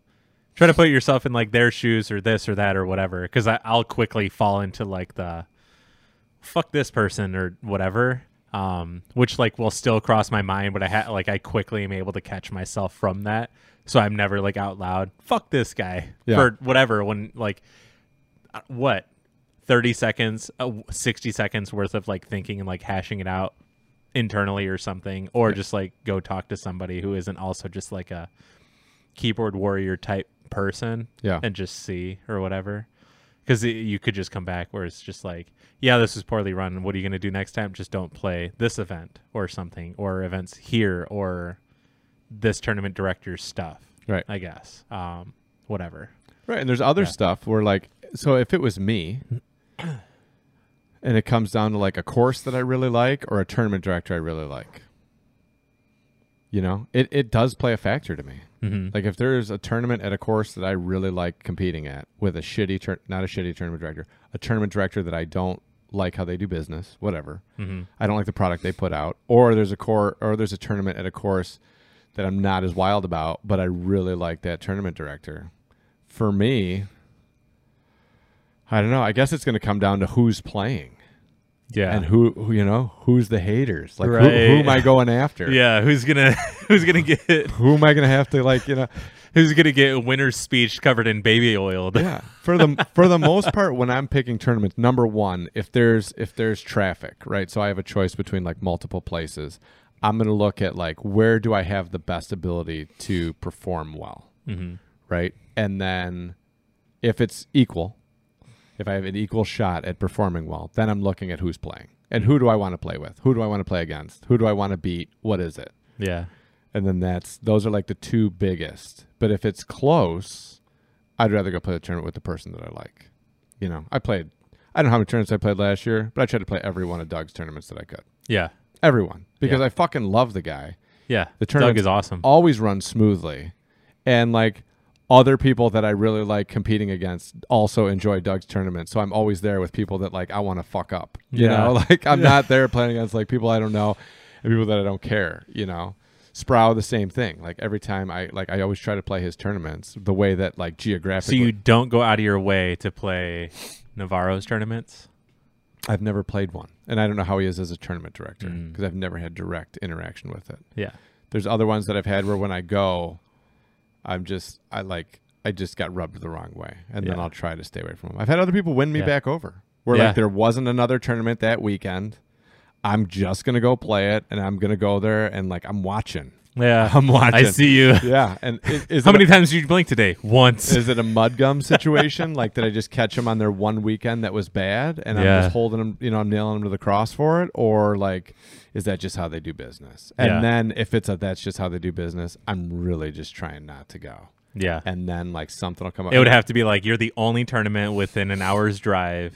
try to put yourself in like their shoes or this or that or whatever. Cause I, I'll quickly fall into like the fuck this person or whatever. Um, which like will still cross my mind, but I ha- like I quickly am able to catch myself from that. So I'm never like out loud, fuck this guy
Yeah.
or whatever. When like uh, what 30 seconds, uh, w- 60 seconds worth of like thinking and like hashing it out internally or something, or just like go talk to somebody who isn't also just like a keyboard warrior type person
Yeah.
and just see or whatever. Because you could just come back where it's just like, yeah, this was poorly run. What are you going to do next time? Just don't play this event or something, or events here, or this tournament director's stuff.
Right.
I guess. Um, whatever.
Right. And there's other stuff where like so if it was me and it comes down to like a course that I really like or a tournament director I really like. You know, it, it does play a factor to me.
Mhm.
Like if there's a tournament at a course that I really like competing at with a shitty tur- not a shitty tournament director, a tournament director that I don't like how they do business, whatever.
Mm-hmm.
I don't like the product they put out, or there's a core or there's a tournament at a course that I'm not as wild about, but I really like that tournament director. For me, I don't know. I guess it's going to come down to who's playing
Yeah.
and who, who you know, who's the haters. Like who,
Right.
who am I going after?
yeah. Who's gonna Who's gonna get
Who am I going to have to like, you know,
Who's gonna get winner's speech covered in baby oil?
yeah for the for the most part when i'm picking tournaments number one if there's if there's traffic right so i have a choice between like multiple places i'm going to look at like where do i have the best ability to perform well
Mm-hmm.
right and then if it's equal if i have an equal shot at performing well then i'm looking at who's playing and who do i want to play with who do i want to play against who do i want to beat what is it
Yeah.
and then that's those are like the two biggest. But if it's close, I'd rather go play the tournament with the person that I like. You know, I played. I don't know how many tournaments I played last year, but I tried to play every one of Doug's tournaments that I could.
Yeah.
Everyone, because
Yeah.
I fucking love the guy.
Yeah.
The
Doug
tournament's
is awesome.
Always runs smoothly, and like other people that I really like competing against also enjoy Doug's tournament. So I'm always there with people that like I want to fuck up. You
Yeah.
know, like I'm not there playing against like people I don't know and people that I don't care. You know, Sproul the same thing. Like every time I like I always try to play his tournaments the way that like
So
geographically.
you don't go out of your way to play Navarro's tournaments?
I've never played one, and I don't know how he is as a tournament director
Mm.
because I've never had direct interaction with it.
Yeah.
there's other ones that I've had where when I go, I'm just I like I just got rubbed the wrong way, and then
Yeah.
I'll try to stay away from them. I've had other people win me
Yeah.
back over where
Yeah.
like there wasn't another tournament that weekend. I'm just gonna go play it, and I'm gonna go there, and like I'm watching.
Yeah.
I'm watching.
I see you.
Yeah, and i- is,
How
it
many
a,
times did you blink today? Once.
is it a mudgum situation? like did I just catch them on their one weekend that was bad, and
Yeah.
I'm just holding them, you know, I'm nailing them to the cross for it, or like is that just how they do business? And
Yeah.
then if it's a that's just how they do business, I'm really just trying not to go
Yeah.
and then like something will come up.
It would have to be like you're the only tournament within an hour's drive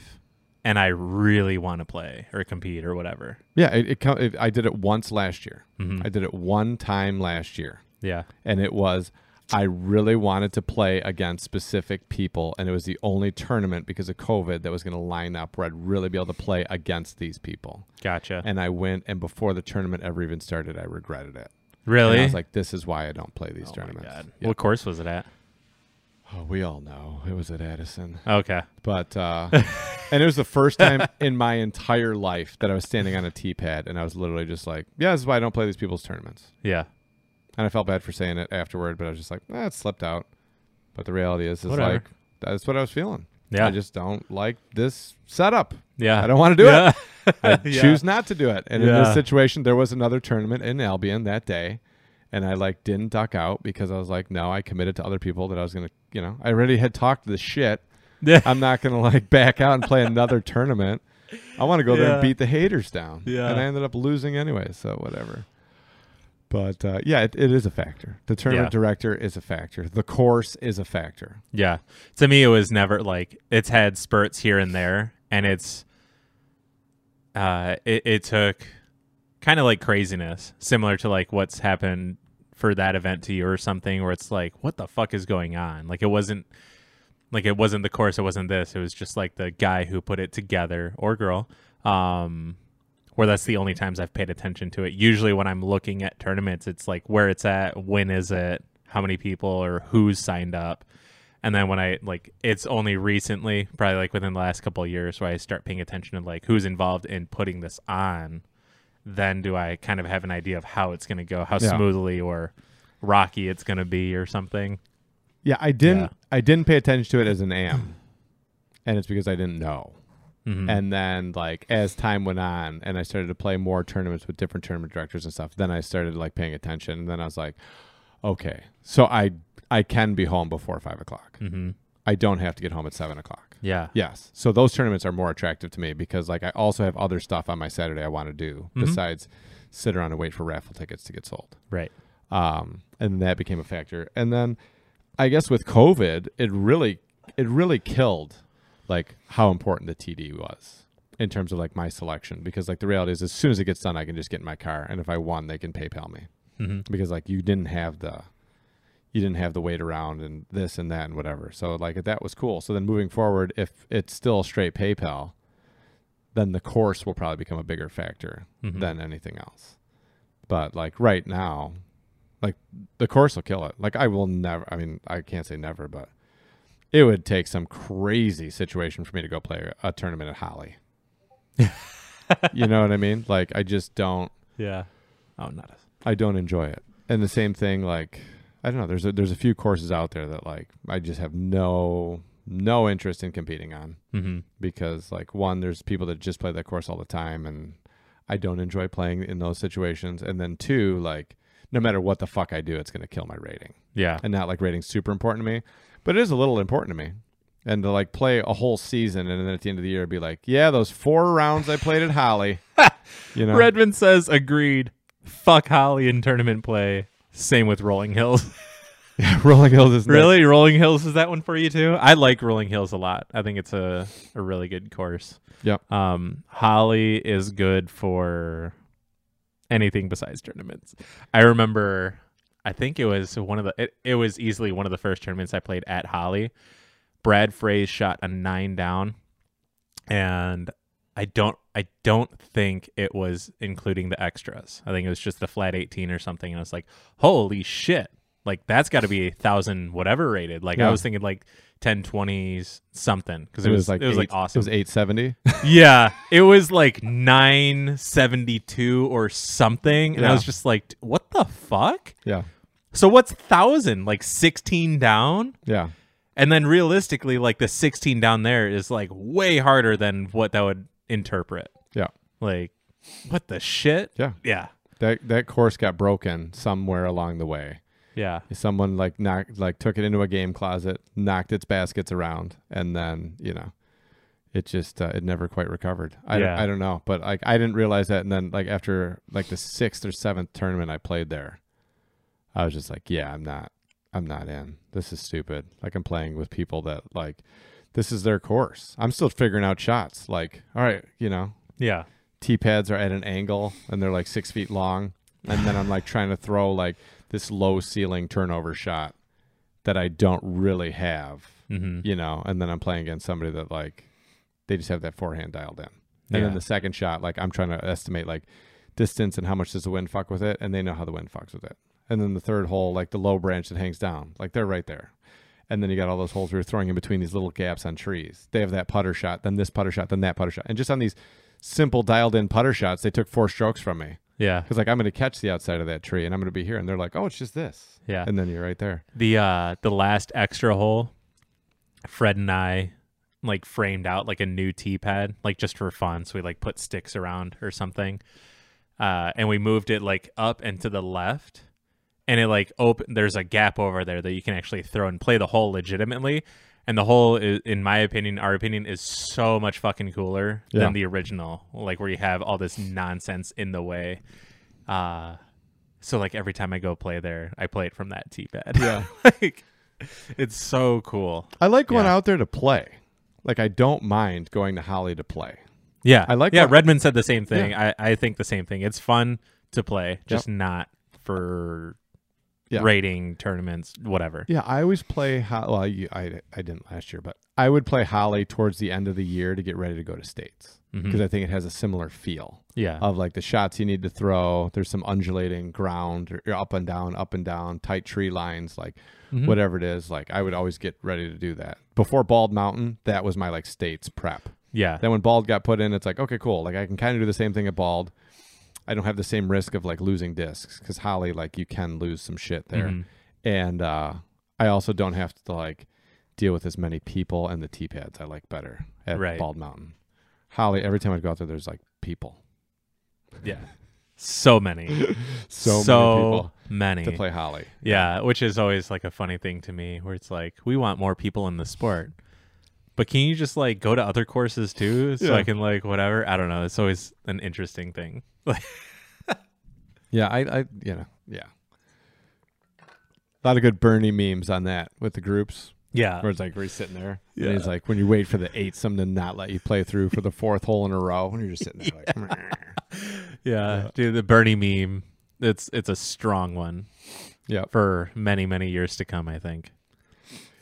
and I really want to play or compete or whatever.
Yeah, it, it, co- it I did it once last year.
Mm-hmm.
I did it one time last year,
Yeah.
and it was I really wanted to play against specific people, and it was the only tournament because of COVID that was going to line up where I'd really be able to play against these people.
Gotcha.
And I went, and before the tournament ever even started, I regretted it.
really?
And I was like, this is why I don't play these
oh my
tournaments.
God.
Yeah.
What course was it at?
Oh, we all know it was at Addison.
Okay.
but uh, and it was the first time in my entire life that I was standing on a tee pad and I was literally just like, yeah, this is why I don't play these people's tournaments.
Yeah.
And I felt bad for saying it afterward, but I was just like, eh, it slipped out. But the reality is, is
Whatever.
like that's what I was feeling.
Yeah.
I just don't like this setup.
yeah.
I don't want to do it.
it.
I choose not to do it. And in
Yeah.
this situation, there was another tournament in Albion that day, and I like didn't duck out because I was like, no, I committed to other people that I was gonna, you know, I already had talked this shit
Yeah.
I'm not gonna like back out and play another tournament. I want to go there and
Yeah.
beat the haters down.
Yeah.
and I ended up losing anyway, so whatever. But uh, yeah, it, it is a factor. The tournament
Yeah.
director is a factor. The course is a factor.
Yeah. To me, it was never like it's had spurts here and there, and it's uh, it, it took kind of like craziness, similar to like what's happened for that event to you or something, where it's like, what the fuck is going on? Like it wasn't like it wasn't the course, it wasn't this, it was just like the guy who put it together or girl. Um, where that's the only times I've paid attention to it. Usually when I'm looking at tournaments, it's like where it's at, when is it, how many people or who's signed up. And then when I like it's only recently, probably like within the last couple of years where I start paying attention to like who's involved in putting this on, then do I kind of have an idea of how it's gonna go, how
Yeah.
smoothly or rocky it's gonna be or something.
Yeah, I didn't.
Yeah.
I didn't pay attention to it as an am, and it's because I didn't know.
Mhm.
And then, like as time went on, and I started to play more tournaments with different tournament directors and stuff, then I started like paying attention. And then I was like, okay, so I I can be home before five o'clock.
Mhm.
I don't have to get home at seven o'clock.
Yeah.
Yes. So those tournaments are more attractive to me because like I also have other stuff on my Saturday I want to do
Mm-hmm.
besides sit around and wait for raffle tickets to get sold.
Right.
Um, and that became a factor. And then I guess with COVID, it really it really killed like how important the TD was in terms of like my selection because like the reality is as soon as it gets done I can just get in my car and if I won they can PayPal me
hmm
because like you didn't have the you didn't have the wait around and this and that and whatever. So like that was cool. So then moving forward, if it's still straight PayPal, then the course will probably become a bigger factor
Mhm.
than anything else. But like right now, like the course will kill it. Like I will never. I mean, I can't say never, but it would take some crazy situation for me to go play a tournament at Holly. you know what I mean? Like I just don't.
Yeah. Oh not us.
I don't enjoy it. And the same thing, like I don't know. There's a, there's a few courses out there that like I just have no no interest in competing on
Mm-hmm.
because like one, there's people that just play that course all the time, and I don't enjoy playing in those situations. And then two, like no matter what the fuck I do, it's gonna kill my rating.
Yeah.
And not like rating's super important to me, but it is a little important to me. And to like play a whole season and then at the end of the year be like, yeah, those four rounds I played at Holly, you know,
Redmond says agreed. Fuck Holly in tournament play. Same with Rolling Hills.
Rolling Hills is next.
really, Rolling Hills is that one for you too? I like Rolling Hills a lot. I think it's a a really good course.
Yep.
Um, Holly is good for anything besides tournaments. I remember. I think it was one of the. It, it was easily one of the first tournaments I played at Holly. Brad Fraze shot a nine down, and I don't. I don't think it was including the extras. I think it was just the flat eighteen or something. And I was like, "Holy shit! Like that's got to be a thousand whatever rated." Like
Yeah.
I was thinking like 10, 20s, something because
It was like
it was
eight-
like
It
awesome.
was eight seventy.
yeah, it was like 972 or something. And
Yeah.
I was just like, what the fuck?
yeah,
So what's 1,000? Like 16 down?
yeah,
And then realistically, like the 16 down there is like way harder than what that would interpret.
yeah,
Like, what the shit?
yeah.
Yeah.
That that course got broken somewhere along the way.
Yeah.
Someone like knocked, like took it into a game closet, knocked its baskets around, and then you know, it just uh, it never quite recovered. I don't-
Yeah.
I don't know, but like I didn't realize that, and then like after like the sixth or seventh tournament I played there, I was just like, yeah, I'm not, I'm not in. This is stupid. Like I'm playing with people that like, this is their course. I'm still figuring out shots. Like, all right, you know,
Yeah.
T pads are at an angle and they're like six feet long. And then I'm like trying to throw like this low ceiling turnover shot that I don't really have,
Mm-hmm.
you know. And then I'm playing against somebody that like they just have that forehand dialed in. And
Yeah.
then the second shot, like I'm trying to estimate like distance and how much does the wind fuck with it. And they know how the wind fucks with it. And then the third hole, like the low branch that hangs down, like they're right there. And then you got all those holes we were throwing in between these little gaps on trees. They have that putter shot, then this putter shot, then that putter shot. And just on these simple dialed in putter shots, they took four strokes from me.
Yeah.
Because like I'm gonna catch the outside of that tree and I'm gonna be here. And they're like, Oh, it's just this.
Yeah.
And then you're right there.
the uh the last extra hole fred and i like framed out like a new tee pad like just for fun so we like put sticks around or something uh and we moved it like up and to the left and it like open there's a gap over there that you can actually throw and play the hole legitimately And the whole, i in my opinion, our opinion, is so much fucking cooler
Yeah.
than the original. Like where you have all this nonsense in the way. Uh, so like every time I go play there, I play it from that teapad.
Yeah.
like it's so cool.
I like going
Yeah.
out there to play. Like I don't mind going to Holly to play.
Yeah,
I like
Yeah,
that-
Redmond said the same thing. I I think the same thing. It's fun to play, just not for
Yeah.
rating tournaments, whatever.
Yeah, I always play. Ho- Well, you, I I didn't last year, but I would play Holly towards the end of the year to get ready to go to states because I think it has a similar feel
Yeah,
of like the shots you need to throw. There's some undulating ground, or you're up and down, up and down, tight tree lines, like whatever it is. Like I would always get ready to do that before Bald Mountain. That was my like states prep.
yeah,
Then when Bald got put in, it's like, okay, cool. Like I can kind of do the same thing at Bald. I don't have the same risk of like losing discs because Holly, like you can lose some shit there.
Mm-hmm.
And uh, I also don't have to like deal with as many people and the T pads I like better at
Right.
Bald Mountain. Holly, every time I go out there, there's like people.
yeah. So many,
So, many people
many.
to play Holly.
Yeah, which is always like a funny thing to me, where it's like we want more people in the sport, but can you just like go to other courses too, so
Yeah.
I can like whatever? I don't know. It's always an interesting thing. Like,
Yeah, I, I, you know, yeah. A lot of good Bernie memes on that with the groups.
yeah,
Where it's like, where he's sitting there.
Yeah.
And he's like, when you wait for the eighth, some to not let you play through for the fourth hole in a row. And you're just sitting there like,
yeah, dude. The Bernie meme. It's it's a strong one.
yeah.
for many many years to come i think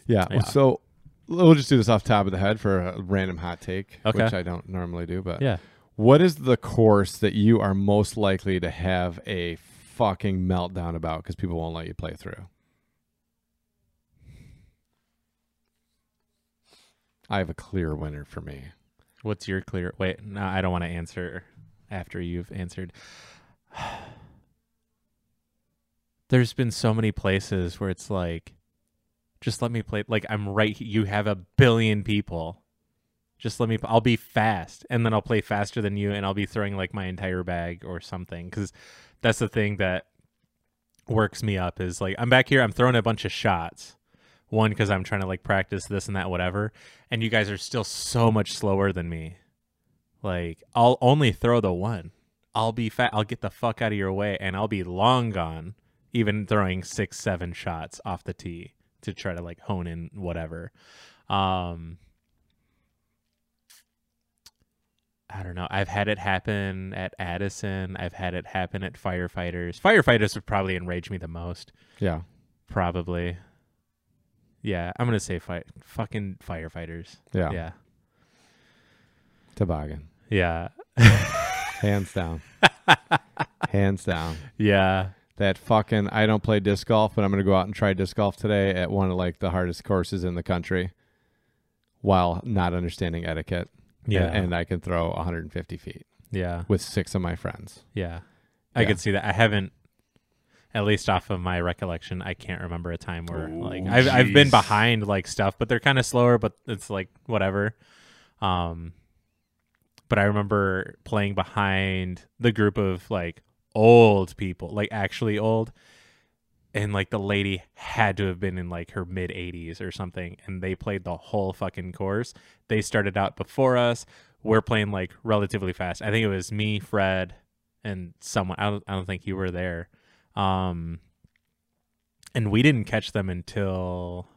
yeah.
Yeah.
So we'll just do this off top of the head for a random hot take,
Okay.
which I don't normally do. But what is the course that you are most likely to have a fucking meltdown about because people won't let you play through? I have a clear winner for me.
what's your clear wait no i don't want to answer after you've answered there's been so many places where it's like just let me play like i'm right he- you have a billion people just let me i'll be fast and then i'll play faster than you and i'll be throwing like my entire bag or something because that's the thing that works me up is like i'm back here i'm throwing a bunch of shots one because i'm trying to like practice this and that whatever and you guys are still so much slower than me like i'll only throw the one i'll be fat i'll get the fuck out of your way and i'll be long gone even throwing six seven shots off the tee to try to like hone in whatever um I don't know. I've had it happen at Addison. I've had it happen at firefighters. Firefighters would probably enrage me the most.
Yeah.
Probably. Yeah, I'm gonna say fight fucking firefighters.
Yeah.
Yeah.
Toboggan.
Yeah.
Hands down. Hands down.
Yeah.
that fucking I don't play disc golf, but I'm gonna go out and try disc golf today at one of like the hardest courses in the country, while not understanding etiquette.
Yeah.
and, and I can throw 150 feet
yeah.
with six of my friends.
Yeah. I
Yeah.
could see that. I haven't at least off of my recollection, I can't remember a time where like I've I've been behind like stuff, but they're kind of slower, but it's like whatever. Um but I remember playing behind the group of like old people, like actually old. And like the lady had to have been in like her mid 80s or something. And they played the whole fucking course. They started out before us. We're playing like relatively fast. I think it was me, Fred, and someone. I don't, I don't think you were there. Um, and we didn't catch them until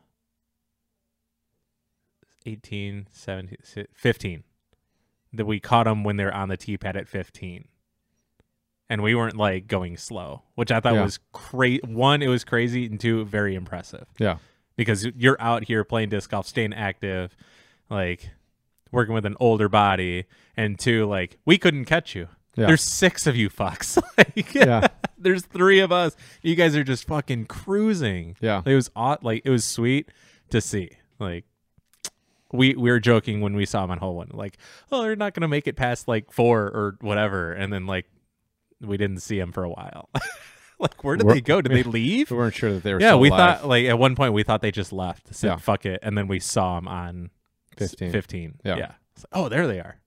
18, 17, si- 15. That we caught them when they're on the tee pad at 15. And we weren't like going slow, which I thought
Yeah.
was crazy. One, it was crazy, and two, very impressive
Yeah,
because you're out here playing disc golf, staying active, like working with an older body, and two, like we couldn't catch you.
Yeah.
There's six of you fucks. like,
Yeah.
There's three of us. You guys are just fucking cruising.
Yeah.
It was odd. Like it was sweet to see. Like we we were joking when we saw him on hole one. Like, oh, they're not gonna make it past like four or whatever. And then like we didn't see him for a while. like where did
We're-
they go? Did they leave?
we weren't sure that they were.
yeah,
still
we
alive.
thought like at one point we thought they just left. Said
Yeah.
fuck it, and then we saw them on s-
15.
15.
Yeah.
It's like, oh, there they are.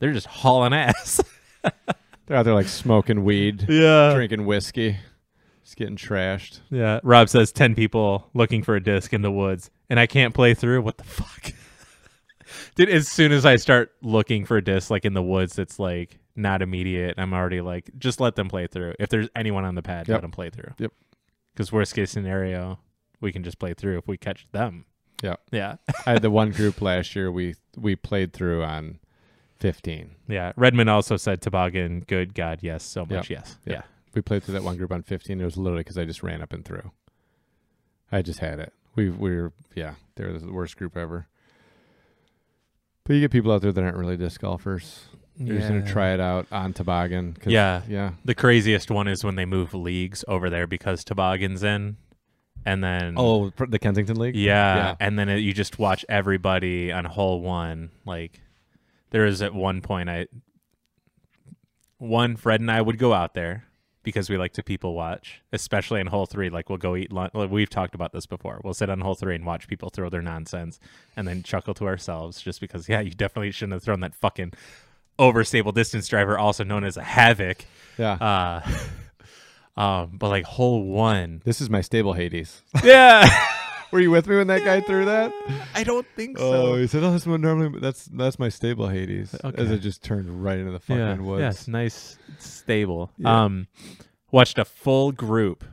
They're just hauling ass.
they're out there like smoking weed,
yeah.
drinking whiskey, just getting trashed.
Yeah. Rob says ten people looking for a disc in the woods. and I can't play through. What the fuck? Dude, as soon as I start looking for discs like in the woods that's like not immediate, I'm already like, just let them play through. If there's anyone on the pad,
Yep.
let them play through.
Yep.
Because worst case scenario, we can just play through if we catch them.
Yeah.
Yeah.
I had the one group last year we we played through on 15.
Yeah. Redmond also said toboggan, good God, yes, so much, yes.
Yep.
Yeah.
We played through that one group on 15. It was literally because I just ran up and through. I just had it. We we were yeah, they were the worst group ever. But you get people out there that aren't really disc golfers. They're just gonna try it out on toboggan. 'cause-
Yeah.
yeah.
The craziest one is when they move leagues over there because toboggan's in. And then
Oh, pr- the Kensington League.
Yeah,
Yeah.
and then it, you just watch everybody on hole one. Like there is at one point I one Fred and I would go out there because we like to people watch, especially in hole three. Like we'll go eat lunch. Like, we've talked about this before. We'll sit on hole three and watch people throw their nonsense, and then chuckle to ourselves just because. Yeah, you definitely shouldn't have thrown that fucking overstable distance driver, also known as a havoc.
Yeah.
Uh, um, but like hole one,
this is my stable Hades.
yeah.
Were you with me when that guy threw that?
I don't think
Oh, he said, "Oh, this one normally that's that's my stable Hades." As
Okay.
it just turned right into the fucking woods.
Yes, nice, it's stable.
Yeah.
Um, watched a full group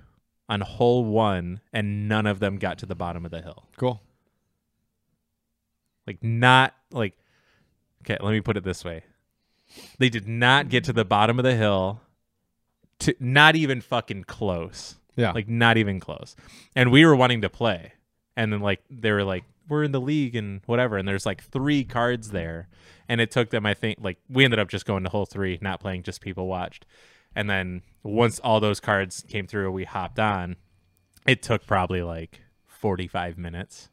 on hole one, and none of them got to the bottom of the hill.
Cool.
Like not like. Okay, let me put it this way: they did not get to the bottom of the hill. To not even fucking close.
Yeah.
Like not even close. And we were wanting to play. And then like they were like, We're in the league and whatever. And there's like three cards there. And it took them, I think, like we ended up just going to hole three, not playing, just people watched. And then once all those cards came through, we hopped on. It took probably like forty five minutes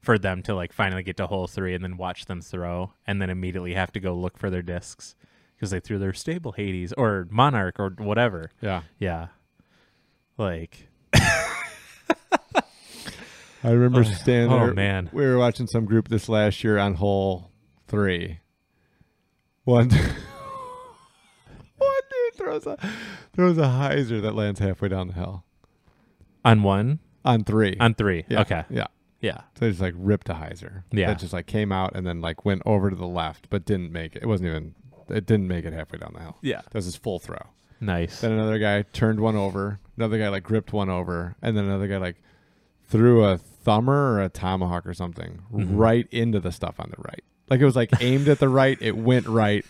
for them to like finally get to hole three and then watch them throw and then immediately have to go look for their discs because they threw their stable Hades or Monarch or whatever.
yeah.
Yeah. Like
I remember standing
oh,
there.
man.
We were watching some group this last year on hole three. One, one dude throws a throws a hyzer that lands halfway down the hill
on one,
on three.
on three.
yeah,
Okay.
Yeah.
Yeah.
So they just like ripped a hyzer.
Yeah.
That just like came out and then like went over to the left, but didn't make it. It wasn't even. It didn't make it halfway down the hill.
Yeah.
That was his full throw.
Nice.
Then another guy turned one over. Another guy like gripped one over, and then another guy like threw a thumber or a tomahawk or something
Mm-hmm.
right into the stuff on the right. Like it was like aimed at the right. It went right.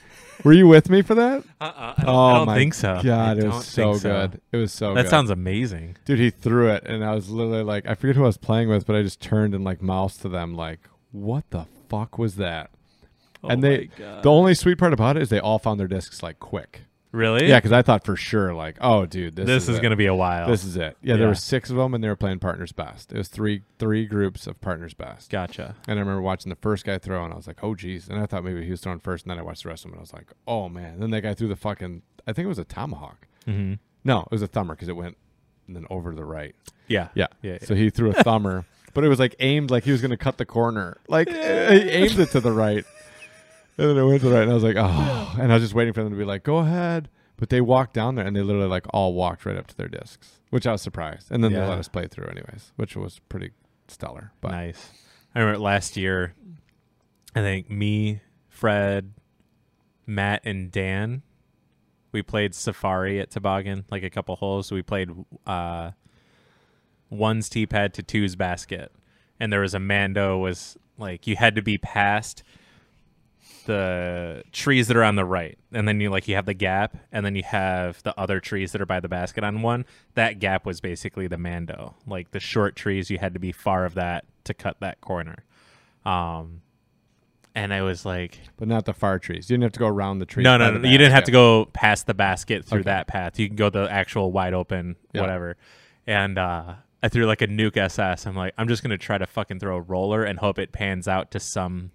Were you with me for that?
Uh-uh, I
oh
I don't
my
think so.
God,
I
it
don't
was so
think so.
good. It was so
That
good.
sounds amazing.
Dude, he threw it, and I was literally like, I forget who I was playing with, but I just turned and like moused to them, like, what the fuck was that? and
Oh
they, the only sweet part about it is they all found their discs like quick.
really?
Yeah, because I thought for sure, like, oh, dude, this,
This,
is,
is,
it.
gonna be a while.
This is it. Yeah, there
Yeah.
were six of them, and they were playing partners best. It was three three groups of partners best.
gotcha.
And I remember watching the first guy throw, and I was like, "Oh, geez!" And I thought maybe he was throwing first, and then I watched the rest of them, and I was like, "Oh man!" And then that guy threw the fucking. I think it was a tomahawk.
Mm-hmm.
No, it was a thumber because it went and then over to the right.
Yeah.
Yeah.
Yeah.
So he threw a thumber, but it was like aimed like he was going to cut the corner. Like he aimed it to the right. And then it went to the right. And I was like, oh. And I was just waiting for them to be like, go ahead. But they walked down there and they literally like all walked right up to their discs, which I was surprised. And then they
Yeah.
let us play through anyways, which was pretty stellar. But
Nice. I remember last year, I think me, Fred, Matt, and Dan, we played Safari at Toboggan, like a couple holes. We played uh, one's tee pad to two's basket, and there was a Mando was like you had to be past the trees that are on the right and then you like you have the gap and then you have the other trees that are by the basket on one that gap was basically the mando like the short trees you had to be far of that to cut that corner um and i was like
but not the far trees. You didn't have to go around the trees.
no,
by
no,
the
no. You didn't have to
basket.
go past the basket through
Okay.
that path. You can go the actual wide open,
Yeah.
whatever. And uh, I threw like a nuke SS. I'm like, I'm just gonna try to fucking throw a roller and hope it pans out to some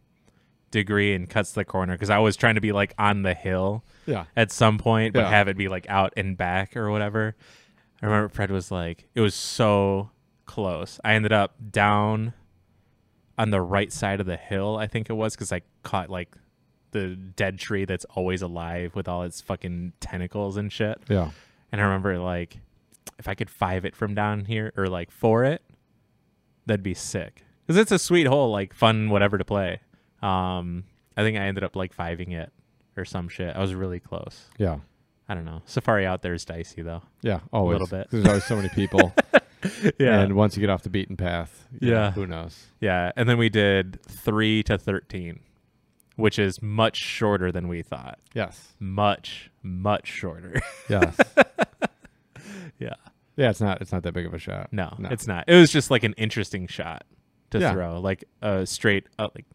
degree and cuts the corner because I was trying to be like on the hill
Yeah.
at some point, but
Yeah.
have it be like out and back or whatever. I remember Fred was like, it was so close. I ended up down on the right side of the hill, I think it was, because I caught like the dead tree that's always alive with all its fucking tentacles and shit.
Yeah.
And I remember like, if I could five it from down here or like four it, that'd be sick. because it's a sweet hole, like fun whatever to play. Um, I think I ended up like fiving it or some shit. I was really close.
Yeah.
I don't know. Safari out there is dicey though.
Yeah. Always.
little bit.
There's always so many people.
Yeah,
And once you get off the beaten path, you know,
Yeah.
who knows?
yeah. And then we did three to thirteen, which is much shorter than we thought.
Yes.
Much, much shorter.
Yes.
yeah.
yeah. It's not. It's not that big of a shot.
No, it's not. It was just like an interesting shot to
Yeah.
throw, like a straight, uh, like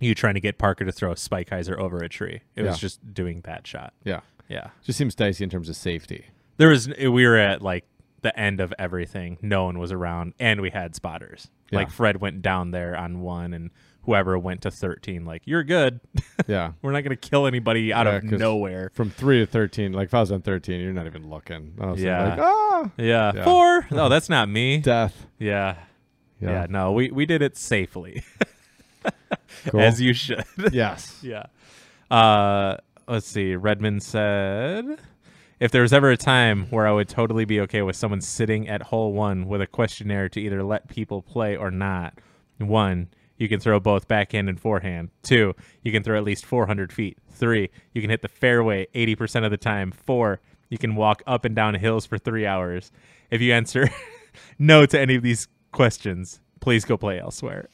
you trying to get Parker to throw a spike hyzer over a tree. It
Yeah.
was just doing that shot.
Yeah.
Yeah,
Just seems dicey in terms of safety.
there was. We were at like the end of everything. No one was around, and we had spotters.
Yeah.
Like Fred went down there on one, and whoever went to thirteen, like you're good.
Yeah.
we're not gonna kill anybody out
Yeah,
of
'cause-
nowhere.
From three to thirteen, like if I was on thirteen, you're not even looking. I was
Yeah.
like, ah,
Yeah,
Yeah.
four. No, that's not me.
death.
yeah. yeah, No, we we did it safely,
Cool.
as you should.
yes.
Yeah. Uh, let's see. Redmond said, "If there was ever a time where I would totally be okay with someone sitting at hole one with a questionnaire to either let people play or not, one, you can throw both backhand and forehand. Two, you can throw at least 400 feet. Three, you can hit the fairway 80% of the time. Four, you can walk up and down hills for three hours. If you answer no to any of these questions, please go play elsewhere."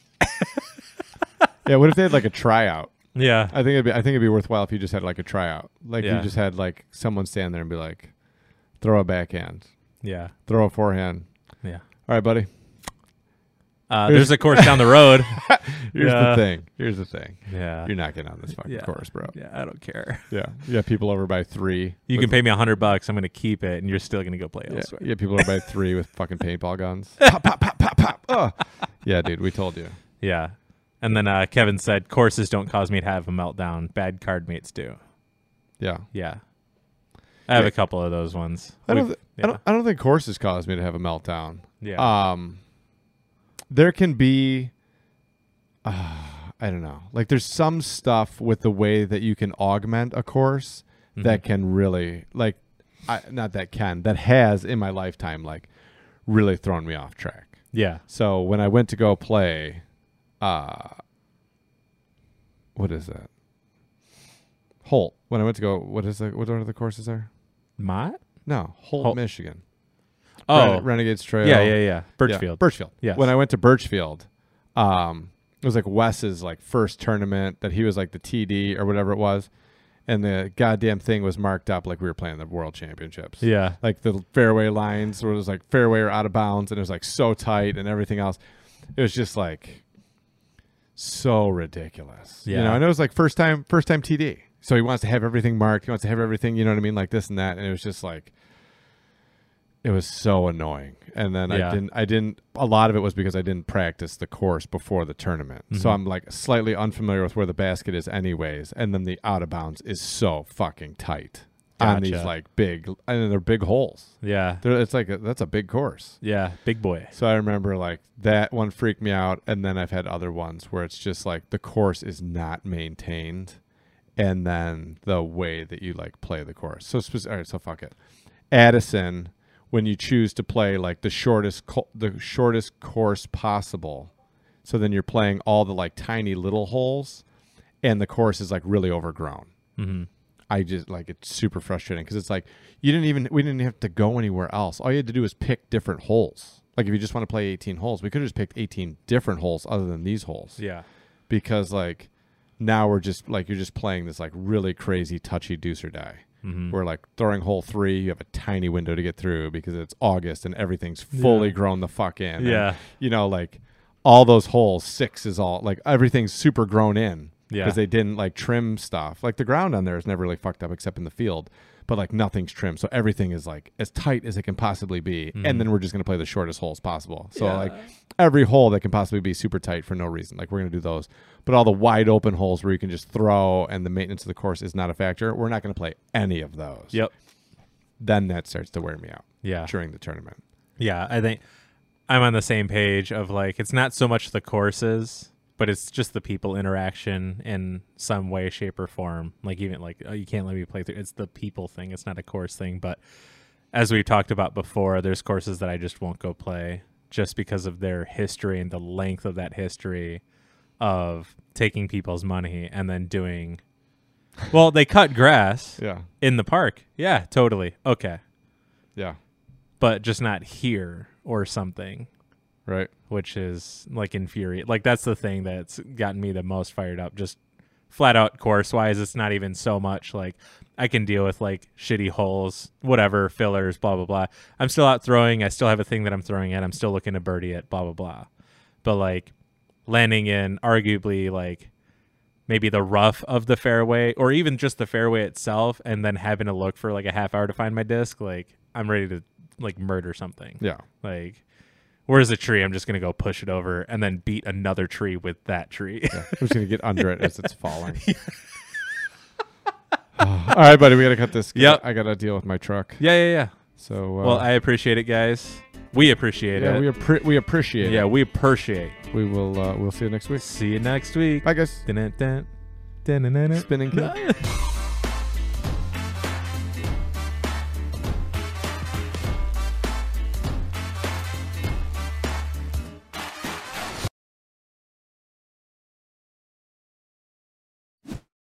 Yeah. What if they had like a tryout?
Yeah.
I think it'd be I think it'd be worthwhile if you just had like a tryout. Like you
Yeah.
just had like someone stand there and be like, throw a backhand,
Yeah.
throw a forehand.
Yeah.
All right, buddy.
Uh, there's a course down the road.
Here's
Yeah.
the thing. Here's the thing.
Yeah.
You're not getting on this fucking
yeah.
course, bro.
yeah, I don't care.
Yeah. You got people over by three.
You
with-
can pay me a hundred bucks. I'm going to keep it, and you're still going to go play
Yeah,
elsewhere.
yeah, people over by three with fucking paintball guns. pop, pop, pop, pop, pop. Oh. Yeah, dude, we told you.
Yeah. And then uh, Kevin said, "Courses don't cause me to have a meltdown. Bad card mates do."
Yeah.
Yeah. I have
Yeah.
a couple of those ones.
I don't,
We've-
thi- I don't I don't think courses caused me to have a meltdown.
yeah.
Um there can be uh, I don't know. Like there's some stuff with the way that you can augment a course
Mm-hmm.
that can really like I not that can that has in my lifetime like really thrown me off track.
yeah.
So when I went to go play, uh, what is that? Holt. When I went to go, what is the what are the courses there?
Mott.
No, Holt,
Holt.
Michigan.
Oh.
Ren- Renegades Trail.
yeah. Yeah. Yeah.
Yeah,
Birchfield.
Birchfield.
Yes.
When I went to Birchfield, um, it was like Wes's like first tournament that he was like the TD or whatever it was, and the goddamn thing was marked up like we were playing the World Championships
yeah.
like the fairway lines where it was like fairway or out of bounds and it was like so tight and everything else. It was just like so ridiculous. You
Yeah.
know, and it was like first time first time TD. So he wants to have everything marked. He wants to have everything, you know what I mean, like this and that. And it was just like it was so annoying. And then I
Yeah.
didn't I didn't a lot of it was because I didn't practice the course before the tournament.
Mm-hmm.
So I'm like slightly unfamiliar with where the basket is anyways. And then the out of bounds is so fucking tight. On these
Gotcha.
like big and they're big holes.
Yeah.
There- It's like a, that's a big course.
Yeah. Big boy.
So I remember like that one freaked me out, and then I've had other ones where it's just like the course is not maintained, and then the way that you like play the course. So spec- all right, so fuck it. Addison, when you choose to play like the shortest co- the shortest course possible, so then you're playing all the like tiny little holes, and the course is like really overgrown.
Mhm.
I just like it's super frustrating because it's like you didn't even we didn't have to go anywhere else. All you had to do was pick different holes. Like if you just want to play 18 holes, we could have just picked 18 different holes other than these holes
Yeah.
because like now we're just like you're just playing this like really crazy touchy deuce or die.
Mm-hmm.
Where like throwing hole three, you have a tiny window to get through because it's August and everything's fully
Yeah.
grown the fuck in. And,
Yeah.
you know, like all those holes, six is all like everything's super grown in.
Yeah.
Because they didn't like trim stuff. Like the ground on there is never really fucked up except in the field. But like nothing's trimmed. So everything is like as tight as it can possibly be. And then we're just gonna play the shortest holes possible. So
Mm-hmm. Yeah.
like every hole that can possibly be super tight for no reason. Like we're gonna do those. But all the wide open holes where you can just throw and the maintenance of the course is not a factor, we're not gonna play any of those.
Yep.
Then that starts to wear me out
Yeah.
during the tournament.
Yeah, I think I'm on the same page of like it's not so much the courses, but it's just the people interaction in some way, shape, or form. Like even like oh, you can't let me play through. It's the people thing. It's not a course thing. But as we talked about before, there's courses that I just won't go play just because of their history and the length of that history of taking people's money and then doing. Well, they cut grass
Yeah.
in the park. Yeah, totally. Okay.
Yeah.
But just not here or something,
Right.
which is like infuriating. Like, that's the thing that's gotten me the most fired up. Just flat out course wise, it's not even so much like I can deal with like shitty holes, whatever, fillers, blah, blah, blah. I'm still out throwing. I still have a thing that I'm throwing at. I'm still looking to birdie it, blah, blah, blah. But like landing in arguably like maybe the rough of the fairway or even just the fairway itself and then having to look for like a half hour to find my disc, like I'm ready to like murder something.
Yeah.
Like, where's a tree? I'm just going to go push it over and then beat another tree with that tree.
Yeah. I'm just gonna get under it as it's falling. All right, buddy, we gotta cut this.
Yep.
I gotta deal with my truck.
yeah, yeah, yeah.
So uh,
Well, I appreciate it, guys. We appreciate
yeah,
it.
we appre- we appreciate
yeah,
it.
we appreciate.
We will uh, we'll see you next week.
See you next week.
Bye guys.
Dun-dun-dun. Dun-dun-dun-dun.
Spinning kick.